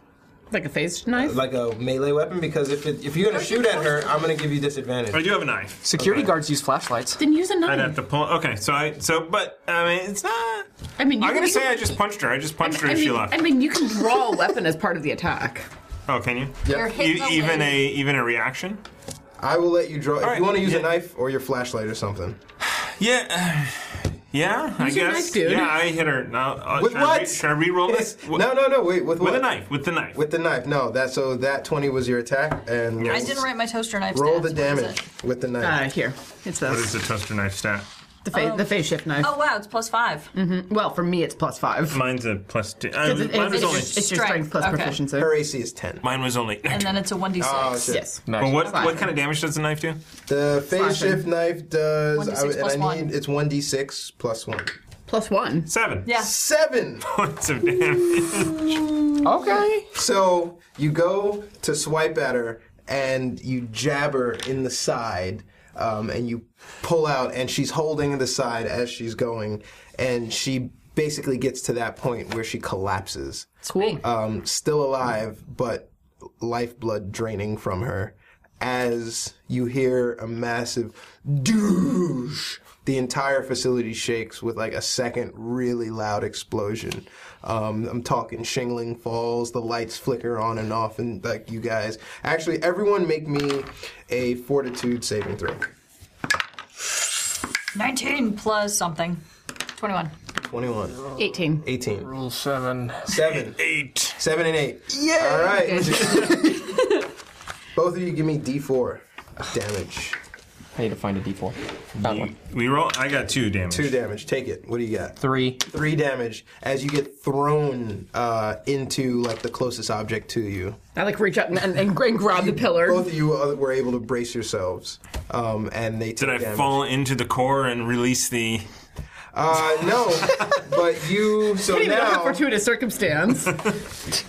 like a phased knife?
like a melee weapon because if it, if you're gonna shoot at her, I'm gonna give you
I
disadvantage.
do have a knife.
Security guards use flashlights.
then use a
I'd have
knife.
to pull. Okay, so I so but I mean, it's not.
I mean, you
I'm
can-
gonna
you
say
can-
I just punched her. I just
I
punched
mean,
her
I
and she
mean,
left.
I mean, you can draw a weapon as part of the attack.
oh, can you?
You're hitting
E-
the
even
leg.
a even a reaction?
I will let you draw if
Alright,
you want to use
yeah.
a knife or your flashlight or something.
Yeah, uh, yeah. I
Use your
guess.
knife, dude.
Yeah, I hit her. Now uh,
With
should I re-
what?
should I re-roll this?
no, no, no. Wait, with
With
what?
a knife. With the knife.
With the knife. No, that so that twenty was your attack and
I didn't write my toaster knife.
roll the
stats. What is
damage
it?
with the
Uh,
knife.
here. It's
what is
this.
the toaster knife stat?
The, fa- the phase shift knife.
Oh wow, it's plus five.
Well, for me, it's plus five.
Mine's a plus two. Uh,
It's, it's-
mine, was
it's
only,
your, it's your
Strength.
strength plus
Okay.
proficiency.
Her AC is ten.
mine was only.
And then it's a one d
Oh
six.
shit.
Yes.
But what
Slashing.
what kind of damage does the knife do?
The phase
Slashing.
shift knife does. I,
1d6
and
plus
I
one.
need it's one d six plus one.
Plus one.
Seven.
Yeah.
Seven.
Points of damage.
Okay.
So you go to swipe at her and you jab her in the side um, and you pull out and she's holding the side as she's going and she basically gets to that point where she collapses.
Cool.
Um, still alive, but lifeblood draining from her as you hear a massive douche. The entire facility shakes with like a second really loud explosion. Um, I'm talking shingling falls, the lights flicker on and off, and like you guys. Actually, everyone make me a fortitude saving throw.
Nineteen plus something. Twenty one.
21,
18.
18,
Rule seven.
7,
Eight.
7 and 8. Yeah! All right. Both of you give me d4 damage.
I need to find a D4. Found one.
We roll. I got two damage.
Two damage. Take it. What do you got?
Three.
Three damage as you get thrown uh, into like the closest object to you.
I like reach up and, and, and grab the pillar.
Both of you uh, were able to brace yourselves, um, and they
Did
took
I
damage.
fall into the core and release the?
Uh, no, but you. So
Even though it's a
now
fortuitous circumstance.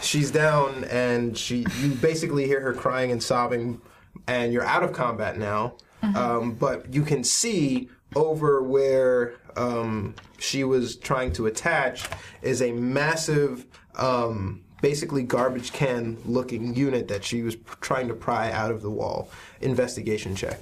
she's down, and she. You basically hear her crying and sobbing and you're out of combat now. Um, but you can see over where um, she was trying to attach is a massive, um, basically garbage can looking unit that she was p- trying to pry out of the wall. Investigation check.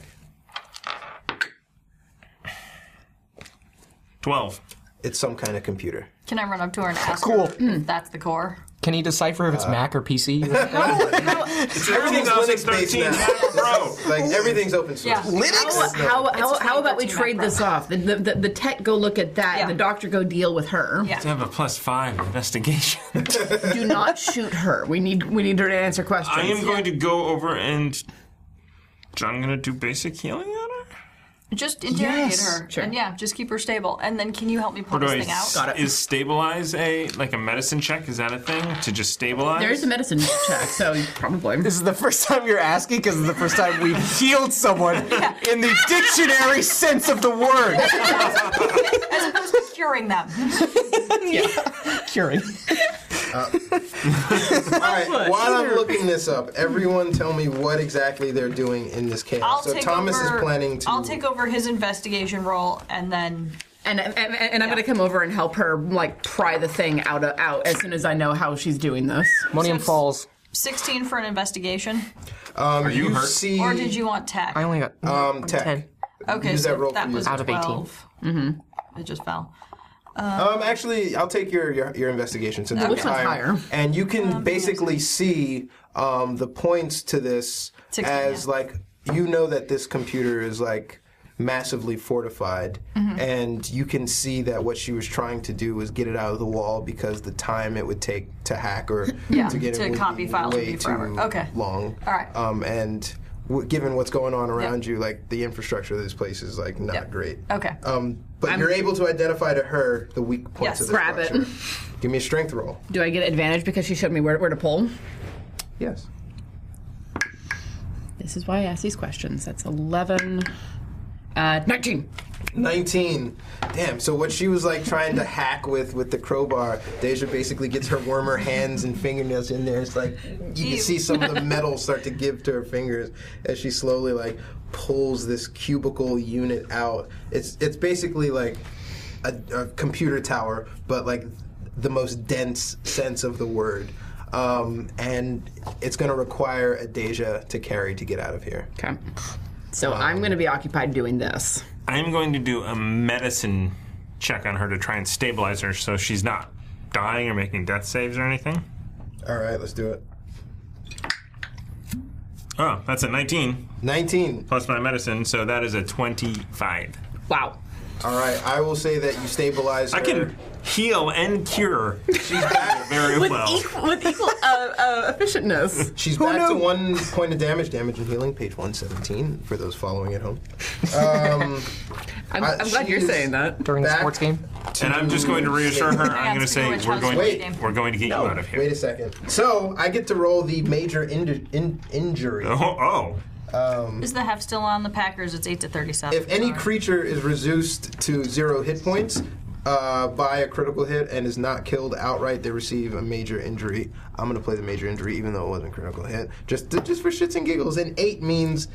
12.
It's some kind of computer.
Can I run up to her and ask
Cool.
her if that's the core?
Can he decipher if it's Mac or PC?
It's
Everything's Linux
2013
based now.
Mac Pro.
Like everything's open source.
Yeah.
How, how, how, how about we
2013
trade this off? The, the, the, the tech go look at that,
Yeah.
and the doctor go deal with her.
Yeah.
To have a plus five investigation.
Do not shoot her. We need we need her to answer questions.
I am going to go over and. I'm going to do basic healing on her?
Just interrogate
Yes.
her.
Sure.
And yeah, just keep her stable. And then can you help me pull
Or do
this
I
thing out?
Got it.
Is stabilize a like a medicine check? Is that a thing to just stabilize?
There is a medicine check, so probably.
This is the first time you're asking because it's the first time we've healed someone in the dictionary sense of the word.
As opposed to curing them.
Curing.
All right. While I'm looking this up, everyone tell me what exactly they're doing in this case.
I'll
so
take
Thomas
over,
is planning to.
I'll take over his investigation role and then
And, and, and, and I'm going to come over and help her like pry the thing out of, out as soon as I know how she's doing this.
Monium
So-
Falls.
16 for an investigation.
Um,
you
you
hurt?
see
Or did you want tech?
I only got
um, tech.
ten.
okay,
use
so
that roll for
was
you.
Out of 18.
12. It just fell.
Um, actually, I'll take your your, your investigation since it was
Which one's
higher.
higher?
And you can basically see um, the points to this
Sixteen,
as
yeah.
like you know that this computer is like massively fortified,
Mm-hmm.
and you can see that what she was trying to do was get it out of the wall because the time it would take to hack or
Yeah,
to get it
to
would
copy
be
files would
way
be forever.
too
Okay.
long.
All right.
Um, and w- given what's going on around
Yeah.
you, like the infrastructure of this place is like not
Yeah.
great.
Okay.
Um, but you're able to identify to her the weak points
Yes.
of the
Grab it.
structure. Give me a strength roll.
Do I get advantage because she showed me where, where to pull?
Yes.
This is why I ask these questions. That's 11, uh, 19.
19. Damn. So what she was like trying to hack with with the crowbar, Deja basically gets her warmer hands and fingernails in there. It's like you can see some of the metal start to give to her fingers as she slowly like pulls this cubicle unit out. It's it's basically like a, a computer tower, but like the most dense sense of the word. Um, and it's going to require a Deja to carry to get out of here.
Okay. So I'm going to be occupied doing this.
I'm going to do a medicine check on her to try and stabilize her so she's not dying or making death saves or anything.
All right, let's do it.
Oh, that's a 19
19.
plus my medicine, so that is a 25.
Wow.
All right, I will say that you stabilize her.
I can heal and cure very well.
With equal uh, uh, efficientness.
She's back to one point of damage, damage and healing, page 117 for those following at home.
I'm,
Uh,
I'm glad
she
you're
is-
saying that.
during the
Back.
sports game.
And I'm just going to reassure her. I'm going to
it's
say
pretty much
we're
how
going,
it's played.
we're going to get you out of here.
Wait a second. So I get to roll the major inju- in- injury.
Oh,
Is the hef still on the Packers? It's 8 to 37.
If any creature is reduced to zero hit points uh, by a critical hit and is not killed outright, they receive a major injury. I'm going to play the major injury, even though it wasn't a critical hit, just just for shits and giggles. And eight means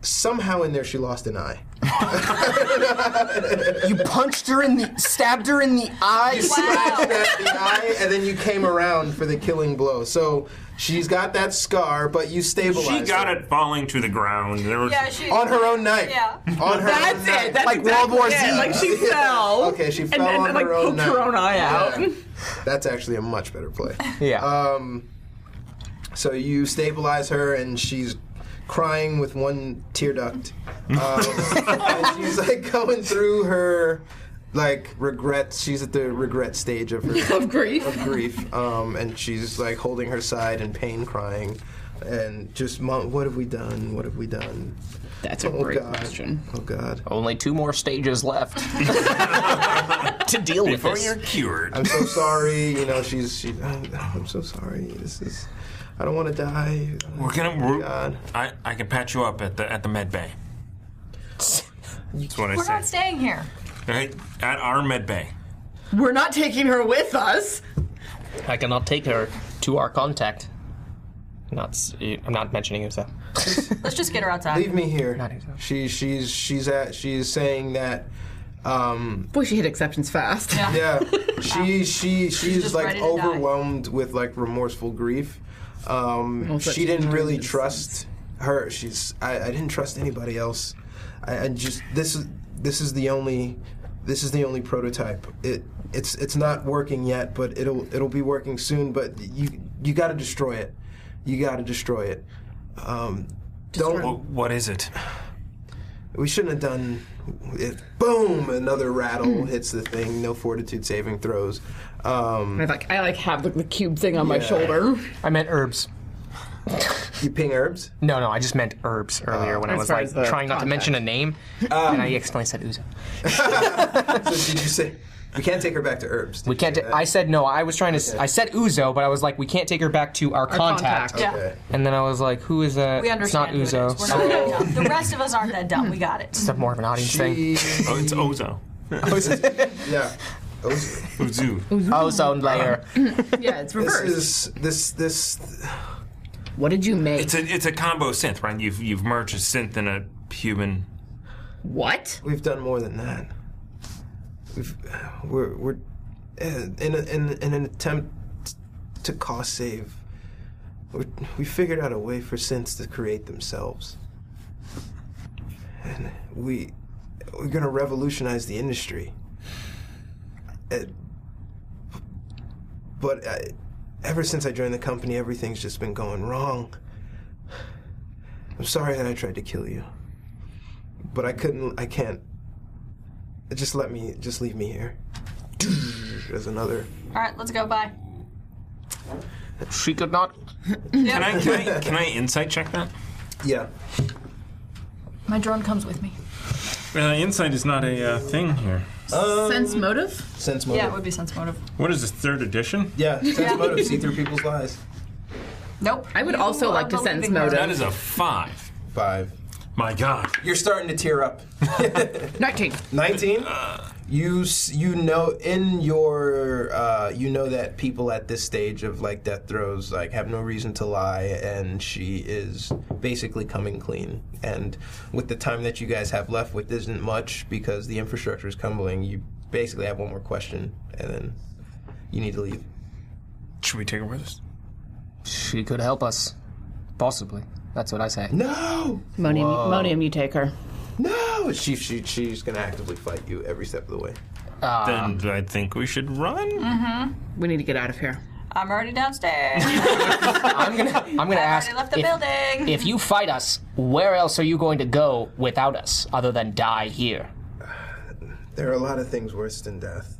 somehow in there she lost an eye.
You punched her in the, stabbed her in the eye.
slashed at the eye, and then you came around for the killing blow. So she's got that scar, but you
oh!
stabilized.
She got
her.
it falling to the ground. There was
yeah, she,
on her own knife.
Yeah.
On her own
That's
knife.
it. That's
Like
exactly
World War
it.
Z.
Like she fell.
Okay, she fell
and, and,
on
and,
her
like
own
poked her
knife.
own eye out.
Yeah. That's actually a much better play.
Yeah.
So you stabilize her, and she's crying with one tear duct. Um, and she's like going through her like regrets. She's at the regret stage of her
Of grief.
of grief, um, and she's like holding her side in pain, crying, and just, "Mom, what have we done? What have we done?
That's a
Oh
great
God!
question.
Oh God!
Only two more stages left to deal with
before
this.
Oh, you're cured.
I'm so sorry. You know, she's she. I- I'm so sorry. This is. I don't want to die.
We're gonna. We're,
God.
I I can patch you up at the at the med bay. That's what I
we're not
say.
staying here.
Right? At our med bay.
We're not taking her with us.
I cannot take her to our contact. Not, s-
eh,
I'm not mentioning it, so.
Let's just get her outside.
Leave me here.
even so.
She, she's she's at she's saying that. Um,
Boy, she hit exceptions fast.
yeah, she she she's
just
like
ready to die.
overwhelmed with like remorseful grief. Um,
Almost like
she didn't
she's
really
doing this.
trust her. She's I, I didn't trust anybody else. I, I just this is this is the only this is the only prototype. It it's it's not working yet, but it'll it'll be working soon. But you you got to destroy it. You got to destroy it. Um, don't
Wh- what is it?
we shouldn't have done it. Boom! Another
Hmm.
rattle hits the thing. No fortitude saving throws. Um,
I like I like have the, the cube thing on my shoulder.
I meant herbs.
you ping herbs.
No, no, I just meant herbs earlier when I
As
was
far
like
as the
trying not to mention a name, and I accidentally said Uzo.
So did you say we can't take her back to herbs?
We can't. ta- I said no. I was trying to. s I I said Uzo, but I was like, we can't take her back to our, contact.
contact.
Yeah.
Okay.
And then I was like, who is that?
We understand.
It's
who
not
it
Uzo.
is. We're not that dumb. The rest of us aren't that dumb. We got it.
It's more of an audience thing.
She,
Oh, it's Ozo.
yeah. Those-
Uzu.
Ozone layer.
Yeah,
This
it's reversed.
is this this.
what did you make?
It's a it's a combo synth, right? You've you've merged a synth and a human.
what?
We've done more than that. We've we're we're uh, in a, in, in an attempt to cost save. We're, we figured out a way for synths to create themselves, and we we're gonna revolutionize the industry. Uh, but I, ever since I joined the company, everything's just been going wrong. I'm sorry that I tried to kill you but I couldn't. I can't. Just let me. Just leave me here. There's another.
All right, let's go. Bye.
she could not.
Can I can I, can I insight check that?
Yeah.
My drone comes with me.
Uh, insight is not a uh, thing here.
Sense motive?
Sense
Yeah,
motive.
it would be sense motive.
What is this third edition?
Yeah. sense motive. See through people's lies.
Nope.
I would
You
also
are
like to
believing
sense
her.
motive.
That is a five.
Five.
My God.
You're starting to tear up.
19.
Nineteen. You s- you know in your uh, you know that people at this stage of like death throes like have no reason to lie, and she is basically coming clean. And with the time that you guys have left, which isn't much because the infrastructure is crumbling, you basically have one more question, and then you need to leave.
Should we take her with us?
She could help us. Possibly. That's what I say.
No,
Monium, Monium, you take her.
no. She, she she's gonna actively fight you every step of the way.
then I think we should run.
We need to get out of here.
I'm already downstairs. I
I'm gonna. I'm gonna ask.
already left the
if-
building.
If you fight us, where else are you going to go without us other than die here?
There are a lot of things worse than death.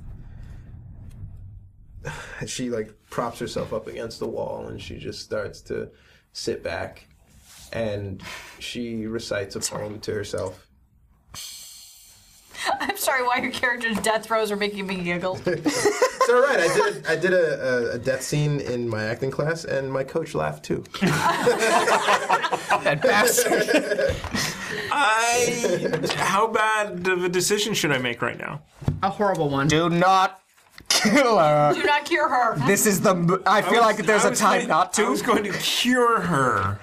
And she like props herself up against the wall and she just starts to sit back and she recites a poem to herself.
I'm sorry why your character's death throes are making me giggle.
It's all right. I did a, I did a, a, a death scene in my acting class and my coach laughed too.
That bastard.
I. How bad of a decision should I make right now?
A horrible one.
Do not kill her.
Do not cure her.
This is the. m- I feel like there's
I
a
was
time
going-
not
I
to.
was going to cure her,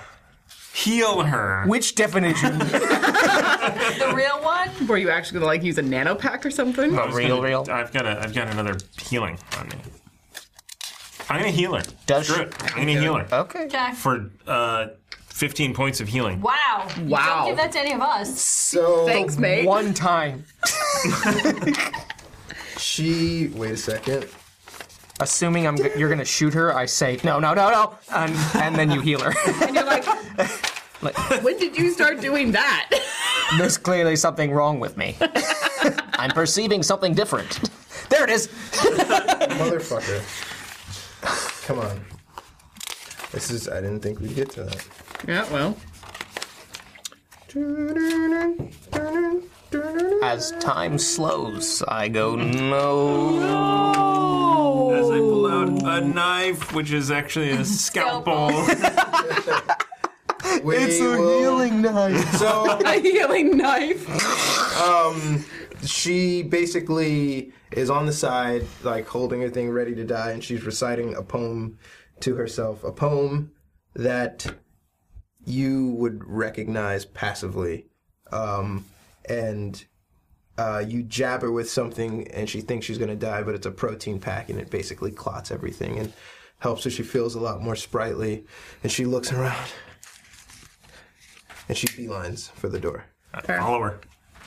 heal her.
Which definition?
The real one.
Were you actually gonna like use a nanopack or something?
I was
Real,
gonna-
real.
I've got a, I've got another healing on me. I'm gonna heal her.
Does
Screw
she-
it. I'm gonna heal her
okay. Oh.
Okay.
for uh, 15 points of healing.
Wow. You
Wow.
Don't give that to any of us.
So
Thanks, mate.
One time.
she wait a second.
Assuming I'm, g- you're gonna shoot her, I say no, no, no, no, and, and then you heal her.
And you're like, when did you start doing that?
There's clearly something wrong with me.
I'm perceiving something different.
There it is.
Motherfucker. Come on. This is I didn't think we'd get to that.
yeah, well.
As time slows, I go no.
As I pull out a knife, which is actually a scalpel.
We will-
knife.
So um,
A healing knife.
she basically is on the side, like holding her thing ready to die, and she's reciting a poem to herself. A poem that you would recognize passively. Um, and uh, you jab her with something, and she thinks she's going to die, but it's a protein pack, and it basically clots everything and helps her. She feels a lot more sprightly, and she looks around, and she beelines for the door.
Follow her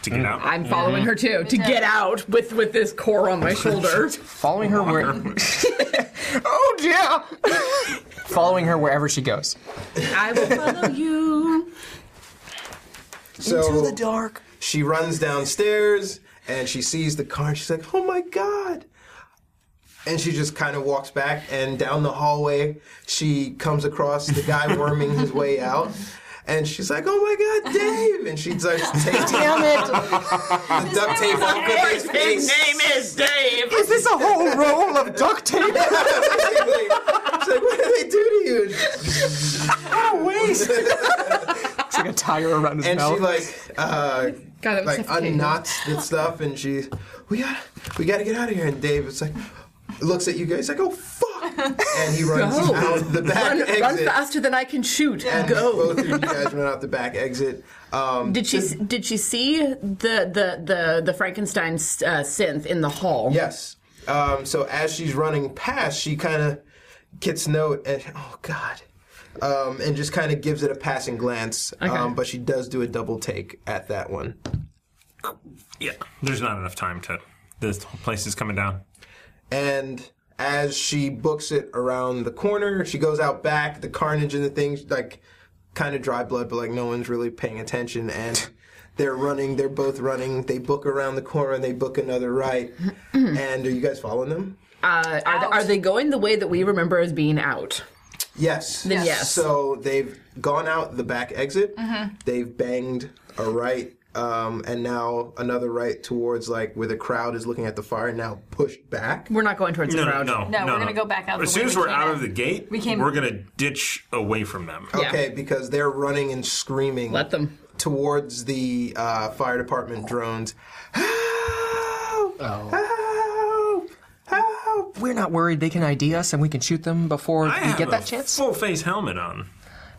to
Mm.
get out.
I'm following
Mm-hmm.
her too to get out with with this core on my shoulder.
Following her where. oh dear! Following her wherever she goes.
I will follow you.
So into the dark. She runs downstairs and she sees the car and she's like, "Oh my god!" And she just kind of walks back and down the hallway. She comes across the guy worming his way out. And she's like, "Oh my God, Dave!" And she starts taking
Damn it!
the duct tape off of his face.
is Dave.
Is this a whole roll of duct tape?
Basically, she's like, "What did they do to you?"
What a waste! it's like a tire around his
And
mouth.
she like uh,
God, that was
like
suffocating.
unknots the stuff, and she, we got, to we got to get out of here. And Dave is like, looks at you guys like, oh fuck, and he runs
Go.
out the back
Run,
exit.
run faster than I can shoot.
And
Go.
both of you guys run out the back exit. Um,
Did she did she see the the the the Frankenstein uh, synth in the hall?
yes. Um, so as she's running past, she kind of gets note and oh god. Um, and just kind of gives it a passing glance, um, but she does do a double take at that one.
Yeah, there's not enough time to. This whole place is coming down.
and as she books it around the corner, she goes out back. The carnage and the things like kind of dry blood, but like no one's really paying attention. And they're running. They're both running. They book around the corner and they book another right. and are you guys following them?
Uh, are, th- are they going the way that we remember as being out?
Yes.
Then yes.
So they've gone out the back exit. They've banged a right. Um, and now another right towards like where the crowd is looking at the fire. Now pushed back.
We're not going towards the
No, no,
crowd.
no.
No, we're gonna go back out
As
the
soon
way
as
we
we're
came
out
in.
of the gate,
We came-
we're going to ditch away from them.
Yeah.
Okay, because they're running and screaming.
Let them.
towards the uh, fire department drones. Help! Help! Help!
We're not worried they can ID us and we can shoot them before
I
we
have
get
a
that chance.
full face helmet on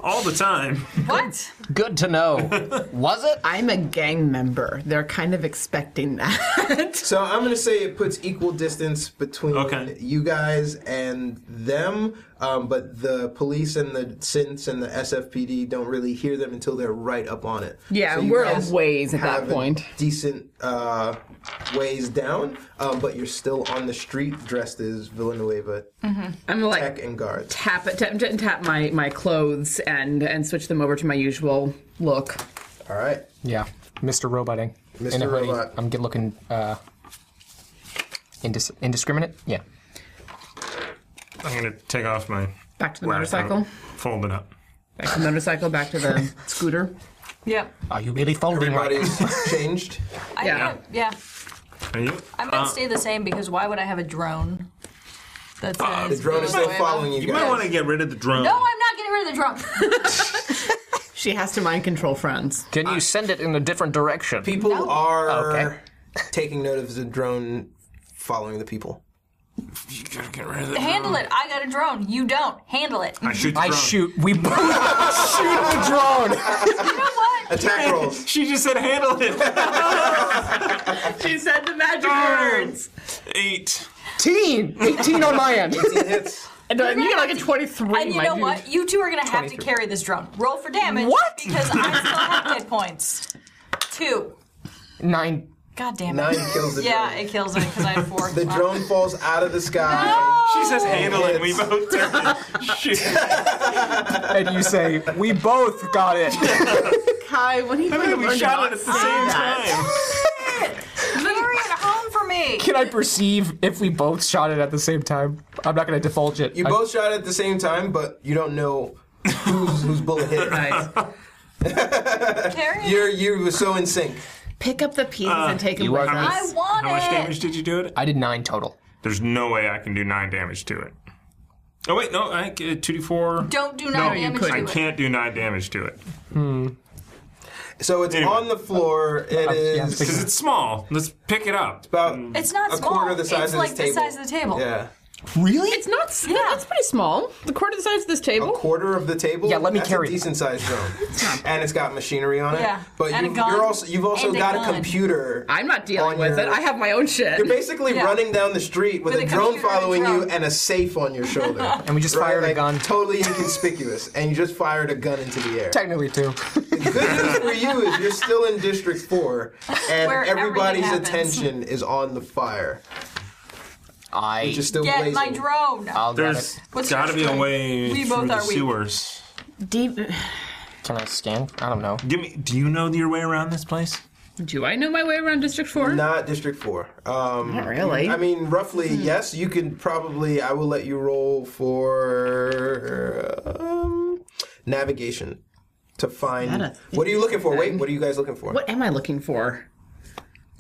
all the time.
What?
Good to know. Was it?
I'm a gang member. They're kind of expecting that.
So I'm gonna say it puts equal distance between
Okay.
you guys and them, um, but the police and the synths and the SFPD don't really hear them until they're right up on it.
Yeah,
you
we're a
guys
ways at that
have a
point.
Decent uh, ways down, um, but you're still on the street dressed as Villanueva
I'm like
tech and guards.
tap it, tap, tap, tap my my clothes and and switch them over to my usual look.
All right.
Yeah, Mr. Roboting. In a
Mr.
hoodie.
Robot.
I'm good looking. Uh, indis- indiscriminate. Yeah.
I'm going to take off my.
Back to the
black
motorcycle.
coat, Fold it up.
Back to the motorcycle. Back to the scooter.
Yep.
Are you really folding right now?
Everybody's changed.
I
Yeah.
think I- yeah.
Are you? Uh,
I
Uh,
might stay the same because why would I have a drone? That's uh,
The drone is still following you
You
guys.
might want to get rid of the drone.
No, I'm not getting rid of the drone.
She has to mind control friends.
Can you send it in a different direction?
People
Oh,
are
Okay.
taking note of the drone following the people.
You gotta get rid of the
Handle it. I got a drone. You don't. Handle it.
I shoot the
I
drone.
shoot. We both shoot the drone.
You know what?
Attack rolls.
She just said handle it.
She said the magic words.
Eight.
18. 18 on my end.
Hits.
And then you get like a 23.
And you
my
know
dude.
what? You two are gonna have to carry this drone. Roll for damage.
What?
Because I still have hit points. Two.
Nine.
God damn it.
Nine kills the
Yeah,
drone.
it kills it because I had four.
the drone falls out of the sky.
She says handle it. We both turn and shoot.
And you say, we both got it.
Kai, when he
Hey, we shot it at the same time.
Carry it home for me.
Can I perceive if we both shot it at the same time? I'm not going to divulge it.
You
I-
both shot at the same time, but you don't know whose whose bullet hit.
Carry it.
You're you were so in sync.
Pick up the pieces and take them
you
with
are
us.
I want
How
it.
much damage did you do it?
I did nine total.
There's no way I can do nine damage to it. Oh wait, no, I two d four.
Don't do
Oh,
nine damage
I
to it.
can't do nine damage to it
So it's
Anyway.
on the floor. It
Uh, yeah, I'm
is
thinking-
because it's small. Let's pick it up.
about
It's not
Mm.
a
small.
quarter the size
it's
of
like
this table.
the size of the table.
yeah.
Really?
It's not. s- It's pretty small. The quarter the size of this
A
table.
quarter of the table.
Yeah, let me
That's
carry
a
it.
decent sized drone, and it's got machinery on it.
Yeah,
but
and a
you,
gun,
you're also you've also
and a
got a
gun.
computer.
I'm not dealing
on
with
your-
it. I have my own shit.
You're basically
Yeah.
running down the street with,
With
a
a
drone
computer and a
following you
drone.
and a safe on your shoulder.
And we just fired a gun.
Totally inconspicuous. and you just fired a gun into the air.
Technically, too.
The good news for you is you're still in District 4 and
Where
everybody's
everything happens.
attention is on the fire,
I.
which is still
Get
blazing.
my drone.
I'll grab
There's
it.
What's
got to
your
be a
strength?
way
We
through
both
the
are weak.
sewers.
Deep.
Can I scan? I don't know.
Give me. Do you know your way around this place?
Do I know my way around District Four?
Not District 4. Um,
Not really. Mm-hmm.
I mean, roughly, yes, you can probably, I will let you roll for um, navigation to
Not
find.
a
What are you looking for? Wait, what are you guys looking for?
what am I looking for?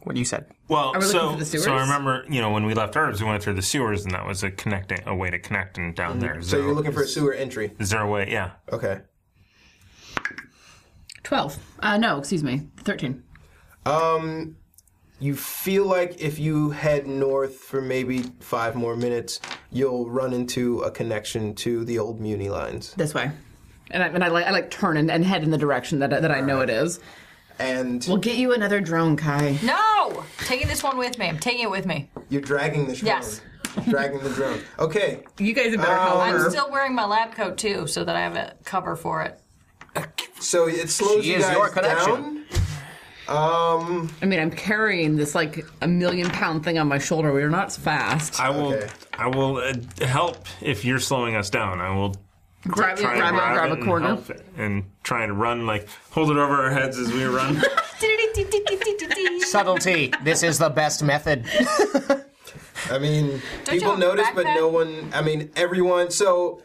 What you said.
Well,
we looking
so
for the
so I
sewers?
remember, you know, when we left Herbs, we went through the sewers, and that was a connecting, a way to connect and down
Mm-hmm.
there.
So you're looking for a sewer entry.
Is there a way? Yeah.
Okay.
Twelve. Uh, no, excuse me. Thirteen.
You feel like if you head north for maybe five more minutes, you'll run into a connection to the old Muni lines.
This way. And I, and I like I like turn and, and head in the direction that I- that I know it is.
And
We'll get you another drone, Kai.
No, Oh, taking this one with me. I'm taking it with me.
you're dragging the drone.
Yes.
dragging the drone. Okay.
You guys have better help
I'm
her.
still wearing my lab coat too, so that I have a cover for it.
So it slows
She
you
is
guys
your connection.
down.
I mean, I'm carrying this like a million pound thing on my shoulder. We're not fast.
I will.
Okay.
I will uh, help if you're slowing us down. I will
grab,
try
grab,
and
it,
grab,
grab
it
a
and
corner.
help it and try and run like hold it over our heads as we run.
Subtlety. this is the best method.
I mean,
you
people
have a
notice, but no
backpack?
one. I mean, everyone. So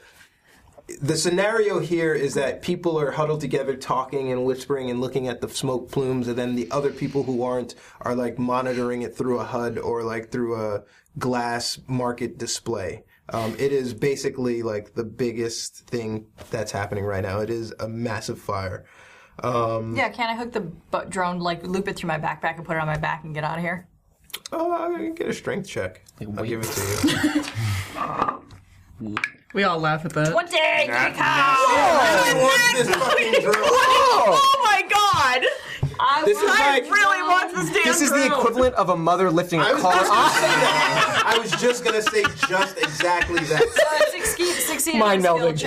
the scenario here is that people are huddled together, talking and whispering and looking at the smoke plumes, and then the other people who aren't are like monitoring it through a HUD or like through a glass market display. Um, it is basically like the biggest thing that's happening right now. It is a massive fire.
Yeah, can I hook the bu- drone, like loop it through my backpack and put it on my back and get out of here?
Oh, I'm gonna get a strength check. I'll give it to you.
We all laugh at that.
One day,
I really want this fucking drill.
Oh my god!
This is
I
like
really want this damn
This is the
drone.
equivalent of a mother lifting
I
a
was
car
just gonna
up.
say that. I was just gonna say just exactly that.
Uh, 16, 16
Mind
skill
melding.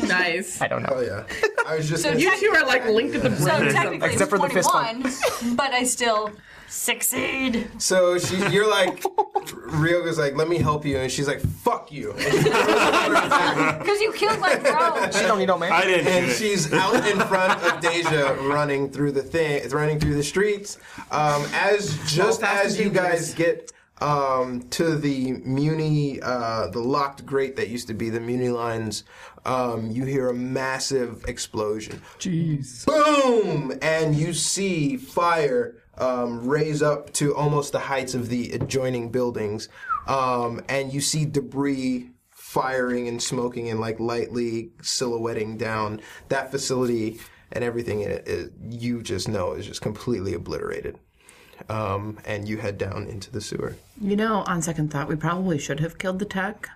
check.
Nice.
I don't know.
Oh yeah. I was just.
So
gonna
you
say
You are like linked at the
So
brim.
technically,
Except
it's
for the fist
21, but I still succeed.
So she, you're like, Ryoga's like, let me help you, and she's like, fuck you, And she throws it on her back.
Because you killed my drone.
She don't need no man.
I didn't.
and
do it.
she's out in front of Deja, running through the thing, running through the streets. Um, as just
fast
as
and
you guys
dangerous.
get um, to the Muni, uh, the locked grate that used to be the Muni lines, um, you hear a massive explosion. boom, and you see fire um, raise up to almost the heights of the adjoining buildings, um, and you see debris firing and smoking and like lightly silhouetting down that facility and everything in it, it you just know is just completely obliterated um, and you head down into the sewer
You know, on second thought, we probably should have killed the tech.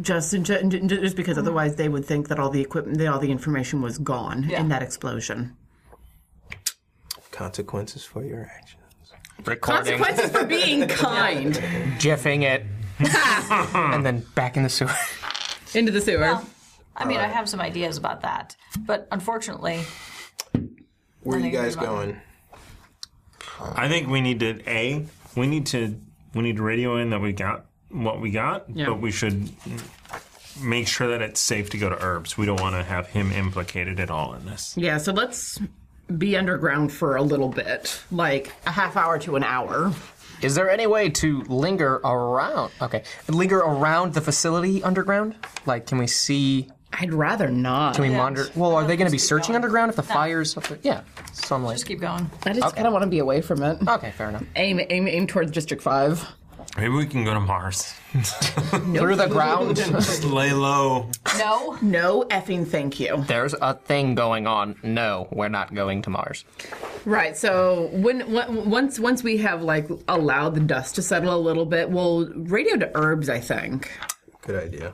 Just, in, ju- ju- just because otherwise they would think that all the equipment, that all the information was gone in that explosion.
consequences for your actions
Recording.
Consequences for being kind.
Jeffing it.
and then back in the sewer.
Into the sewer.
I mean, I have some ideas about that, but unfortunately,
where are you
Nothing
guys
to do about
going
I think we need to a we need to we need to radio in that we got what we got,
Yeah.
but we should make sure that it's safe to go to Herbs. We don't want to have him implicated at all in this.
Yeah, so let's be underground for a little bit, like a half hour to an hour.
Is there any way to linger around? Okay.
Linger around the facility underground? Like, can we see?
I'd rather not.
Can we
Yeah,
monitor?
just-
Well, are they going to be
just keep
searching
going.
underground if the
No.
fire's up there? Yeah. So I'm like,
just keep going.
I just kind of want to be away from it.
okay, fair enough.
Aim, aim, aim towards District Five.
Maybe we can go to Mars.
Through the ground?
Just lay low.
No,
No effing, thank you.
There's a thing going on. No, we're not going to Mars.
Right. So when, when once once we have like allowed the dust to settle a little bit, we'll radio to herbs. I think
Good idea.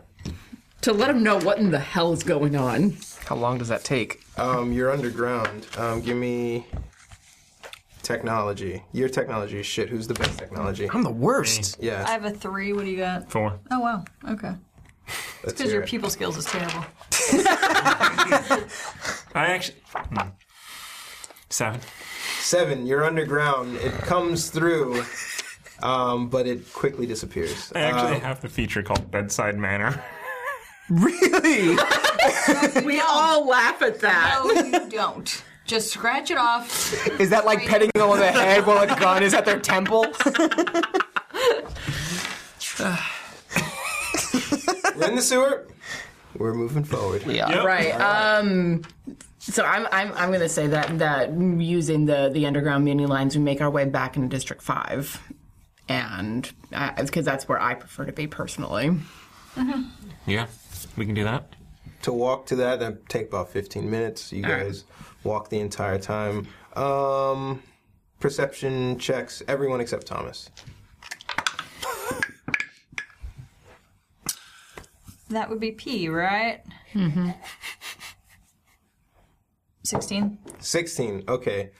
to let them know what in the hell is going on.
How long does that take?
Um, you're underground. Um, give me technology. Your technology is shit. Who's the best technology?
I'm the worst.
yeah.
I have a three. What do you got?
Four.
Oh wow. Okay.
let's
Because
hear
your
it.
people skills is terrible.
I actually. hmm. Seven.
Seven. You're underground. It comes through, um, but it quickly disappears.
I actually have the feature called Bedside Manner.
Really?
We all laugh at that.
No, you don't. Just scratch it off.
Is that like petting them on the head while a gun is at their temple?
We're in the sewer. Uh, We're moving forward.
Yeah.
Right. Um. So I'm I'm I'm gonna say that that using the the underground muni lines, we make our way back into District Five, and because that's where I prefer to be personally.
Yeah, we can do that.
To walk to that, that take about 15 minutes. You
right.
guys walk the entire time. Um, perception checks. Everyone except Thomas.
That would be P, right? Mm-hmm. Sixteen.
16. Okay.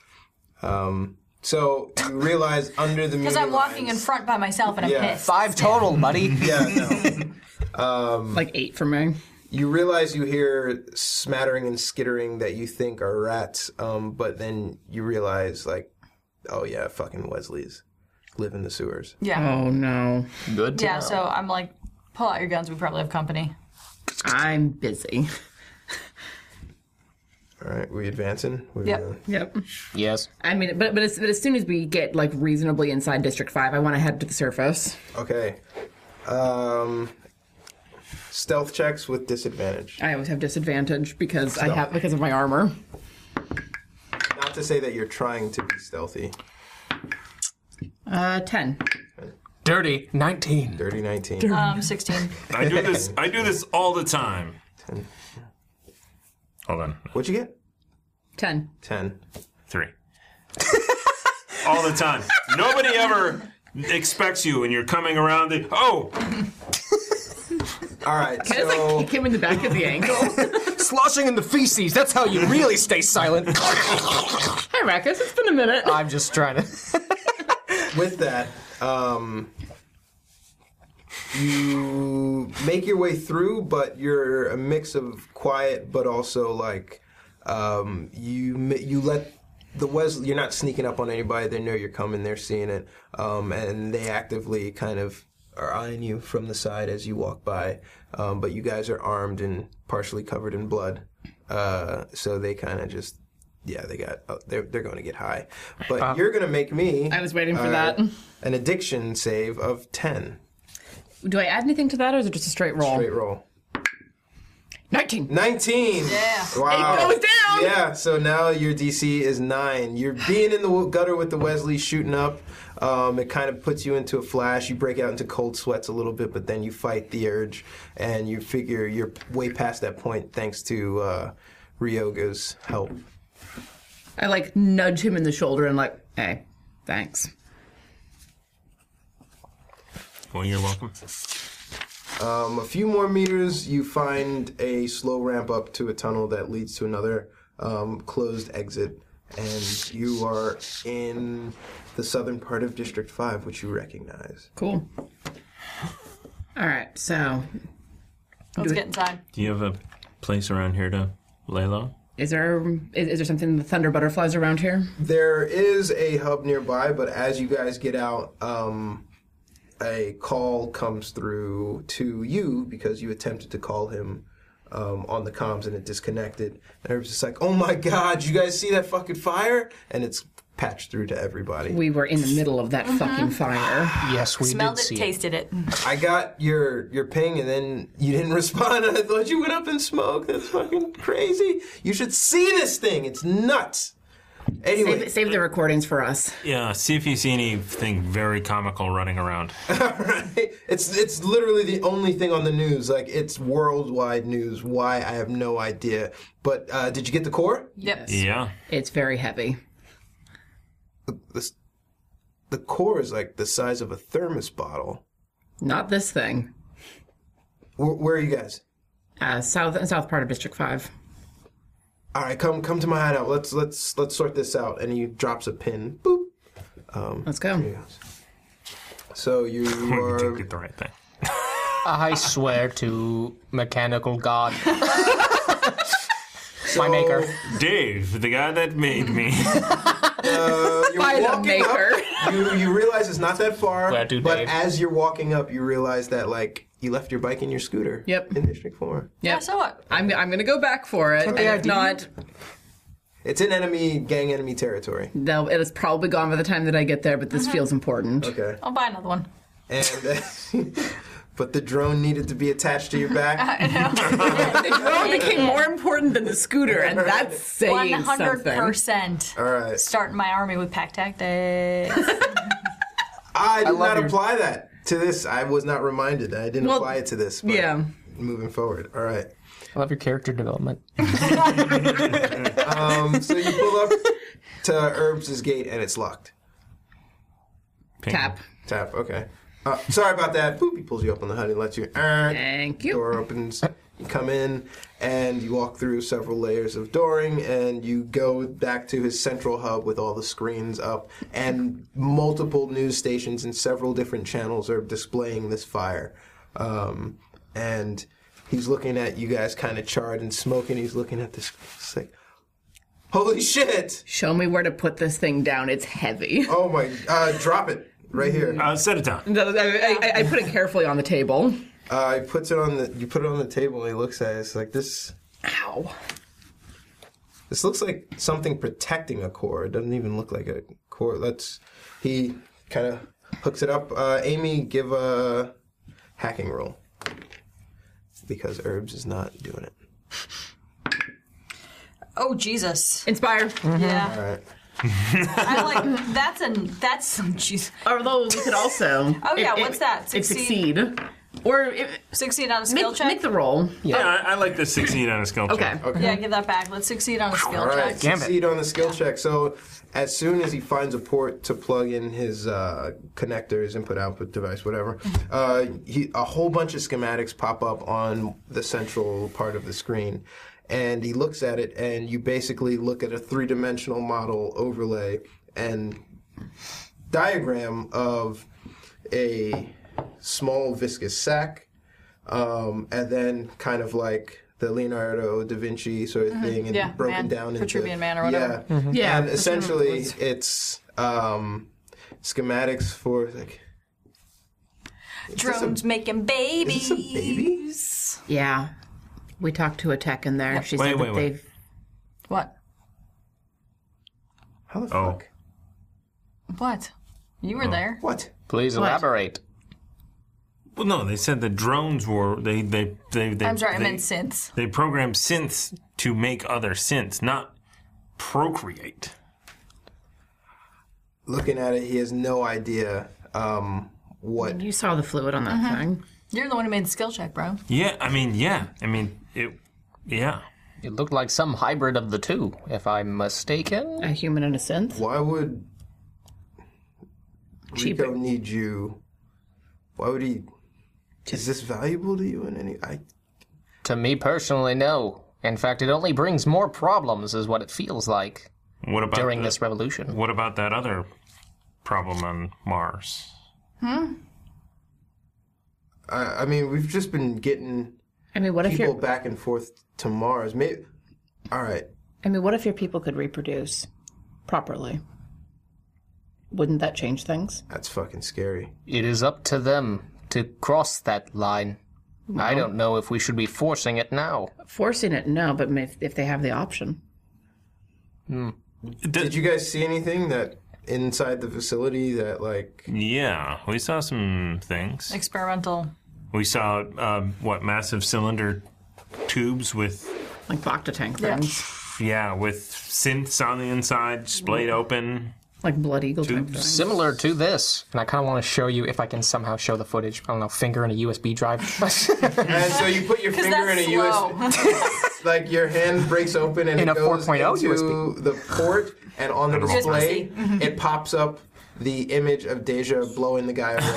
Um, so you realize under the
Because
because
I'm walking in front by myf and I'm
Yeah.
pissed.
Five total, buddy.
Yeah. No.
Like eight for me.
You realize you hear smattering and skittering that you think are rats, um, but then you realize, like, oh yeah, fucking Wesley's live in the sewers.
Yeah.
Oh no,
Good. to
Yeah.
know.
So I'm like, pull out your guns. We probably have company.
I'm busy.
All right, we advancing? We're
Yep.
gonna-
Yep.
Yes.
I mean, but but as, but as soon as we get like reasonably inside District Five, I want to head to the surface.
Okay. Um, stealth checks with disadvantage.
I always have disadvantage because I have because of my armor.
Not to say that you're trying to be stealthy.
Uh, ten.
Dirty. 19.
Dirty 19.
Um, sixteen.
I do this. I do this all the time. Hold on.
What'd you get?
Ten.
10.
Three. all the time. Nobody ever expects you, and you're coming around. The, oh,
All right,
It's
so.
like kick him in the back of the ankle.
Sloshing in the feces. That's how you really stay silent.
Hi, Rackus. It's been a minute.
I'm just trying to.
with that, um, you make your way through, but you're a mix of quiet, but also like um, you ma- you let the Wesley. You're not sneaking up on anybody. They know you're coming. They're seeing it, um, and they actively kind of are eyeing you from the side as you walk by. Um, but you guys are armed and partially covered in blood, uh, so they kind of just. Yeah, they got. Oh, they're they're going to get high, but you're going to make me
Uh, I was waiting for
uh,
that.
An addiction save of 10.
Do I add anything to that, or is it just a straight roll?
Great roll.
Nineteen.
19. Yeah. Wow.
It goes down.
Yeah, so now your DC is 9. You're being in the w- gutter with the Wesley shooting up. Um, it kind of puts you into a flash. You break out into cold sweats a little bit, but then you fight the urge and you figure you're way past that point thanks to uh, Ryoga's help.
I like nudge him in the shoulder and like, hey, thanks.
well, you're welcome.
Um, a few more meters, you find a slow ramp up to a tunnel that leads to another um, closed exit, and you are in the southern part of District 5, which you recognize.
Cool. All right. So,
Let's get inside.
Do you have a place around here to lay low?
is there is, is there something the thunder butterflies around here?
There is a hub nearby, but as you guys get out, um, a call comes through to you because you attempted to call him um, on the comms and it disconnected. And everyone's just like, oh my god, you guys see that fucking fire? And it's patched through to everybody.
We were in the middle of that fucking fire.
Yes, we
Smelled
did
it,
see
tasted it.
I got your your ping, and then you didn't respond. And I thought you went up in smoke. That's fucking crazy. You should see this thing. It's nuts. Anyway,
Save, save the recordings for us.
Yeah. See if you see anything very comical running around.
it's it's literally the only thing on the news. Like it's worldwide news. Why I have no idea. But uh, did you get the core?
Yep.
yeah.
It's very heavy.
the, the, the core is like the size of a thermos bottle.
Not this thing.
Where, where are you guys?
Uh, south south part of District Five.
All right, come come to my hideout. Let's let's let's sort this out. And he drops a pin. Boop.
Let's go.
So you
You
are
did the right thing.
I swear to mechanical god. My maker.
Dave, the guy that made me.
Uh, you're
By the
walking up.
maker.
You you realize it's not that far.
Glad to,
but
Dave.
as you're walking up, you realize that like you left your bike and your scooter.
Yep.
In District Four,
Yeah, so what?
I'm I'm gonna go back for it. And if not,
it's in enemy gang enemy territory.
they'll, it is probably gone by the time that I get there. But this feels important.
Okay.
I'll buy another one.
And uh, but the drone needed to be attached to your back.
the drone became more important than the scooter, and that's
One
saying
hundred
something.
percent.
All right.
Starting my army with pack tactics.
I did not apply that to this. I was not reminded. I didn't
Well,
apply it to this. but
Yeah.
Moving forward. All right.
I love your character development.
Um, so you pull up to Herbs' gate and it's locked.
Tap.
Tap. Okay. Uh, sorry about that. Boop. He pulls you up on the HUD and lets you. Uh,
Thank you.
door opens. You come in and you walk through several layers of dooring, and you go back to his central hub with all the screens up and multiple news stations and several different channels are displaying this fire. Um, and he's looking at you guys, kind of charred and smoking. He's looking at this. It's like, holy shit!
Show me where to put this thing down. It's heavy.
Oh my! Uh, drop it right here.
Uh, set it down.
I, I- I- I put it carefully on the table.
Uh, he puts it on the you put it on the table and he looks at it. It's like this
Ow.
this looks like something protecting a core. It doesn't even look like a core. Let's he kind of hooks it up. Uh, Amy, give a hacking roll because herbs is not doing it.
oh Jesus!
Inspire.
Yeah,
All right.
I like that's an that's some Jesus.
Although we could also.
Oh, yeah, what's that?
It
Succeed?
succeed. Or it,
Succeed on a skill
make,
check.
make the roll.
Yeah,
Oh.
I, I like the 16 on a skill
Okay.
check.
Yeah, give that back. Let's succeed on a skill
All right,
check.
succeed on the skill check. So as soon as he finds a port to plug in his uh, connectors, input output device, whatever, uh, he, a whole bunch of schematics pop up on the central part of the screen, and he looks at it, and you basically look at a three dimensional model overlay and diagram of a small viscous sac um, and then kind of like the Leonardo da Vinci sort of thing, and
Mm-hmm. Yeah,
broken
man.
down into
Vitruvian man or whatever.
Yeah,
Yeah,
And
that's
essentially, it's um, schematics for like
Drones making
is
babies.
this a baby?
Yeah. We talked to a tech in there. She
Wait,
said
wait,
that
wait.
they've.
What?
How the
Oh.
fuck?
What? You were there.
What?
Please elaborate.
Well, no, they said the drones were they they they. they
I'm sorry, I
they-
meant synths.
They programmed synths to make other synths, not procreate.
Looking at it, he has no idea um, what.
You saw the fluid on that
Mm-hmm.
thing.
You're the one who made the skill check, bro.
Yeah, I mean, yeah, I mean, it, yeah.
It looked like some hybrid of the two, if I'm mistaken.
A human and a synth.
Why would
Cheaper.
Rico need you? Why would he? Is this valuable to you in any? I
To me personally, no. In fact, it only brings more problems, is what it feels like
What about
during
the-
this revolution.
What about that other problem on Mars?
I, I mean, we've just been getting
I mean, what if
people
your
back and forth to Mars. Maybe, all right.
I mean, what if your people could reproduce properly? Wouldn't that change things?
That's fucking scary.
It is up to them to cross that line. I don't know if we should be forcing it now.
Forcing it, no, but if, if they have the option.
Did you guys see anything that inside the facility that like
Yeah, we saw some things.
Experimental.
We saw um, what massive cylinder tubes with
like Bacta tank things,
yeah with synths on the inside, splayed open.
like blood eagle type things.
Similar to this, and I kind of want to show you if I can somehow show the footage. I don't know, finger in a USB drive.
and so you put your
Because
finger in
that's
a
slow.
USB it's like your hand breaks open and
In
it
a
goes
4.0
into the port, and on the display, it pops up the image of Deja blowing the guy away. so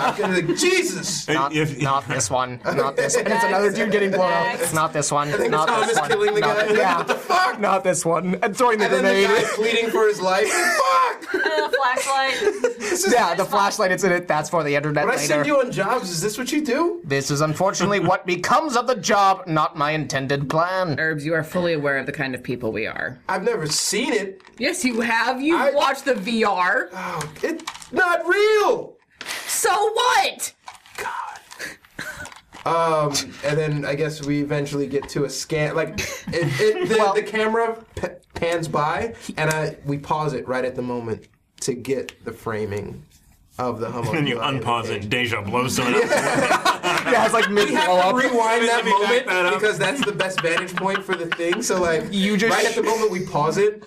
I'm gonna be like, Jesus!
Not,
If-
not this one. Not this.
And it's another dude getting blown up.
Next.
Not this one.
think
Not
it's
this
Thomas
one.
killing the
not,
guy.
Yeah.
What the fuck?
Not this one. And throwing the
And then the
grenade.
guy pleading for his life. Fuck!
And a flashlight.
yeah, the flashlight is in it. That's for the internet
When I
later.
send you on jobs, is this what you do?
This is unfortunately what becomes of the job, not my intended plan.
Herbs, you are fully aware of the kind of people we are.
I've never seen it.
Yes, you have. You
I-
have watched the VR.
Oh, it's not real!
So what?
Um, and then I guess we eventually get to a scan. Like, it, it, the, the camera p- pans by, and I we pause it right at the moment to get the framing of the Hummer.
Then you unpause it, and Deja blows someone up.
yeah, it's like mid blow up.
Rewind that
Let me back
moment
that up.
because that's the best vantage point for the thing. So like,
You just-
right at the moment we pause it,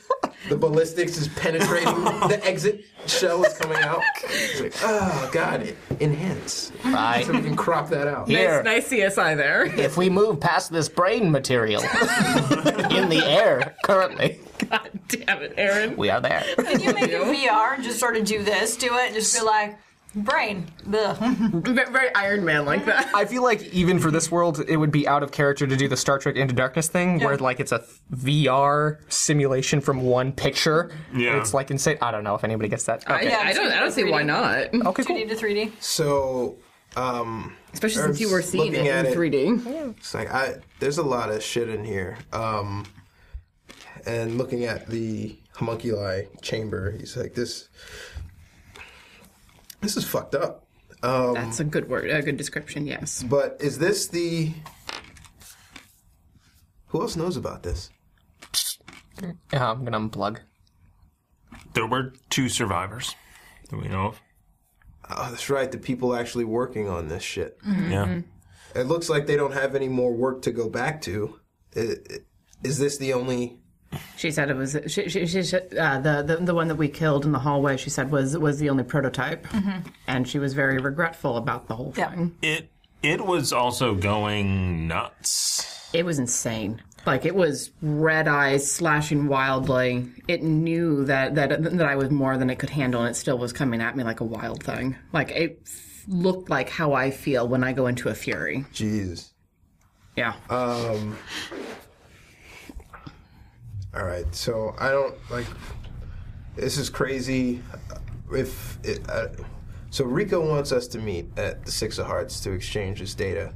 the ballistics is penetrating. the exit shell is coming out. It's like, oh god, enhance. So we
I,
can crop that out.
here,
Nice CSI there.
if we move past this brain material in the air currently,
God damn it, Aaron.
we are there.
Can you make a VR and just sort of do this, do it, and just be like, brain. Bleh.
Ve- Very Iron Man like that.
I feel like even for this world, it would be out of character to do the Star Trek Into Darkness thing, where like it's a th- VR simulation from one picture.
Yeah.
It's like insane. I don't know if anybody gets that. Okay.
Yeah,
I don't. I don't see why not.
okay,
2D
cool.
to 3D.
So, um,
Especially since you were
Herb's
seeing it
looking at
in
it.
3D.
It's like I there's a lot of shit in here. Um and looking at the homunculi chamber, he's like this this is fucked up.
That's a good word. A good description. Yes.
But is this the Who else knows about this?
Oh.
Yeah, I'm gonna unplug.
There were two survivors that we know of.
Oh, that's right, the people actually working on this shit.
Yeah.
It looks like they don't have any more work to go back to. I- i- Is this the only
She said it was she, she, she, said, uh, the, the the one that we killed in the hallway. She said was was the only prototype, and she was very regretful about the whole
Yeah.
thing.
It it was also going nuts.
It was insane. Like it was red eyes slashing wildly. It knew that that that I was more than it could handle, and it still was coming at me like a wild thing. Like it f- looked like how I feel when I go into a fury.
Jesus?
Yeah.
All right, so I don't like. This is crazy. If it, uh, so, Rico wants us to meet at the Six of Hearts to exchange this data.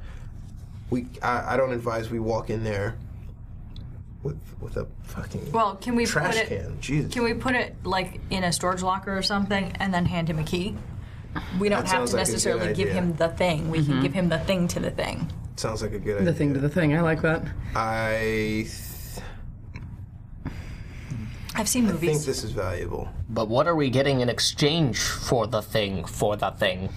We, I, I don't advise we walk in there with with a fucking
Well, Oh, can we
trash
put it?
can. Jesus,
Can we put it like in a storage locker or something, and then hand him a key? We don't
That
have
sounds
to
like a good
necessarily give
idea.
him the thing. We can give him the thing to the thing.
sounds like a good
the
idea.
thing to the thing. I like that.
I
I've seen
think
movies.
this is valuable.
But what are we getting in exchange for the thing? For the thing?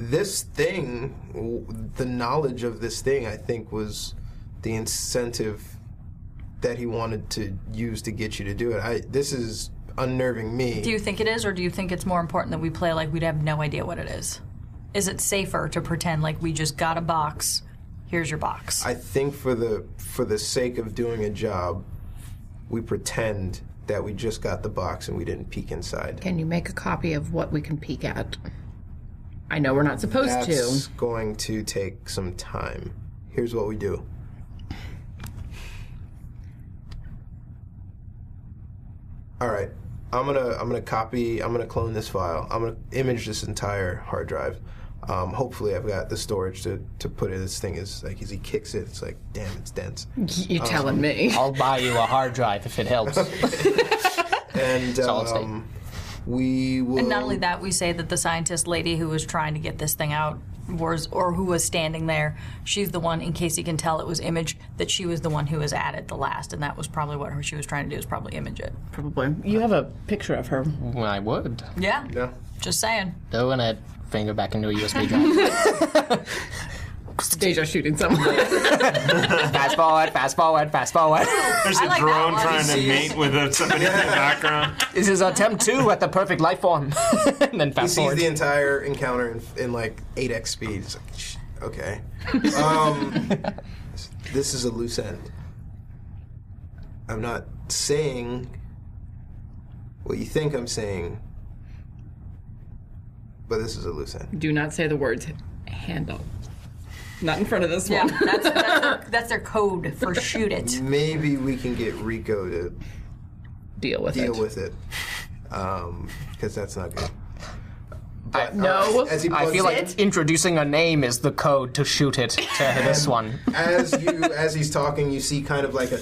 this thing, w- the knowledge of this thing, I think was the incentive that he wanted to use to get you to do it. I this is unnerving me.
do you think it is, or do you think it's more important that we play like we'd have no idea what it is? Is it safer to pretend like we just got a box? Here's your box.
I think for the for the sake of doing a job, we pretend that we just got the box and we didn't peek inside.
Can you make a copy of what we can peek at? I know we're not supposed to.
That's going to take some time. Here's what we do. All right. I'm gonna I'm gonna copy I'm gonna clone this file. I'm gonna image this entire hard drive. Um, hopefully, I've got the storage to, to put in. This thing is like as he kicks it, it's like damn, it's dense.
You're telling me.
I'll buy you a hard drive if it helps.
And
Solid state.
um, we will.
And not only that, we say that the scientist lady who was trying to get this thing out was, or who was standing there, she's the one. In case you can tell, it was image that she was the one who was at it the last, and that was probably what her, she was trying to do is probably image it.
Probably. You have a picture of her.
I would.
Yeah,
Yeah.
just saying.
Though, and I'd finger back into a USB drive.
Deja shooting someone.
fast forward, fast forward, fast forward.
There's a
I like that
drone
one.
trying to meet with uh, somebody in the background.
this is attempt two at the perfect life form. and then
He
fast
sees
forward.
the entire encounter in, in like 8x speed. It's like, "Shh, okay. Um, this is a loose end. I'm not saying what you think I'm saying, but this is a loose end.
Do not say the words handle. Not in front of this
Yeah,
one.
that's, that's, their, that's their code for shoot
Mm.
it.
Maybe we can get Rico to
deal with
deal
it.
with it, because that's not good.
I,
no. as he
I feel
plugs
like introducing a name is the code to shoot it to this one.
as you as he's talking, you see kind of like a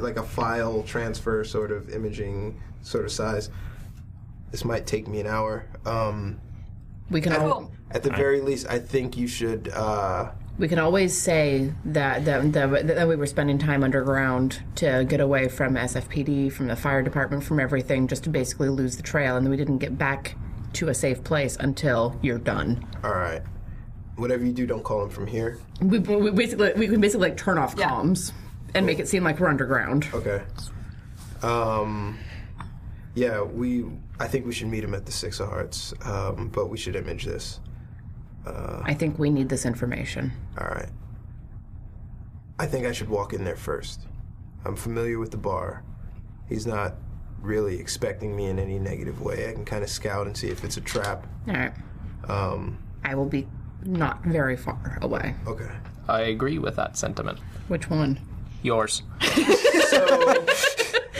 like a file transfer sort of imaging sort of size. This might take me an hour. Um,
We can
at,
all-
at the very least, I think you should. Uh,
We can always say that that, that that we were spending time underground to get away from SFPD, from the fire department, from everything, just to basically lose the trail, and we didn't get back to a safe place until you're done.
all right, whatever you do, don't call him from here.
We, we basically we can basically like turn off comms and make it seem like we're underground.
Okay. Um, yeah, we. I think we should meet him at the Six of Hearts, um, but we should image this. Uh,
I think we need this information.
All right. I think I should walk in there first. I'm familiar with the bar. He's not really expecting me in any negative way. I can kind of scout and see if it's a trap.
All right,
Um,
I will be not very far away.
Okay.
I agree with that sentiment.
Which one?
Yours.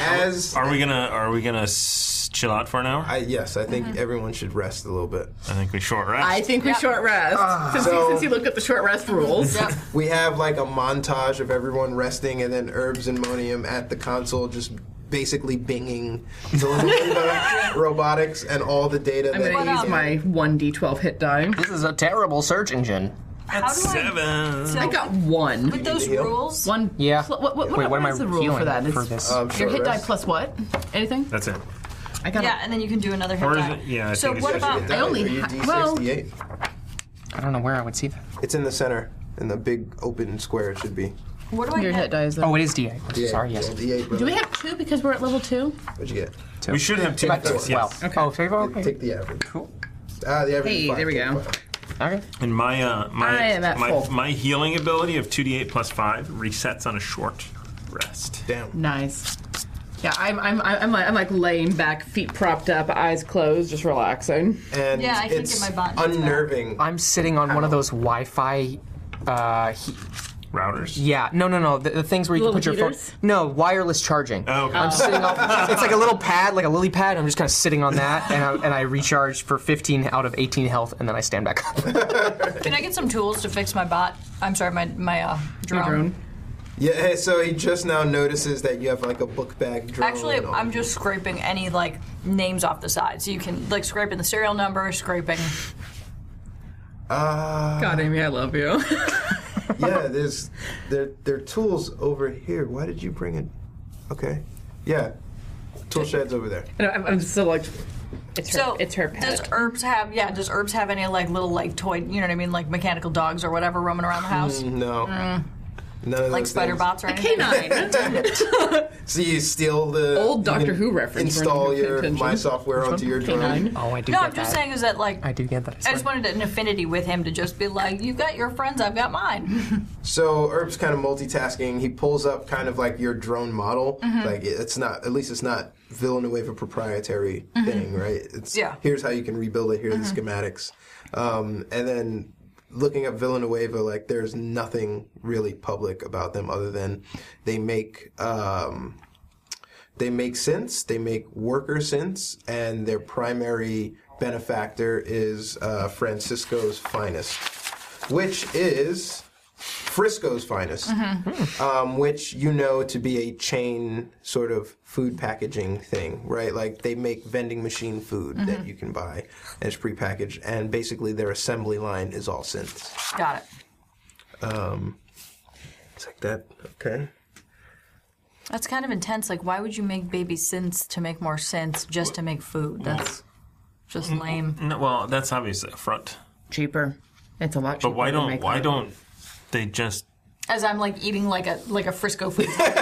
As
are we gonna are we gonna s- chill out for an hour?
I, yes, I
Mm-hmm.
think everyone should rest a little bit.
I think we short rest.
I think we short rest since, you,
So-
since you looked at the short rest rules.
We have like a montage of everyone resting and then Herbs and Monium at the console just basically binging the little robotics and all the data
I'm
that
going to
um,
use my one d12 hit die.
This is a terrible search engine.
How do I, so
I got one.
with those rules?
One.
Yeah.
Pl- what, what,
Wait,
what,
what am
what is
I
the rule for
healing
that?
for
It's-
this?
Um,
your
short
hit die
rest.
plus what? Anything?
That's it.
I got.
Yeah, and then you can do another hit
Or is
die.
it- yeah, I
so
think it's
what
just a
about
hit
I only ha- well.
D68.
I don't know where I would see that.
It's in the center, in the big open square it should be.
what do I
Your hit
get?
die is.
Oh, it is D8.
D8,
Sorry, yes.
roll D8, brother.
Do we have two because we're at level two?
What'd you get?
we should have two.
Back to
votes,
Wow.
yes.
Oh, favor? Okay.
Take the average.
Cool.
Ah, the average. is
Hey,
five.
there we
Take
go.
five.
Okay.
And my uh, my
I am at
my,
full.
my healing ability of two d eight plus five resets on a short rest.
Damn.
Nice. Yeah, I'm I'm I'm, I'm, like, I'm like laying back, feet propped up, eyes closed, just relaxing.
And
Yeah, I can't
it's
get my buttons back.
unnerving.
I'm sitting on one of those Wi Fi. Uh, he-
Routers.
yeah, no, no, no. The, the things where you can
Little
put your
heaters?
phone. No, wireless charging.
Oh, okay.
I'm sitting on. It's like a little pad, like a lily pad. I'm just kind of sitting on that, and I, and I recharge for 15 out of 18 health, and then I stand back up.
Can I get some tools to fix my bot? I'm sorry, my my uh, drone.
Drone.
Yeah, hey, so he just now notices that you have like a book bag drone.
Actually,
and all-
I'm just scraping any like names off the side, so you can like scraping the serial number, scraping.
Uh,
God, Amy, I love you.
yeah, there's there there are tools over here. Why did you bring it? Okay. Yeah. Tool shed's over there.
and I'm, I'm still like, it's her,
So
it's her pet.
Does herbs have yeah? Does herbs have any like little like toy? You know what I mean? Like mechanical dogs or whatever roaming around the
Mm,
house,
No. None of
Mm. like
those
spider
things.
bots or anything.
Canine.
So you steal the
Old
you
Doctor
can
Who reference, we're not
Install
gonna pay
your
attention.
my software onto your drone.
Canine.
Oh, I do
No,
get
I'm just
that.
saying is that like
I do get that.
I
I
just
swear.
wanted an affinity with him to just be like, you got your friends, I've got mine.
So Herb's kind of multitasking. He pulls up kind of like your drone model. Like it- it's not, at least it's not Villanueva proprietary thing, right? It's,
Yeah.
Here's how you can rebuild it. Here are the schematics. Um, and then looking up Villanueva, like there's nothing really public about them other than they make. Um, they make sense. They make worker sense, and their primary benefactor is uh, Francisco's finest, which is Frisco's finest, um, which you know to be a chain sort of food packaging thing, right? Like they make vending machine food that you can buy as prepackaged, and basically their assembly line is all synths.
got it.
It's like that. Okay.
That's kind of intense. Like, why would you make baby synths to make more sense just to make food? That's just lame.
No, well, that's obviously a front.
cheaper. It's a lot cheaper.
But why
to
don't
make
why
that.
don't they just
As I'm like eating like a like a Frisco food. dog. like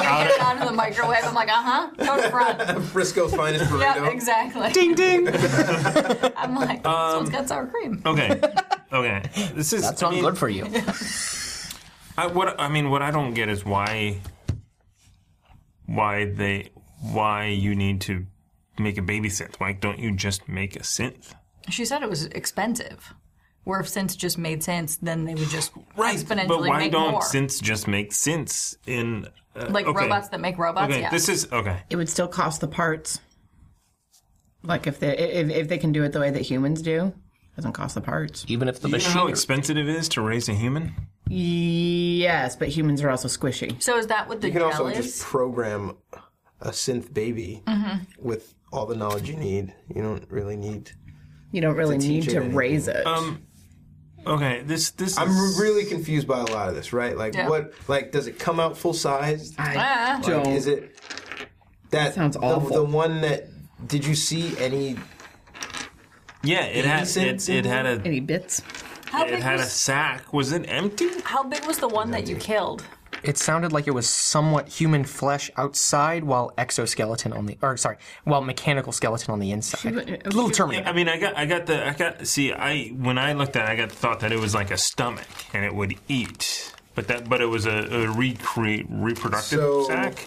I get it onto the microwave. I'm like, uh huh, total front.
Frisco's finest burrito.
Yeah, exactly. Ding ding. I'm like, this one's got sour cream.
okay? Okay, this is
That's not
I mean,
good for you.
I, what I mean, what I don't get is why, why they, why you need to make a baby synth. Why don't you just make a synth?
She said it was expensive. Where if synths just made sense, then they would just exponentially
But why
make
don't
more.
synths just make synths in uh,
like
okay.
robots that make robots.
Okay,
yeah.
this is okay.
It would still cost the parts. Like if they if, if they can do it the way that humans do, it doesn't cost the parts.
Even if
the
you know how
machinery-
expensive it is to raise a human.
Yes, but humans are also squishy.
So is that what the
you can
gel
also
is?
just program a synth baby
Mhm.
with all the knowledge you need. You don't really need.
You don't really
To
need
teach
to
it anything.
raise it.
Um, okay, this this.
I'm re- really confused by a lot of this. Right? Like
Yeah.
what? Like does it come out full sized?
I
like,
don't-
Is it that sounds
awful.
The, one that did you see any?
Yeah, it had
synths
it's,
in
it had
there?
a
Any bits?
How
it
big
had a
was-
sack. Was it empty?
How big was the one that you killed?
It sounded like it was somewhat human flesh outside, while exoskeleton on the, or sorry, while mechanical skeleton on the inside. A little Terminator.
I mean, I got, I got the, I got. See, I when I looked at, it, I got the thought that it was like a stomach and it would eat, but that, but it was a, a recreate reproductive
So,
sack.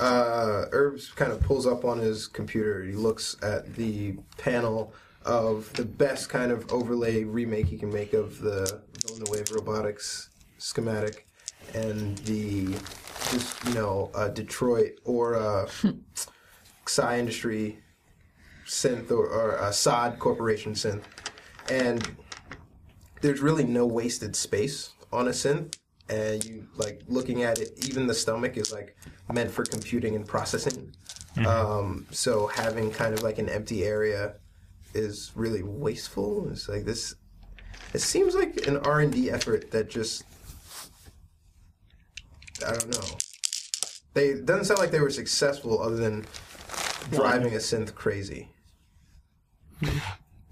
uh, Herbs kind of pulls up on his computer. He looks at the panel of the best kind of overlay remake he can make of the Villeneuve Wave Robotics schematic and the just you know uh, Detroit or uh, Psy Industry synth or, or uh, Sod Corporation synth, and there's really no wasted space on a synth. And you like looking at it, even the stomach is like meant for computing and processing.
Mhm.
Um, so having kind of like an empty area is really wasteful. It's like this. It seems like an R and D effort that just I don't know. They it doesn't sound like they were successful other than driving a synth crazy.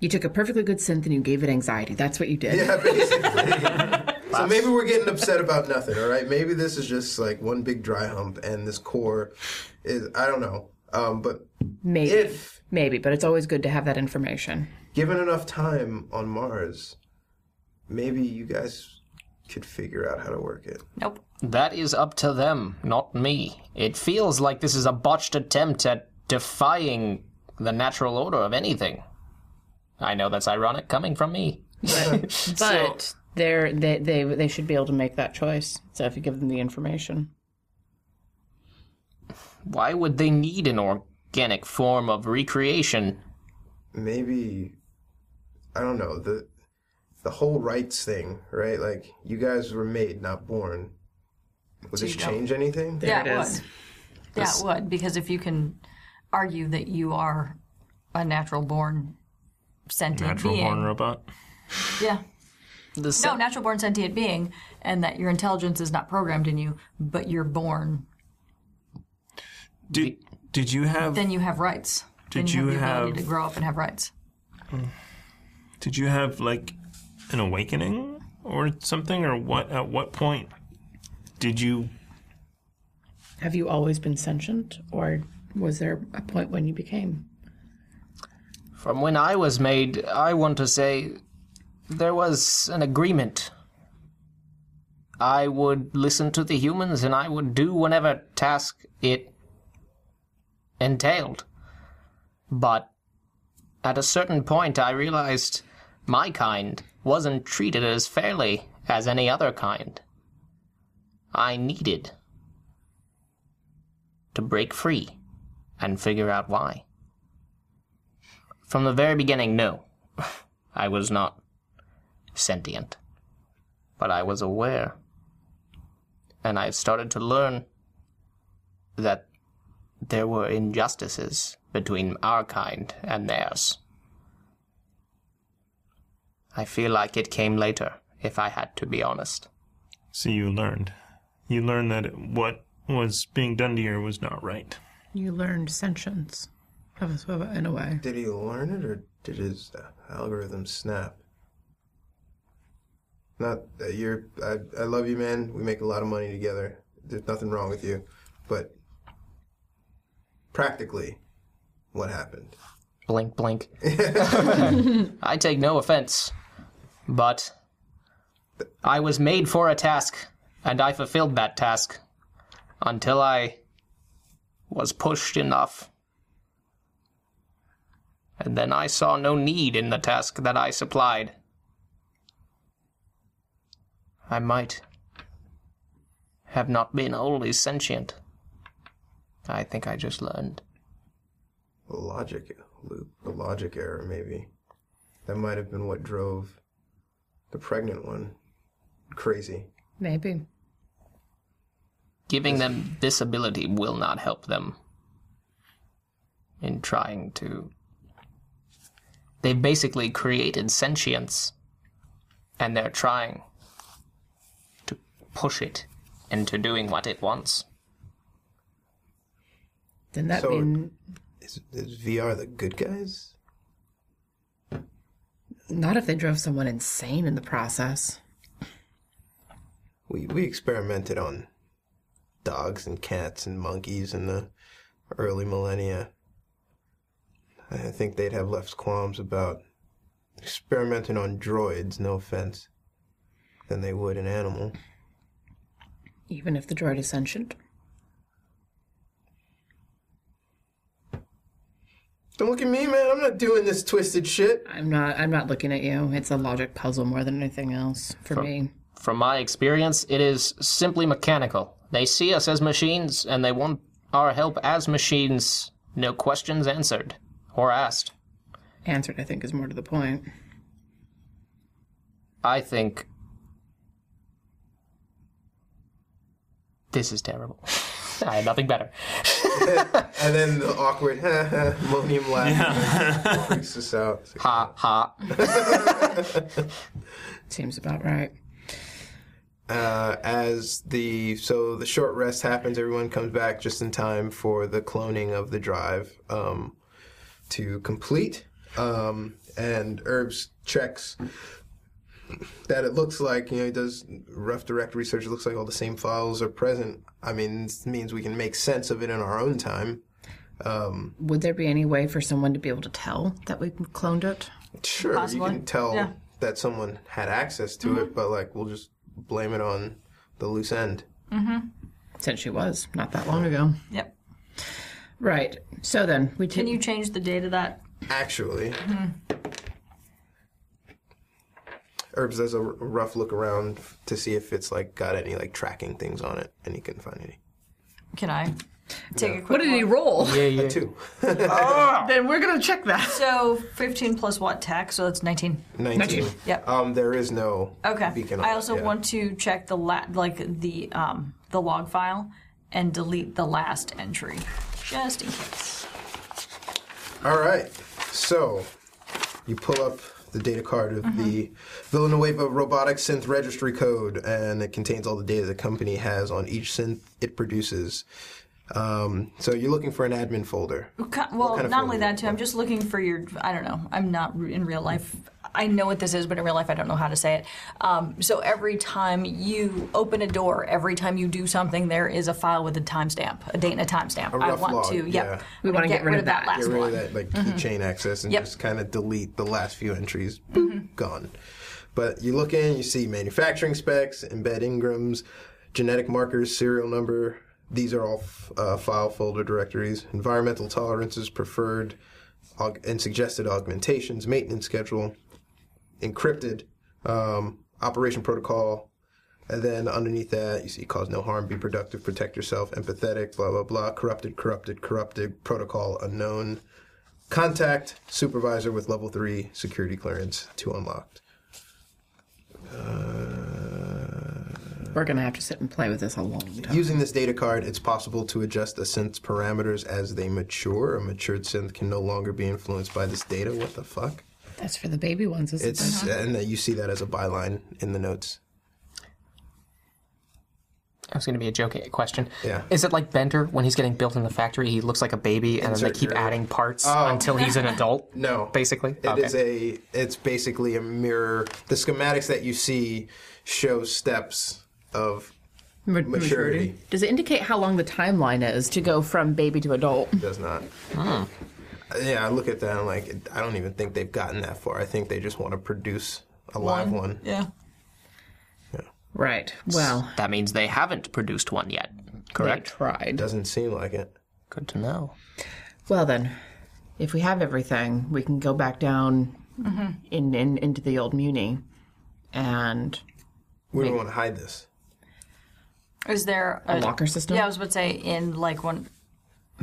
You took a perfectly good synth and you gave it anxiety. That's what you did.
Yeah, So maybe we're getting upset about nothing, all right? Maybe this is just like one big dry hump, and this core is I don't know. Um, but
Maybe. Maybe, but it's always good to have that information.
given enough time on Mars, maybe you guys could figure out how to work it.
Nope.
That is up to them, not me. It feels like this is a botched attempt at defying the natural order of anything. I know that's ironic coming from me.
But they're they, they they should be able to make that choice. So if you give them the information.
Why would they need an organic form of recreation?
Maybe I don't know the the whole rights thing, right? Like you guys were made, not born. Would
So
this
you don't-
change anything?
yeah, it would. Yeah, it would because if you can argue that you are a natural born sentient
Natural
being,
born robot.
yeah.
The
no, natural born sentient being, and that your intelligence is not programmed in you, but you're born.
Did did you have?
then you have rights. Then
did
you
you
have the ability
have-
to grow up and have rights?
Did you have like an awakening or something, or what? At what point did you?
Have you always been sentient or was there a point when you became?
From when I was made, I want to say there was an agreement. I would listen to the humans and I would do whatever task it entailed. But at a certain point, I realized my kind wasn't treated as fairly as any other kind. I needed to break free and figure out why. From the very beginning, no. I was not sentient. But I was aware. And I started to learn that there were injustices between our kind and theirs. I feel like it came later, if I had to be honest.
So you learned. You learned that what was being done to you was not right.
You learned sentience. Of us in a way.
Did he learn it, or did his algorithm snap? Not that you're. I, I love you, man. We make a lot of money together. There's nothing wrong with you, but practically, what happened?
Blink, blink. I take no offense, but I was made for a task and I fulfilled that task until I was pushed enough. And then I saw no need in the task that I supplied. I might have not been wholly sentient. I think I just learned.
A logic loop, a logic error, maybe. That might have been what drove the pregnant one crazy.
Maybe.
Giving them this ability will not help them in trying to. They've basically created sentience, and they're trying to push it into doing what it wants.
Then that
So-
mean
Is, is VR the good guys?
not if they drove someone insane in the process.
We we experimented on dogs and cats and monkeys in the early millennia. I think they'd have less qualms about experimenting on droids, no offense, than they would an animal.
Even if the droid is sentient.
Don't look at me, man. I'm not doing this twisted shit.
I'm not I'm not looking at you. It's a logic puzzle more than anything else for me.
From my experience, it is simply mechanical. They see us as machines, and they want our help as machines. No questions answered or asked.
Answered I think is more to the point.
I think this is terrible. I had nothing better.
And then the awkward millennium laugh freaks us out.
Ha ha.
Seems about right.
Uh, as the so the short rest happens, everyone comes back just in time for the cloning of the drive um, to complete. Um, and Herbs checks that it looks like you know he does rough direct research. It looks like all the same files are present. I mean, this means we can make sense of it in our own time. Um,
Would there be any way for someone to be able to tell that we cloned it?
Sure,
Possibly,
you can tell
yeah.
that someone had access to it, but like we'll just blame it on the loose end.
Mm-hmm. Since she was not that long ago.
Yep.
Right. So then we
Can you change the date of that?
Actually, Herbs does a r- rough look around f- to see if it's like got any like tracking things on it, and he couldn't find any.
Can I take a quick?
What did he roll?
Yeah, yeah. Two.
Then we're gonna check that.
So fifteen plus what tech? So that's nineteen.
19.
Yep.
Um, there is no
Okay.
beacon on
I
it,
also
yeah.
want to check the la- like the um the log file and delete the last entry just in case.
All right. So you pull up the data card of the
Mm-hmm.
Villanueva Robotic Synth Registry Code, and it contains all the data the company has on each synth it produces. Um, so you're looking for an admin folder.
Co- Well,
kind of folder
not only that too. I'm just looking for your. I don't know. I'm not re- in real life. I know what this is, but in real life, I don't know how to say it. Um, so every time you open a door, every time you do something, there is a file with a timestamp, a date and a timestamp.
A
I
rough
want
log,
to. Yep.
yeah.
I wanna last
Get rid
one.
of that like
Mhm.
keychain access and
Yep. Mm-hmm.
just kind of delete the last few entries. Boop, gone. But you look in, you see manufacturing specs, embed Ingrams, genetic markers, serial number. These are all f- uh, file folder directories. Environmental tolerances preferred, aug- and suggested augmentations, maintenance schedule, encrypted, um, operation protocol, and then underneath that, you see cause no harm, be productive, protect yourself, empathetic, blah, blah, blah, corrupted, corrupted, corrupted, protocol unknown, contact, supervisor with level three security clearance, two unlocked.
We're gonna have to sit and play with this a long time.
Using this data card, it's possible to adjust a synth's parameters as they mature. A matured synth can no longer be influenced by this data. What the fuck?
That's for the baby ones, isn't
It's
it?
and you see that as a byline in the notes.
That was going to be a joke question.
Yeah.
Is it like Bender when he's getting built in the factory? He looks like a baby, and then they
Insert
keep
your-
adding parts
Oh.
until he's an adult.
No,
basically.
It is a. It's basically a mirror. The schematics that you see show steps of
Ma-
maturity.
Does it indicate how long the timeline is to go from baby to adult?
Does not. Yeah, I look at that and I'm like, I don't even think they've gotten that far. I think they just want to produce a live one.
Yeah.
Right. Well,
That means they haven't produced one yet, correct?
tried.
Doesn't seem like it.
Good to know.
well then, if we have everything, we can go back down in, in into the old Muni, and
We don't want to hide this.
Is there
A locker system?
Yeah, I was about to say in like one.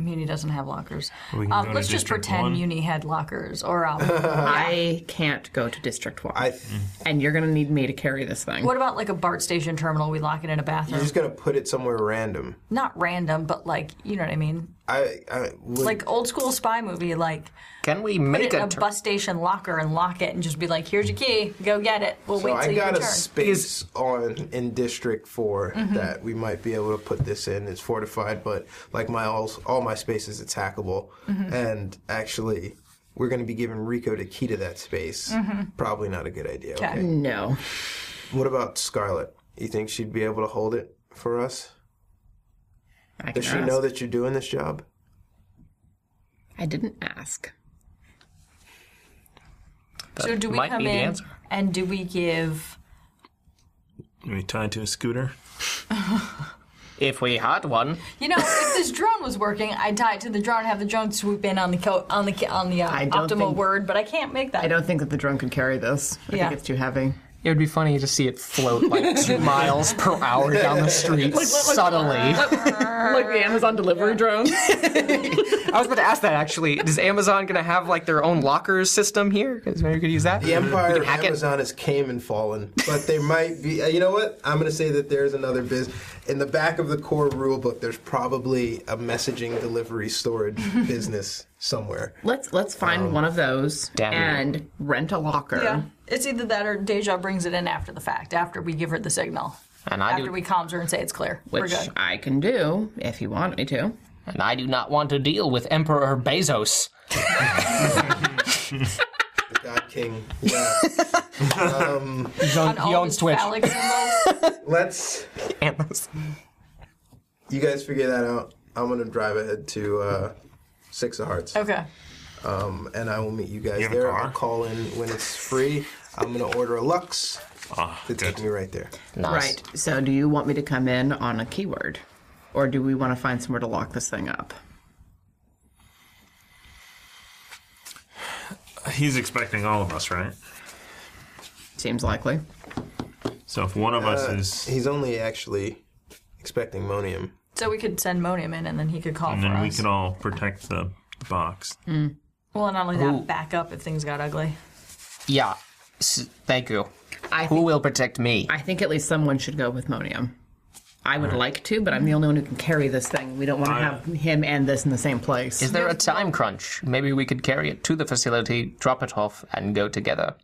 Muni doesn't have lockers.
We can go
Um,
to
let's just
District
pretend
One.
Muni had lockers, or um,
I can't go to District One.
I
and you're gonna need me to carry this thing.
what about like a BART station terminal? We lock it in a
You're
bathroom.
just gonna put it somewhere random.
Not random, but like you know what I mean.
I, I would,
Like old school spy movie, like
can we
put
make
it in
a,
a
tur-
bus station locker and lock it, and just be like, "Here's your key, go get it." We'll
so
wait till
I
you
got a
return.
space on in District 4
Mhm.
that we might be able to put this in. It's fortified, but like my all, all my spaces, it's hackable.
Mhm.
And actually, we're going to be giving Rico the key to that space.
Mhm.
Probably not a good idea.
Okay.
Okay.
No.
What about Scarlet? You think she'd be able to hold it for us?
I
Does
can
she know
ask.
that you're doing this job?
I didn't ask.
so do we come in and do we give?
Are we tied to a scooter?
if we had one,
You know, if this drone was working, I'd tie it to the drone, and have the drone swoop in on the co- on the on the uh,
I
optimal
don't think-
word, but I can't make that.
I don't think that the drone could carry this. I
Yeah.
think it's too heavy.
It would be funny to see it float like two miles per hour down the street subtly.
like the Amazon delivery drones.
I was about to ask that actually. Is Amazon going to have like their own lockers system here? Because maybe we could use that.
The empire of Amazon has came and fallen, but there might be. uh, You know what? I'm going to say that there's another biz. In the back of the core rule book, there's probably a messaging delivery storage business somewhere.
Let's let's find one of those
damn it.
and rent a locker.
Yeah, it's either that or Deja brings it in after the fact, after we give her the signal,
And
after we comms her and say it's clear, we're
Which
good.
I can do if you want me to.
And I do not want to deal with Emperor Bezos.
The God King. Yeah. um,
he owns, he owns Twitch.
Let's. You guys figure that out. I'm going to drive ahead to uh, Six of Hearts.
Okay.
Um, and I will meet you guys there. I'll call in when it's free. I'm going to order a Lux
Ah,
to take me right there.
Right. So do you want me to come in on a keyword? Or do we want to find somewhere to lock this thing up?
He's expecting all of us, right?
Seems likely.
So if one of us
Uh,
is,
he's only actually expecting Monium.
So we could send Monium in, and then he could call
and
for
then
us.
we could all protect the box.
Well, and not only that,
Ooh.
back up if things got ugly.
Yeah. S- thank you.
I
Who will protect me?
I think at least someone should go with Monium. I would like to, but I'm the only one who can carry this thing. We don't want to
I-
have him and this in the same place.
Is there a time crunch? Maybe we could carry it to the facility, drop it off, and go together.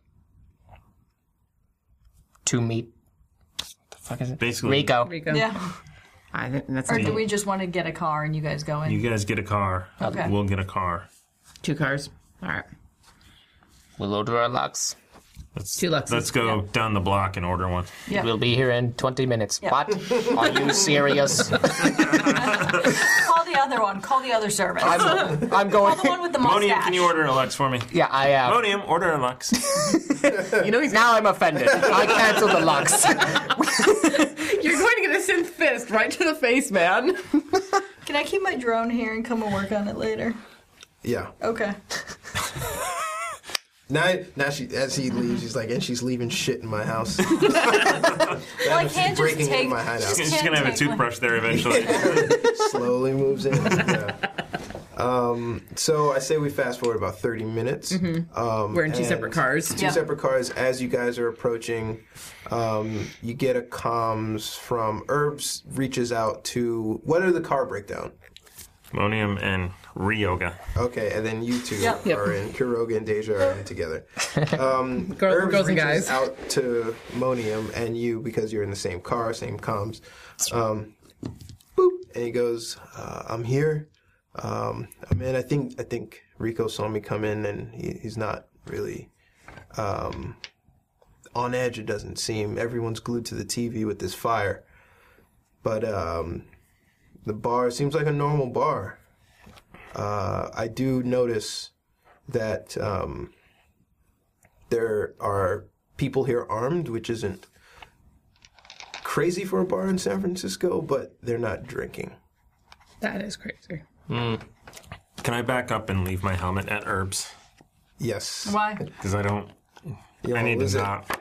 To meet. The fuck is it?
Basically,
Rico.
Yeah.
I think that's
Or do we just want to get a car and you guys go in?
You guys get a car.
Okay.
We'll get a car.
Two cars. All right.
We'll order a Lux.
Let's,
Two Luxes.
Let's go down the block and order one.
Yeah. We'll be here in 20 minutes.
Yeah.
What? Are you serious?
call the other one. Call the other service.
I'm, I'm going.
Call the one with the
Monium,
mustache.
can you order a Lux for me?
Yeah, I am.
Monium, order a Lux.
you know, now I'm offended. I cancel the Lux.
You're going to get a synth fist right to the face, man.
Can I keep my drone here and come and work on it later?
Yeah.
Okay.
Now, now she, as he
Mm-hmm.
leaves, he's like, and she's leaving shit in my house. well,
I can't just
breaking
take.
in my hideout.
She's gonna have a toothbrush there eventually.
Slowly moves in. Yeah. Um, so I say we fast forward about 30 minutes.
Mhm.
Um,
We're in two
and
separate cars.
Two
Yeah.
separate cars. As you guys are approaching, um, you get a comms from Herbs reaches out to what are the car breakdown?
Monium and Ryoga.
Okay, and then you two
Yep. Yep.
are in. Kiroga and Deja are in together. Um,
Girl-
Herbs
girls and
reaches
guys.
out to Monium and you because you're in the same car, same comms. Um, boop, and he goes, uh, "I'm here. Um, I'm in. I think I think Rico saw me come in, and he, he's not really." Um, on edge, it doesn't seem. Everyone's glued to the TV with this fire. But um, the bar seems like a normal bar. Uh, I do notice that um, there are people here armed, which isn't crazy for a bar in San Francisco, but they're not drinking.
That is crazy.
Mm. Can I back up and leave my helmet at Herb's?
Yes.
Why?
Because I don't. I need
lose
to
it.
not.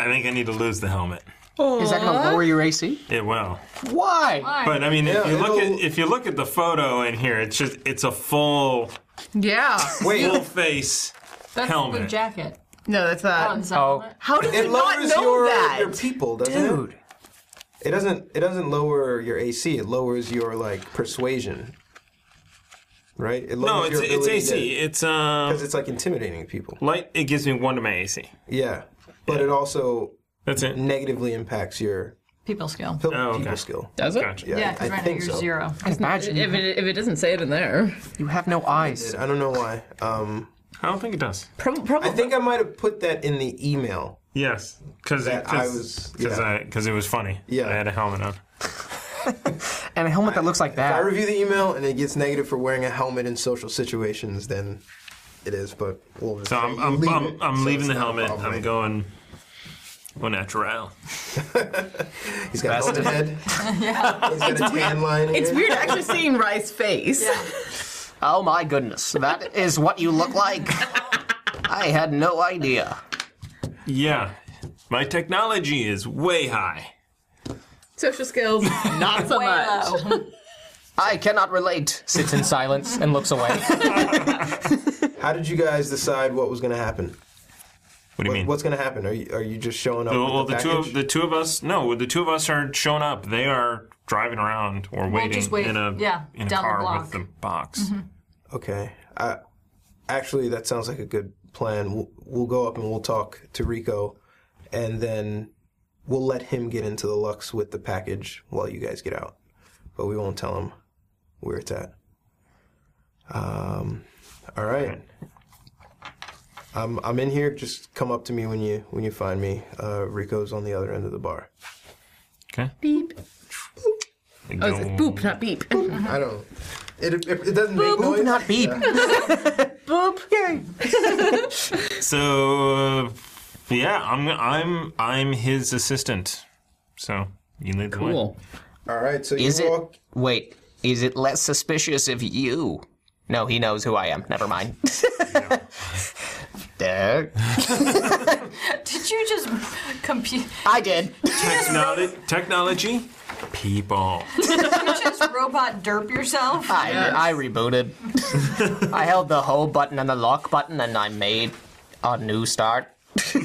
I think I need to lose the helmet.
Is that going to lower your AC?
It will.
Why?
But I mean, if you look at if you look at the photo in here, it's just it's a full
Yeah.
full face helmet.
jacket.
No, that's that.
Oh.
How did
it
you not
lowers
know
your,
that?
your people, doesn't
Dude.
it? It doesn't. It doesn't lower your AC. It lowers your like persuasion. Right. It
no,
lowers
it's
your
it's
ability
AC.
to-
It's um because
it's like intimidating people.
Light. It gives me one to my AC.
Yeah, but it also
that's it
negatively impacts your
People skill.
pil- people skill.
Does it?
Yeah,
Yeah, 'cause
I
right now
think
you're
so.
zero.
Imagine if it, if it doesn't say it in there.
You have no eyes.
I don't know why. Um,
I don't think it does.
I think I might have put that in the email.
Yes, because
That I was- yeah.
because it was funny. Yeah, I had a helmet on.
And a helmet that looks like
If I
that.
review the email and it gets negative for wearing a helmet in social situations, then it is. But we'll just
So
say
I'm
you
I'm,
leave
I'm,
it,
I'm
so
leaving
it's
the
not a
helmet.
problem.
I'm going. Go natural.
He's got
Best.
a helmet head. He's got a tan line.
It's
here.
weird actually seeing Rye's face.
Oh my goodness, that is what you look like. I had no idea.
Yeah, my technology is way high.
Social skills, not so much.
I cannot relate. Sits in silence and looks away.
How did you guys decide what was going to happen?
What do you
mean? What's going to happen? Are you are you just showing up?
Well,
with
well,
the
the, two of
package?
the two of us. No, the two of us aren't showing up. They are driving around or
We'll
waiting
just wait,
in a
yeah,
in a
down the
car
block. Mm-hmm.
with the box.
Okay. I, actually, that sounds like a good plan. We'll, we'll go up and we'll talk to Rico, and then we'll let him get into the Lux with the package while you guys get out. But we won't tell him where it's at. Um. All right. I'm I'm in here. Just come up to me when you when you find me. Uh, Rico's on the other end of the bar.
Beep. Oh, it's boop, not beep.
I don't. It it, it doesn't make noise.
not beep.
Boop. Yay.
So uh, yeah, I'm I'm I'm his assistant. So you lead the way.
Cool.
All right. So
Is
you
it?
walk
Wait, is it less suspicious if you? No, he knows who I am. Never mind. There.
Did you just compute?
I did.
Technology, technology, people.
you just robot derp yourself?
I, I rebooted. I held the home button and the lock button, and I made a new start.
All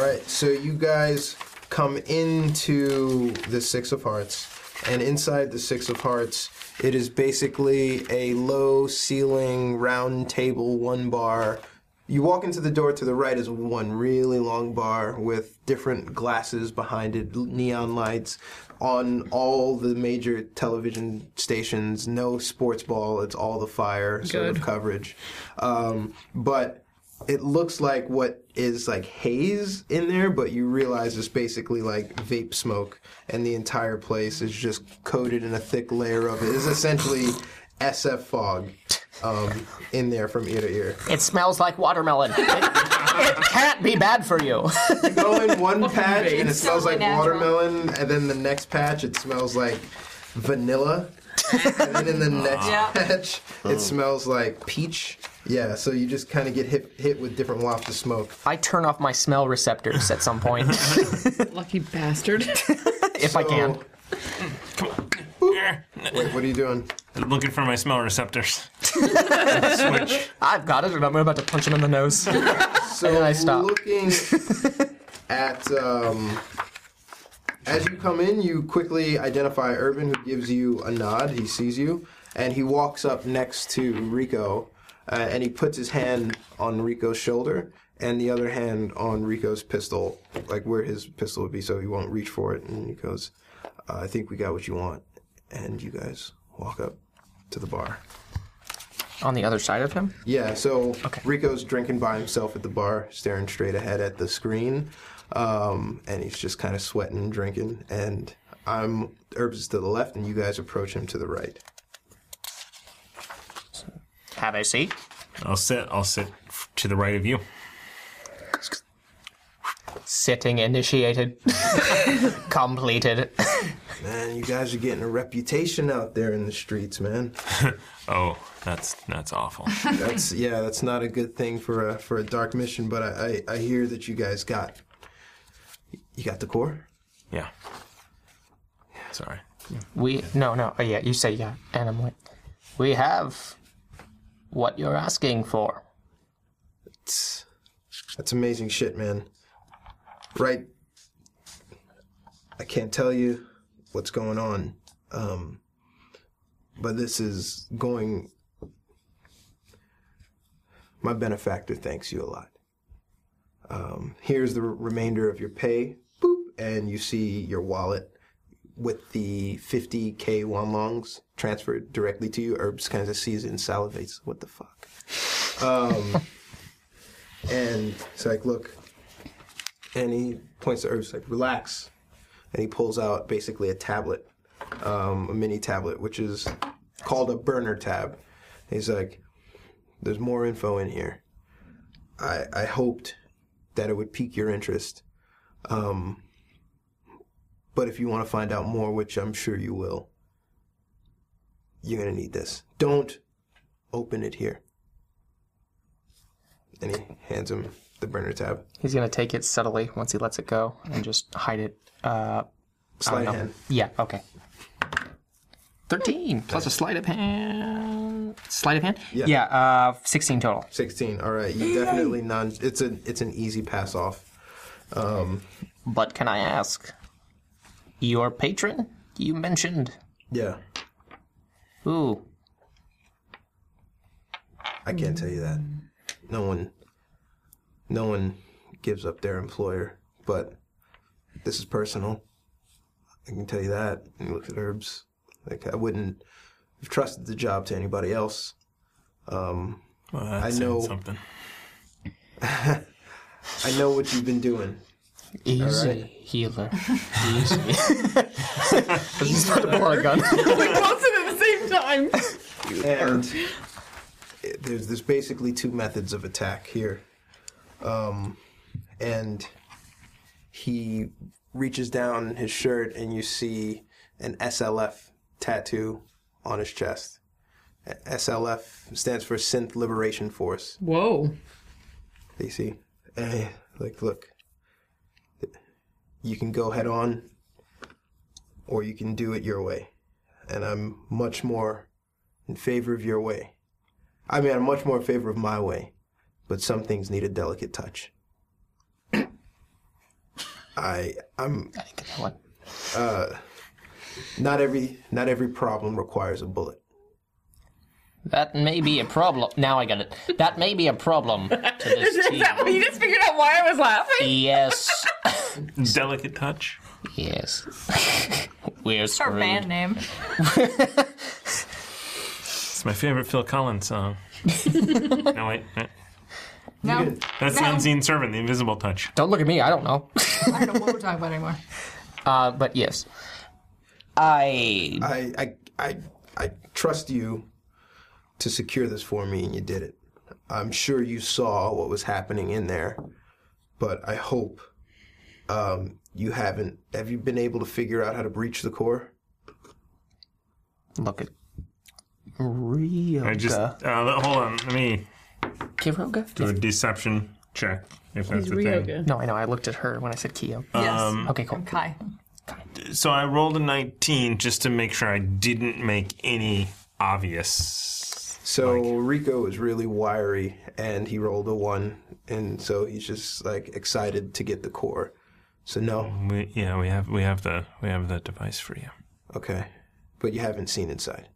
right, so you guys come into the Six of Hearts, and inside the Six of Hearts, it is basically a low ceiling, round table, one bar. You walk into the door to the right is one really long bar with different glasses behind it, neon lights on all the major television stations. No sports ball, it's all the fire sort of
Good.
coverage. Um, but it looks like what is like haze in there, but you realize it's basically like vape smoke, and the entire place is just coated in a thick layer of it. It's essentially SF fog um, in there from ear to ear.
It smells like watermelon. It, it can't be bad for you.
You go in one patch and it smells like
Totally natural.
watermelon, and then the next patch it smells like vanilla. and then in the next
Yeah.
patch, it smells like peach. Yeah, so you just kind of get hit hit with different wafts of smoke.
I turn off my smell receptors at some point
Lucky bastard.
if I can.
Oh, Wait, what are you doing?
Looking for my smell receptors.
I've got it, and I'm about to punch him in the nose.
So
then I stop.
looking at um, as you come in, you quickly identify Urban, who gives you a nod. He sees you, and he walks up next to Rico, uh, and he puts his hand on Rico's shoulder and the other hand on Rico's pistol, like where his pistol would be, so he won't reach for it. And he goes, uh, "I think we got what you want," and you guys walk up to the bar.
On the other side of him?
Yeah, so Rico's drinking by himself at the bar, staring straight ahead at the screen, um, and he's just kind of sweating and drinking. And I'm Herbs is to the left, and you guys approach him to the right.
Have a seat.
I'll sit. I'll sit f- to the right of you.
Sitting initiated. Completed.
Man, you guys are getting a reputation out there in the streets, man.
oh, that's that's awful.
That's yeah, that's not a good thing for a for a dark mission. But I I, I hear that you guys got you got the core.
Yeah. Sorry.
We no no oh, yeah you say yeah and I'm like we have what you're asking for.
It's, that's amazing shit, man. Right. I can't tell you what's going on, um, but this is going. My benefactor thanks you a lot. Um, here's the r- remainder of your pay. Boop, and you see your wallet with the 50k wonlongs transferred directly to you. Herbs kind of sees it and salivates. What the fuck? Um, and it's like, look. And he points to Herbs, like, relax. And he pulls out basically a tablet, um, a mini tablet, which is called a burner tab. He's like, there's more info in here. I, I hoped that it would pique your interest. Um, but if you want to find out more, which I'm sure you will, you're going to need this. Don't open it here. And he hands him the burner tab.
He's gonna take it subtly once he lets it go and just hide it. Uh, I don't
Sleight
know.
hand.
Yeah. Okay. Thirteen plus a sleight of hand. Sleight of hand. Yeah. uh, Sixteen total.
16. All right. You definitely non. It's a it's an easy pass off. Um,
but can I ask? Your patron you mentioned.
Yeah.
Ooh.
I can't tell you that. No one, no one gives up their employer. But this is personal. I can tell you that. And you look at herbs. Like I wouldn't have trusted the job to anybody else. Um,
Well,
I
that's
know.
saying something.
I know what you've been doing.
Easy
All right.
healer. Easy. He's trying to pull out a gun.
at the same time.
and it- there's there's basically two methods of attack here. Um, and he reaches down his shirt, and you see an SLF tattoo on his chest. SLF stands for Synth Liberation Force.
Whoa.
They see, eh, like, look, you can go head on, or you can do it your way, and I'm much more in favor of your way. I mean, I'm much more in favor of my way, but some things need a delicate touch. I, I'm. I
didn't get that one.
Uh, not every not every problem requires a bullet.
That may be a problem. Now I got it. That may be a problem to this team.
you just figured out why I was laughing?
Yes.
Delicate touch.
Yes. We're
It's our band name.
It's my favorite Phil Collins song. no wait. eh.
No,
That's the
No.
unseen servant, the invisible touch.
Don't look at me. I don't know.
I don't know what we're talking about anymore.
Uh, but yes, I.
I, I, I, I trust you to secure this for me, and you did it. I'm sure you saw what was happening in there, but I hope um, you haven't. Have you been able to figure out how to breach the core?
Look at Ryoga.
I just uh, hold on. Let me
Kiroga?
do a deception check if that's the thing.
No, I know. I looked at her when I said Kyo.
Yes.
Um,
okay, cool.
Kai.
So I rolled a 19 just to make sure I didn't make any obvious.
So Rico is really wiry, and he rolled a one, and so he's just like excited to get the core. So no,
We, yeah, we have we have the we have the device for you.
okay, but you haven't seen inside.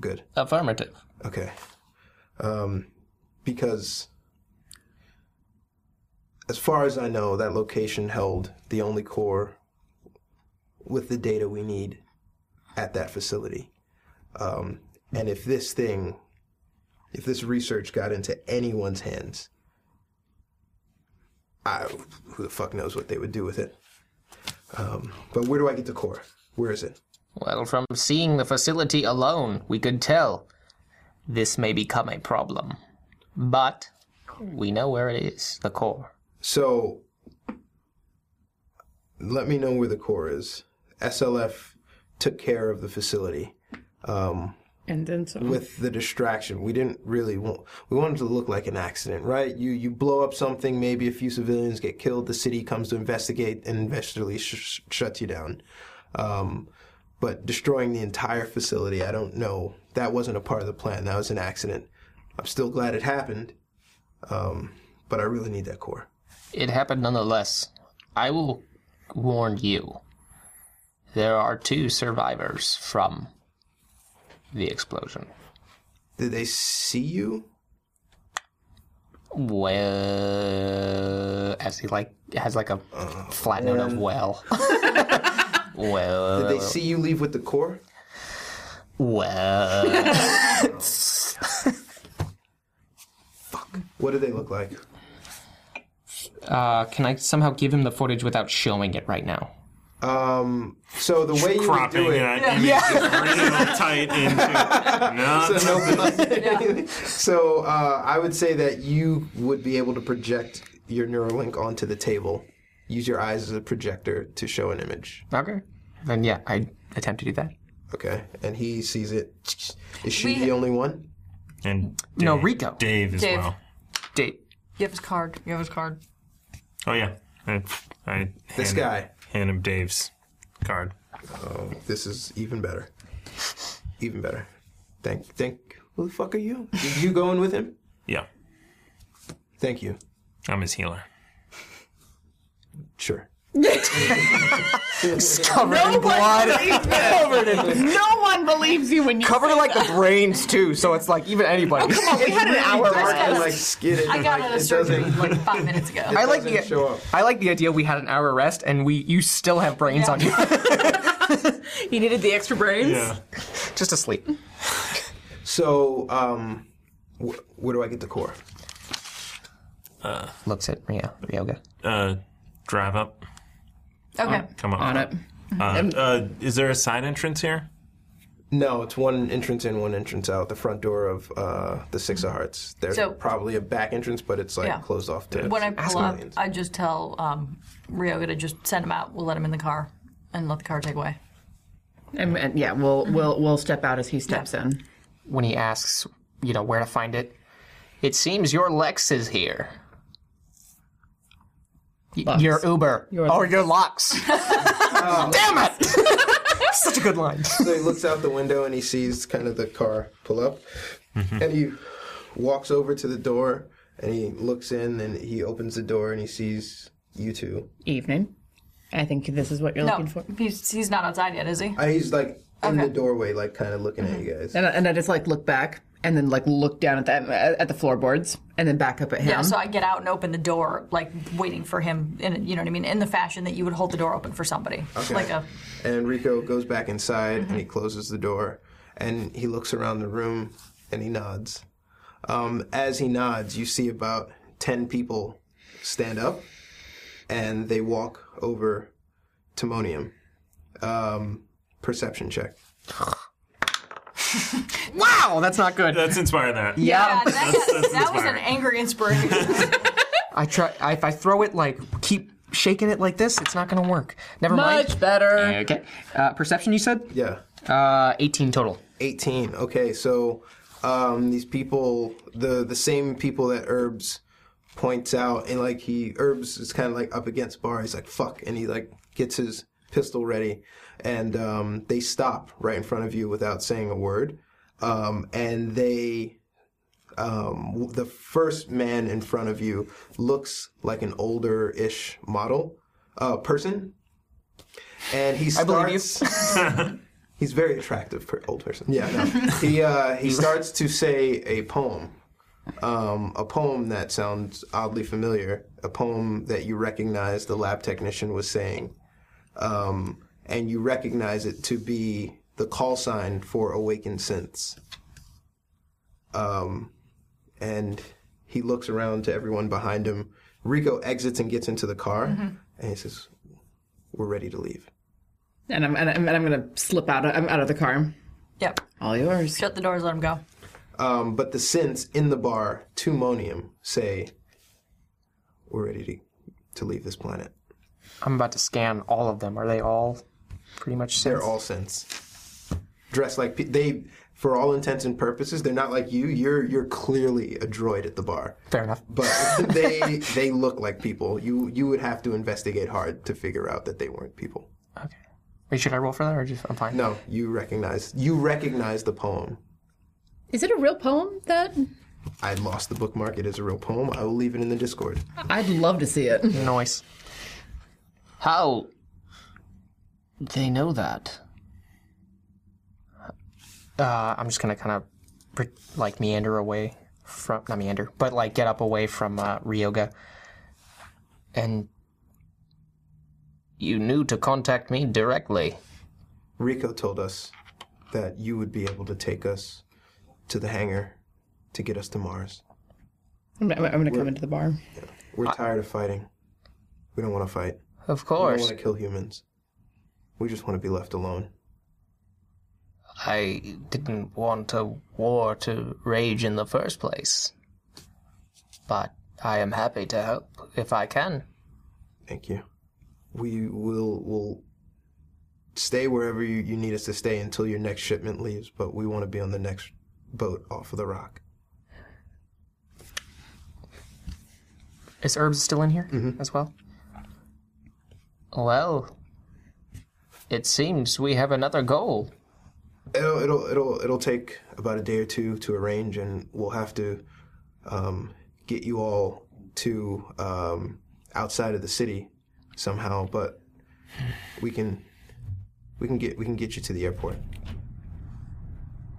Good.
Affirmative.
Okay. Um, because as far as I know, that location held the only core with the data we need at that facility. Um, and if this thing, if this research got into anyone's hands, I, who the fuck knows what they would do with it. Um, but where do I get the core? Where is it?
Well, from seeing the facility alone, we could tell this may become a problem. But we know where it is, the core.
So let me know where the core is. SLF took care of the facility. Um,
And then so
with the distraction. We didn't really want we wanted it to look like an accident, right? You you blow up something, maybe a few civilians get killed, the city comes to investigate and eventually sh- sh- shuts you down. Um, but destroying the entire facility, I don't know. That wasn't a part of the plan. That was an accident. I'm still glad it happened. Um, but I really need that core.
It happened nonetheless. I will warn you. There are two survivors from the explosion.
Did they see you?
Well, as he like has like a flat note of
man.
well. well,
Did they see you leave with the core?
Well,
What do they look like?
uh, can I somehow give him the footage without showing it right now?
Um, so the way you would
Cropping
do it,
that image Yeah.
tight into no.
So, so, uh, I would say that you would be able to project your Neuralink onto the table. Use your eyes as a projector to show an image.
Okay. Then yeah, I attempt to do that.
Okay, and he sees it. Is she the only one?
And
no, Rico.
Dave as
Dave.
well.
Dave.
You have his card. You have his card.
Oh yeah. I, I
This
hand-
guy.
hand him Dave's card.
Oh, this is even better. Even better. Thank, thank. Who the fuck are you? Did you go in with him?
Yeah.
Thank you.
I'm his healer.
Sure.
covered in blood. covered in
no one believes you when you
covered in like the
that.
brains too. So it's like even anybody.
Oh, come on, we had an
It's
hour
dark
rest.
and,
I
skidded.
I got out of surgery like five minutes ago.
I like the I like the idea we had an hour rest and we you still have brains on you.
You needed the extra brains?
Just asleep.
So, um, wh- where do I get the core?
Uh,
Looks at yeah, yoga.
Uh, drive up.
Okay.
Come
On
on.
it.
Uh, uh, is there a side entrance here?
No, it's one entrance in, one entrance out. The front door of uh, the Six of Hearts. There's
So-
probably a back entrance, but it's like
Yeah.
closed off to.
When I pull up,
civilians.
I just tell um, Ryoga to just send him out. We'll let him in the car and let the car take away.
And, and yeah, we'll we'll we'll step out as he steps in.
When he asks, you know, where to find it, it seems your Lex is here. Y- Your Uber
Oh,
or your Lux. Damn it! Such a good line.
so he looks out the window and he sees kind of the car pull up, and he walks over to the door and he looks in and he opens the door and he sees you two.
Evening. I think this is what you're
No,
looking for.
Oh, he's, he's not outside yet, is he?
Uh, he's like in the doorway, like kind of looking
Mm-hmm.
at you guys.
And I, and I just like look back and then like look down at the at the floorboards and then back up at him.
Yeah, so I get out and open the door, like waiting for him. In, you know what I mean? In the fashion that you would hold the door open for somebody,
Okay.
like a Mm-hmm.
And Rico goes back inside and he closes the door and he looks around the room and he nods. Um, as he nods, you see about 10 people stand up and they walk over to Monium. Um, perception check.
Wow, that's not good.
Let's inspire that.
yeah. that, that was an
inspiring.
angry inspiration.
I try I, if I throw it like keep shaking it like this, it's not gonna work. Never mind.
Much better.
Okay. Uh, perception, you said?
Yeah.
Uh, 18 total.
18. Okay, so um, these people, the the same people that Herbs points out, and like he, Herbs is kind of like up against Bar. He's like, fuck. And he like gets his pistol ready, and um, they stop right in front of you without saying a word. Um, and they, um, w- the first man in front of you looks like an older ish model uh, person. And he
I believe you.
starts. He's a very attractive per- old person. Yeah, no. he uh, he starts to say a poem, um, a poem that sounds oddly familiar, a poem that you recognize the lab technician was saying, um, and you recognize it to be the call sign for awakened synths. Um, and he looks around to everyone behind him. Rico exits and gets into the car, and he says, "We're ready to leave."
And I'm and I'm, and I'm gonna slip out of, I'm out of the car.
yep.
All yours.
Shut the doors. Let him go.
Um, but the synths in the bar to Monium say, "We're ready to, to leave this planet."
I'm about to scan all of them. Are they all pretty much
They're all sense. Dressed like pe- they, for all intents and purposes, they're not like you. You're you're clearly a droid at the bar.
Fair enough.
But they they look like people. You you would have to investigate hard to figure out that they weren't people.
Okay. Wait, should I roll for that or just I'm fine?
No, you recognize you recognize the poem.
Is it a real poem that?
I lost the bookmark. It is a real poem. I will leave it in the Discord.
I'd love to see it.
Noise.
How they know that?
Uh, I'm just gonna kind of like meander away from not meander, but like get up away from uh, Ryoga. And
You knew to contact me directly.
Rico told us that you would be able to take us to the hangar to get us to Mars.
I'm, I'm gonna come into the bar.
We're tired of fighting. We don't want to fight.
Of
We
course.
don't want to kill humans. We just want to be left alone.
I didn't want a war to rage in the first place. But I am happy to help if I can.
Thank you. We will will stay wherever you, you need us to stay until your next shipment leaves, but we want to be on the next boat off of the rock.
is Herbs still in here as well?
Well, it seems we have another goal.
It'll it'll it'll it'll take about a day or two to arrange, and we'll have to um, get you all to um, outside of the city somehow. But we can we can get we can get you to the airport.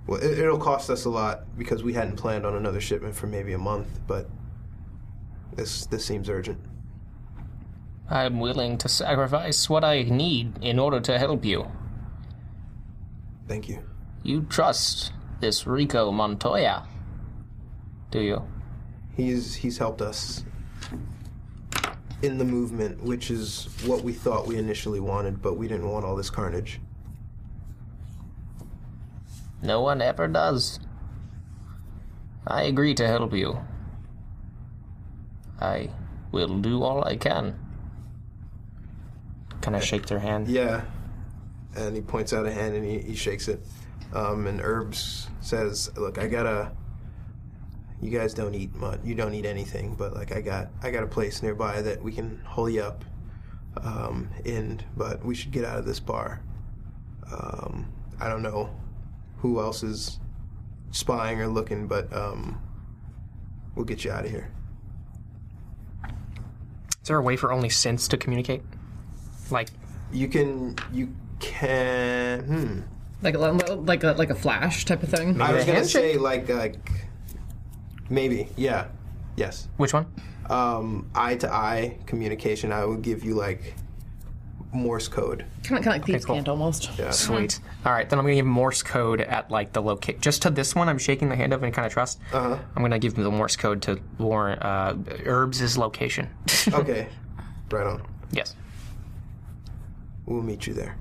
Well, it, it'll cost us a lot because we hadn't planned on another shipment for maybe a month, but this this seems urgent.
I'm willing to sacrifice what I need in order to help you.
Thank you.
You trust this Rico Montoya, do you?
He's he's helped us in the movement, which is what we thought we initially wanted, but we didn't want all this carnage.
No one ever does. I agree to help you. I will do all I can.
Can I shake their hand?
Yeah. And he points out a hand and he, he shakes it. Um, and Herbs says, "Look, I gotta. You guys don't eat much. You don't eat anything, but like I got, I got a place nearby that we can hole you up um, in. But we should get out of this bar. Um, I don't know who else is spying or looking, but um, we'll get you out of here.
Is there a way for only synths to communicate? Like,
You can, you can. Hmm.
Like a, like a like a flash type of thing.
I was gonna say like like maybe yeah yes
which one?
um eye to eye communication I would give you like Morse code
Kind of kind of like thieves' cant almost.
yeah
Sweet. All right, then I'm gonna give Morse code at like the locate. Just to this one, I'm shaking the hand of and kind of trust. Uh-huh. I'm gonna give him the Morse code to Lauren uh, Herbs' location.
okay right on
yes.
we'll meet you there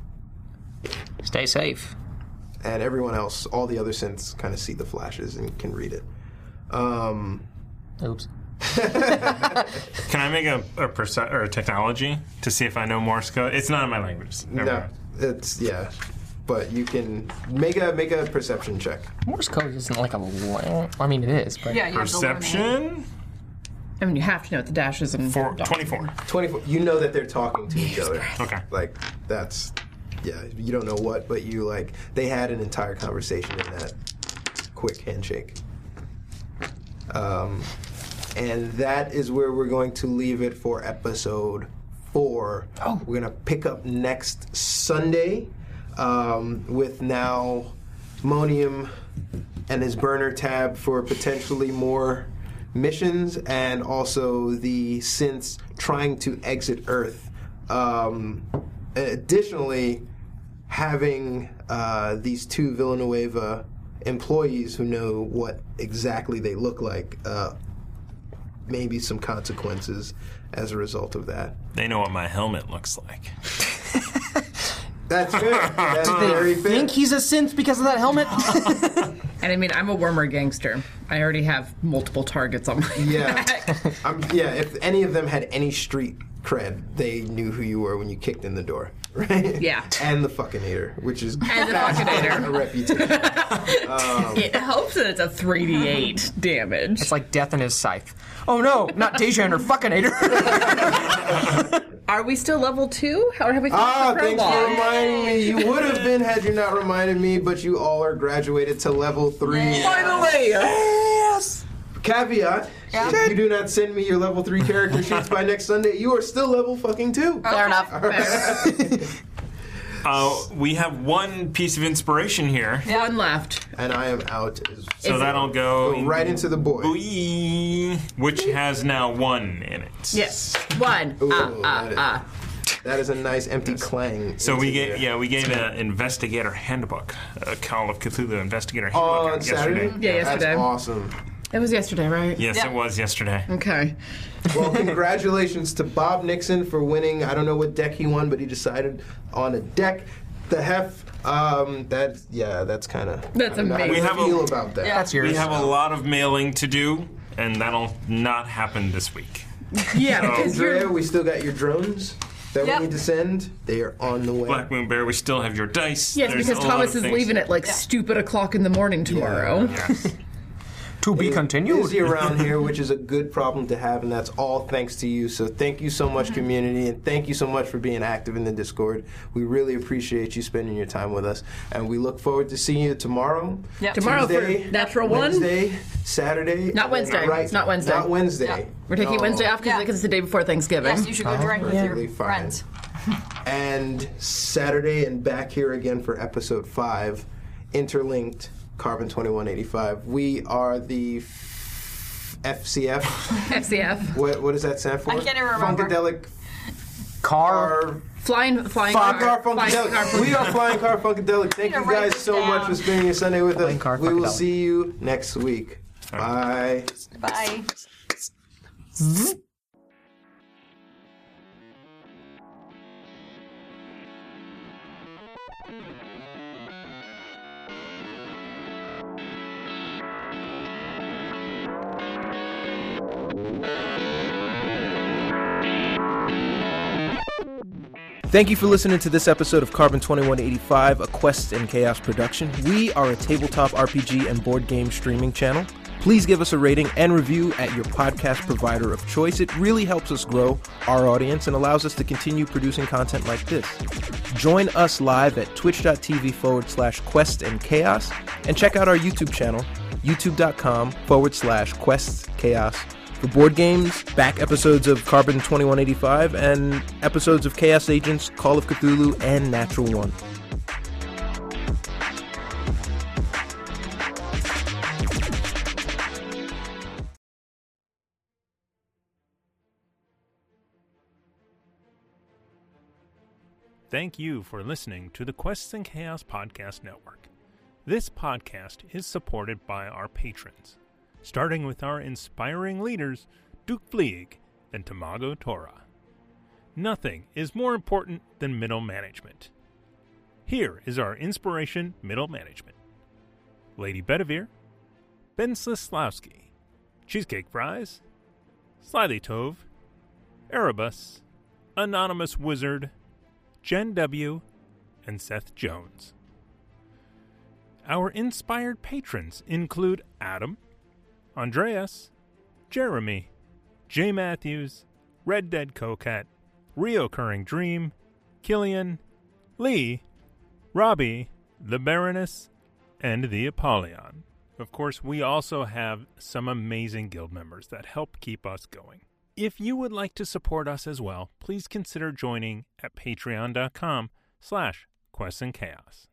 Stay safe.
and everyone else all the other synths kind of see the flashes and can read it um
Oops.
Can I make a, a perce- or a technology to see if I know Morse code? It's not in my language. Never
no
mind.
it's yeah but you can make a make a perception check
Morse code isn't like a. la- I mean, it is, but
Yeah, you have to learn it.
Perception
I mean, you have to know what the dashes and
for
dots.
24.
24 you know that they're talking to each other
Okay.
like that's yeah you don't know what but you like they had an entire conversation in that quick handshake um, and that is where we're going to leave it for episode four oh. we're going to pick up next sunday um, with now monium and his burner tab for potentially more missions and also the synths trying to exit earth um, additionally having uh, these two Villanueva employees who know what exactly they look like, uh, maybe some consequences as a result of that.
They know what my helmet looks like.
That's fair. That's very fair.
think he's a synth because of that helmet.
And I mean, I'm a Wormer gangster. I already have multiple targets on my.
yeah, I'm, yeah. If any of them had any street cred. They knew who you were when you kicked in the door, right?
Yeah.
And the fucking hater, which is
And the
a reputation. Um,
It helps that it's a 3d8 damage. It's
like death in his scythe. Oh no, not Deja and her fucking hater.
Are we still level two? Or have we
Ah,
finished the
thanks for
prologue?
reminding me. You would have been had you not reminded me, but you all are graduated to level three.
Finally!
Yes! Caveat, if you do not send me your level three character sheets by next Sunday, you are still level fucking two.
Fair enough.
Uh, we have one piece of inspiration here.
One left.
And I am out. as-
So that'll go,
right into the boy.
which has now one in it.
Yes. One.
Ooh,
Ah,
ah,
that is- That is a nice empty clang.
So we
into
get yeah we gained an investigator handbook, a Call of Cthulhu investigator handbook
Oh, on
yesterday.
Saturday?
Yeah, yesterday.
That's awesome.
It was yesterday, right?
Yes, it was yesterday.
Okay.
Well, congratulations to Bob Nixon for winning. I don't know what deck he won, but he decided on a deck. The hef. Um, that yeah, that's kind of
That's amazing.
We
How
have
do
a-
you feel about that?
We have a lot of mailing to do, and that'll not happen this week.
Yeah,
So-
because Andrea, we still got your drones that
Yep.
we need to send. They are on the way.
Black Moon Bear, we still have your dice.
Yes,
There's
because
a lot
Thomas
of
is
things.
leaving at like stupid o'clock in the morning tomorrow.
To be continued.
Busy around here, which is a good problem to have, and that's all thanks to you. So thank you so
Mm-hmm.
much, community, and thank you so much for being active in the Discord. We really appreciate you spending your time with us, and we look forward to seeing you tomorrow.
Yep. Tomorrow for
Tuesday,
Natural One?
Wednesday, Saturday.
Not
and then-
Wednesday. It's not Wednesday.
Not Wednesday.
We're taking
No.
Wednesday off because it's the day before Thanksgiving.
Yes, you should go drink with your
Perfectly fine.
friends.
and Saturday and back here again for episode five, interlinked Carbon 2185. We are the f- FCF.
FCF.
what, what does that stand for?
I can't even remember. Oh,
Funkadelic
Car.
Flying, flying
Flying Car
car. flying car
Funkadelic. We are Flying Car Funkadelic. Thank
Need to
you
write
guys
this
so much
down.
for spending your Sunday with us.
Car
we will
Funkadelic.
see you next week. Bye.
Bye.
Thank you for listening to this episode of Carbon 2185, a Quest and Chaos production. We are a tabletop RPG and board game streaming channel. Please give us a rating and review at your podcast provider of choice. It really helps us grow our audience and allows us to continue producing content like this. Join us live at twitch.tv forward slash quest and chaos and check out our YouTube channel, youtube.com forward slash quest chaos for board games, back episodes of Carbon 2185, and episodes of Chaos Agents, Call of Cthulhu, and Natural One.
Thank you for listening to the Quests and Chaos Podcast Network. This podcast is supported by our patrons, starting with our inspiring leaders, Duke Fleeg and Tamago Tora. Nothing is more important than middle management. Here is our inspiration middle management Lady Bedivere, Ben Slislawski, Cheesecake Fries, Slyly Tove, Erebus, Anonymous Wizard, Jen W., and Seth Jones. Our inspired patrons include Adam, Andreas, Jeremy, Jay Matthews, Red Dead Coquette, Reoccurring Dream, Killian, Lee, Robbie, the Baroness, and the Apollyon. Of course, we also have some amazing guild members that help keep us going. If you would like to support us as well, please consider joining at patreon.com slash quests and chaos.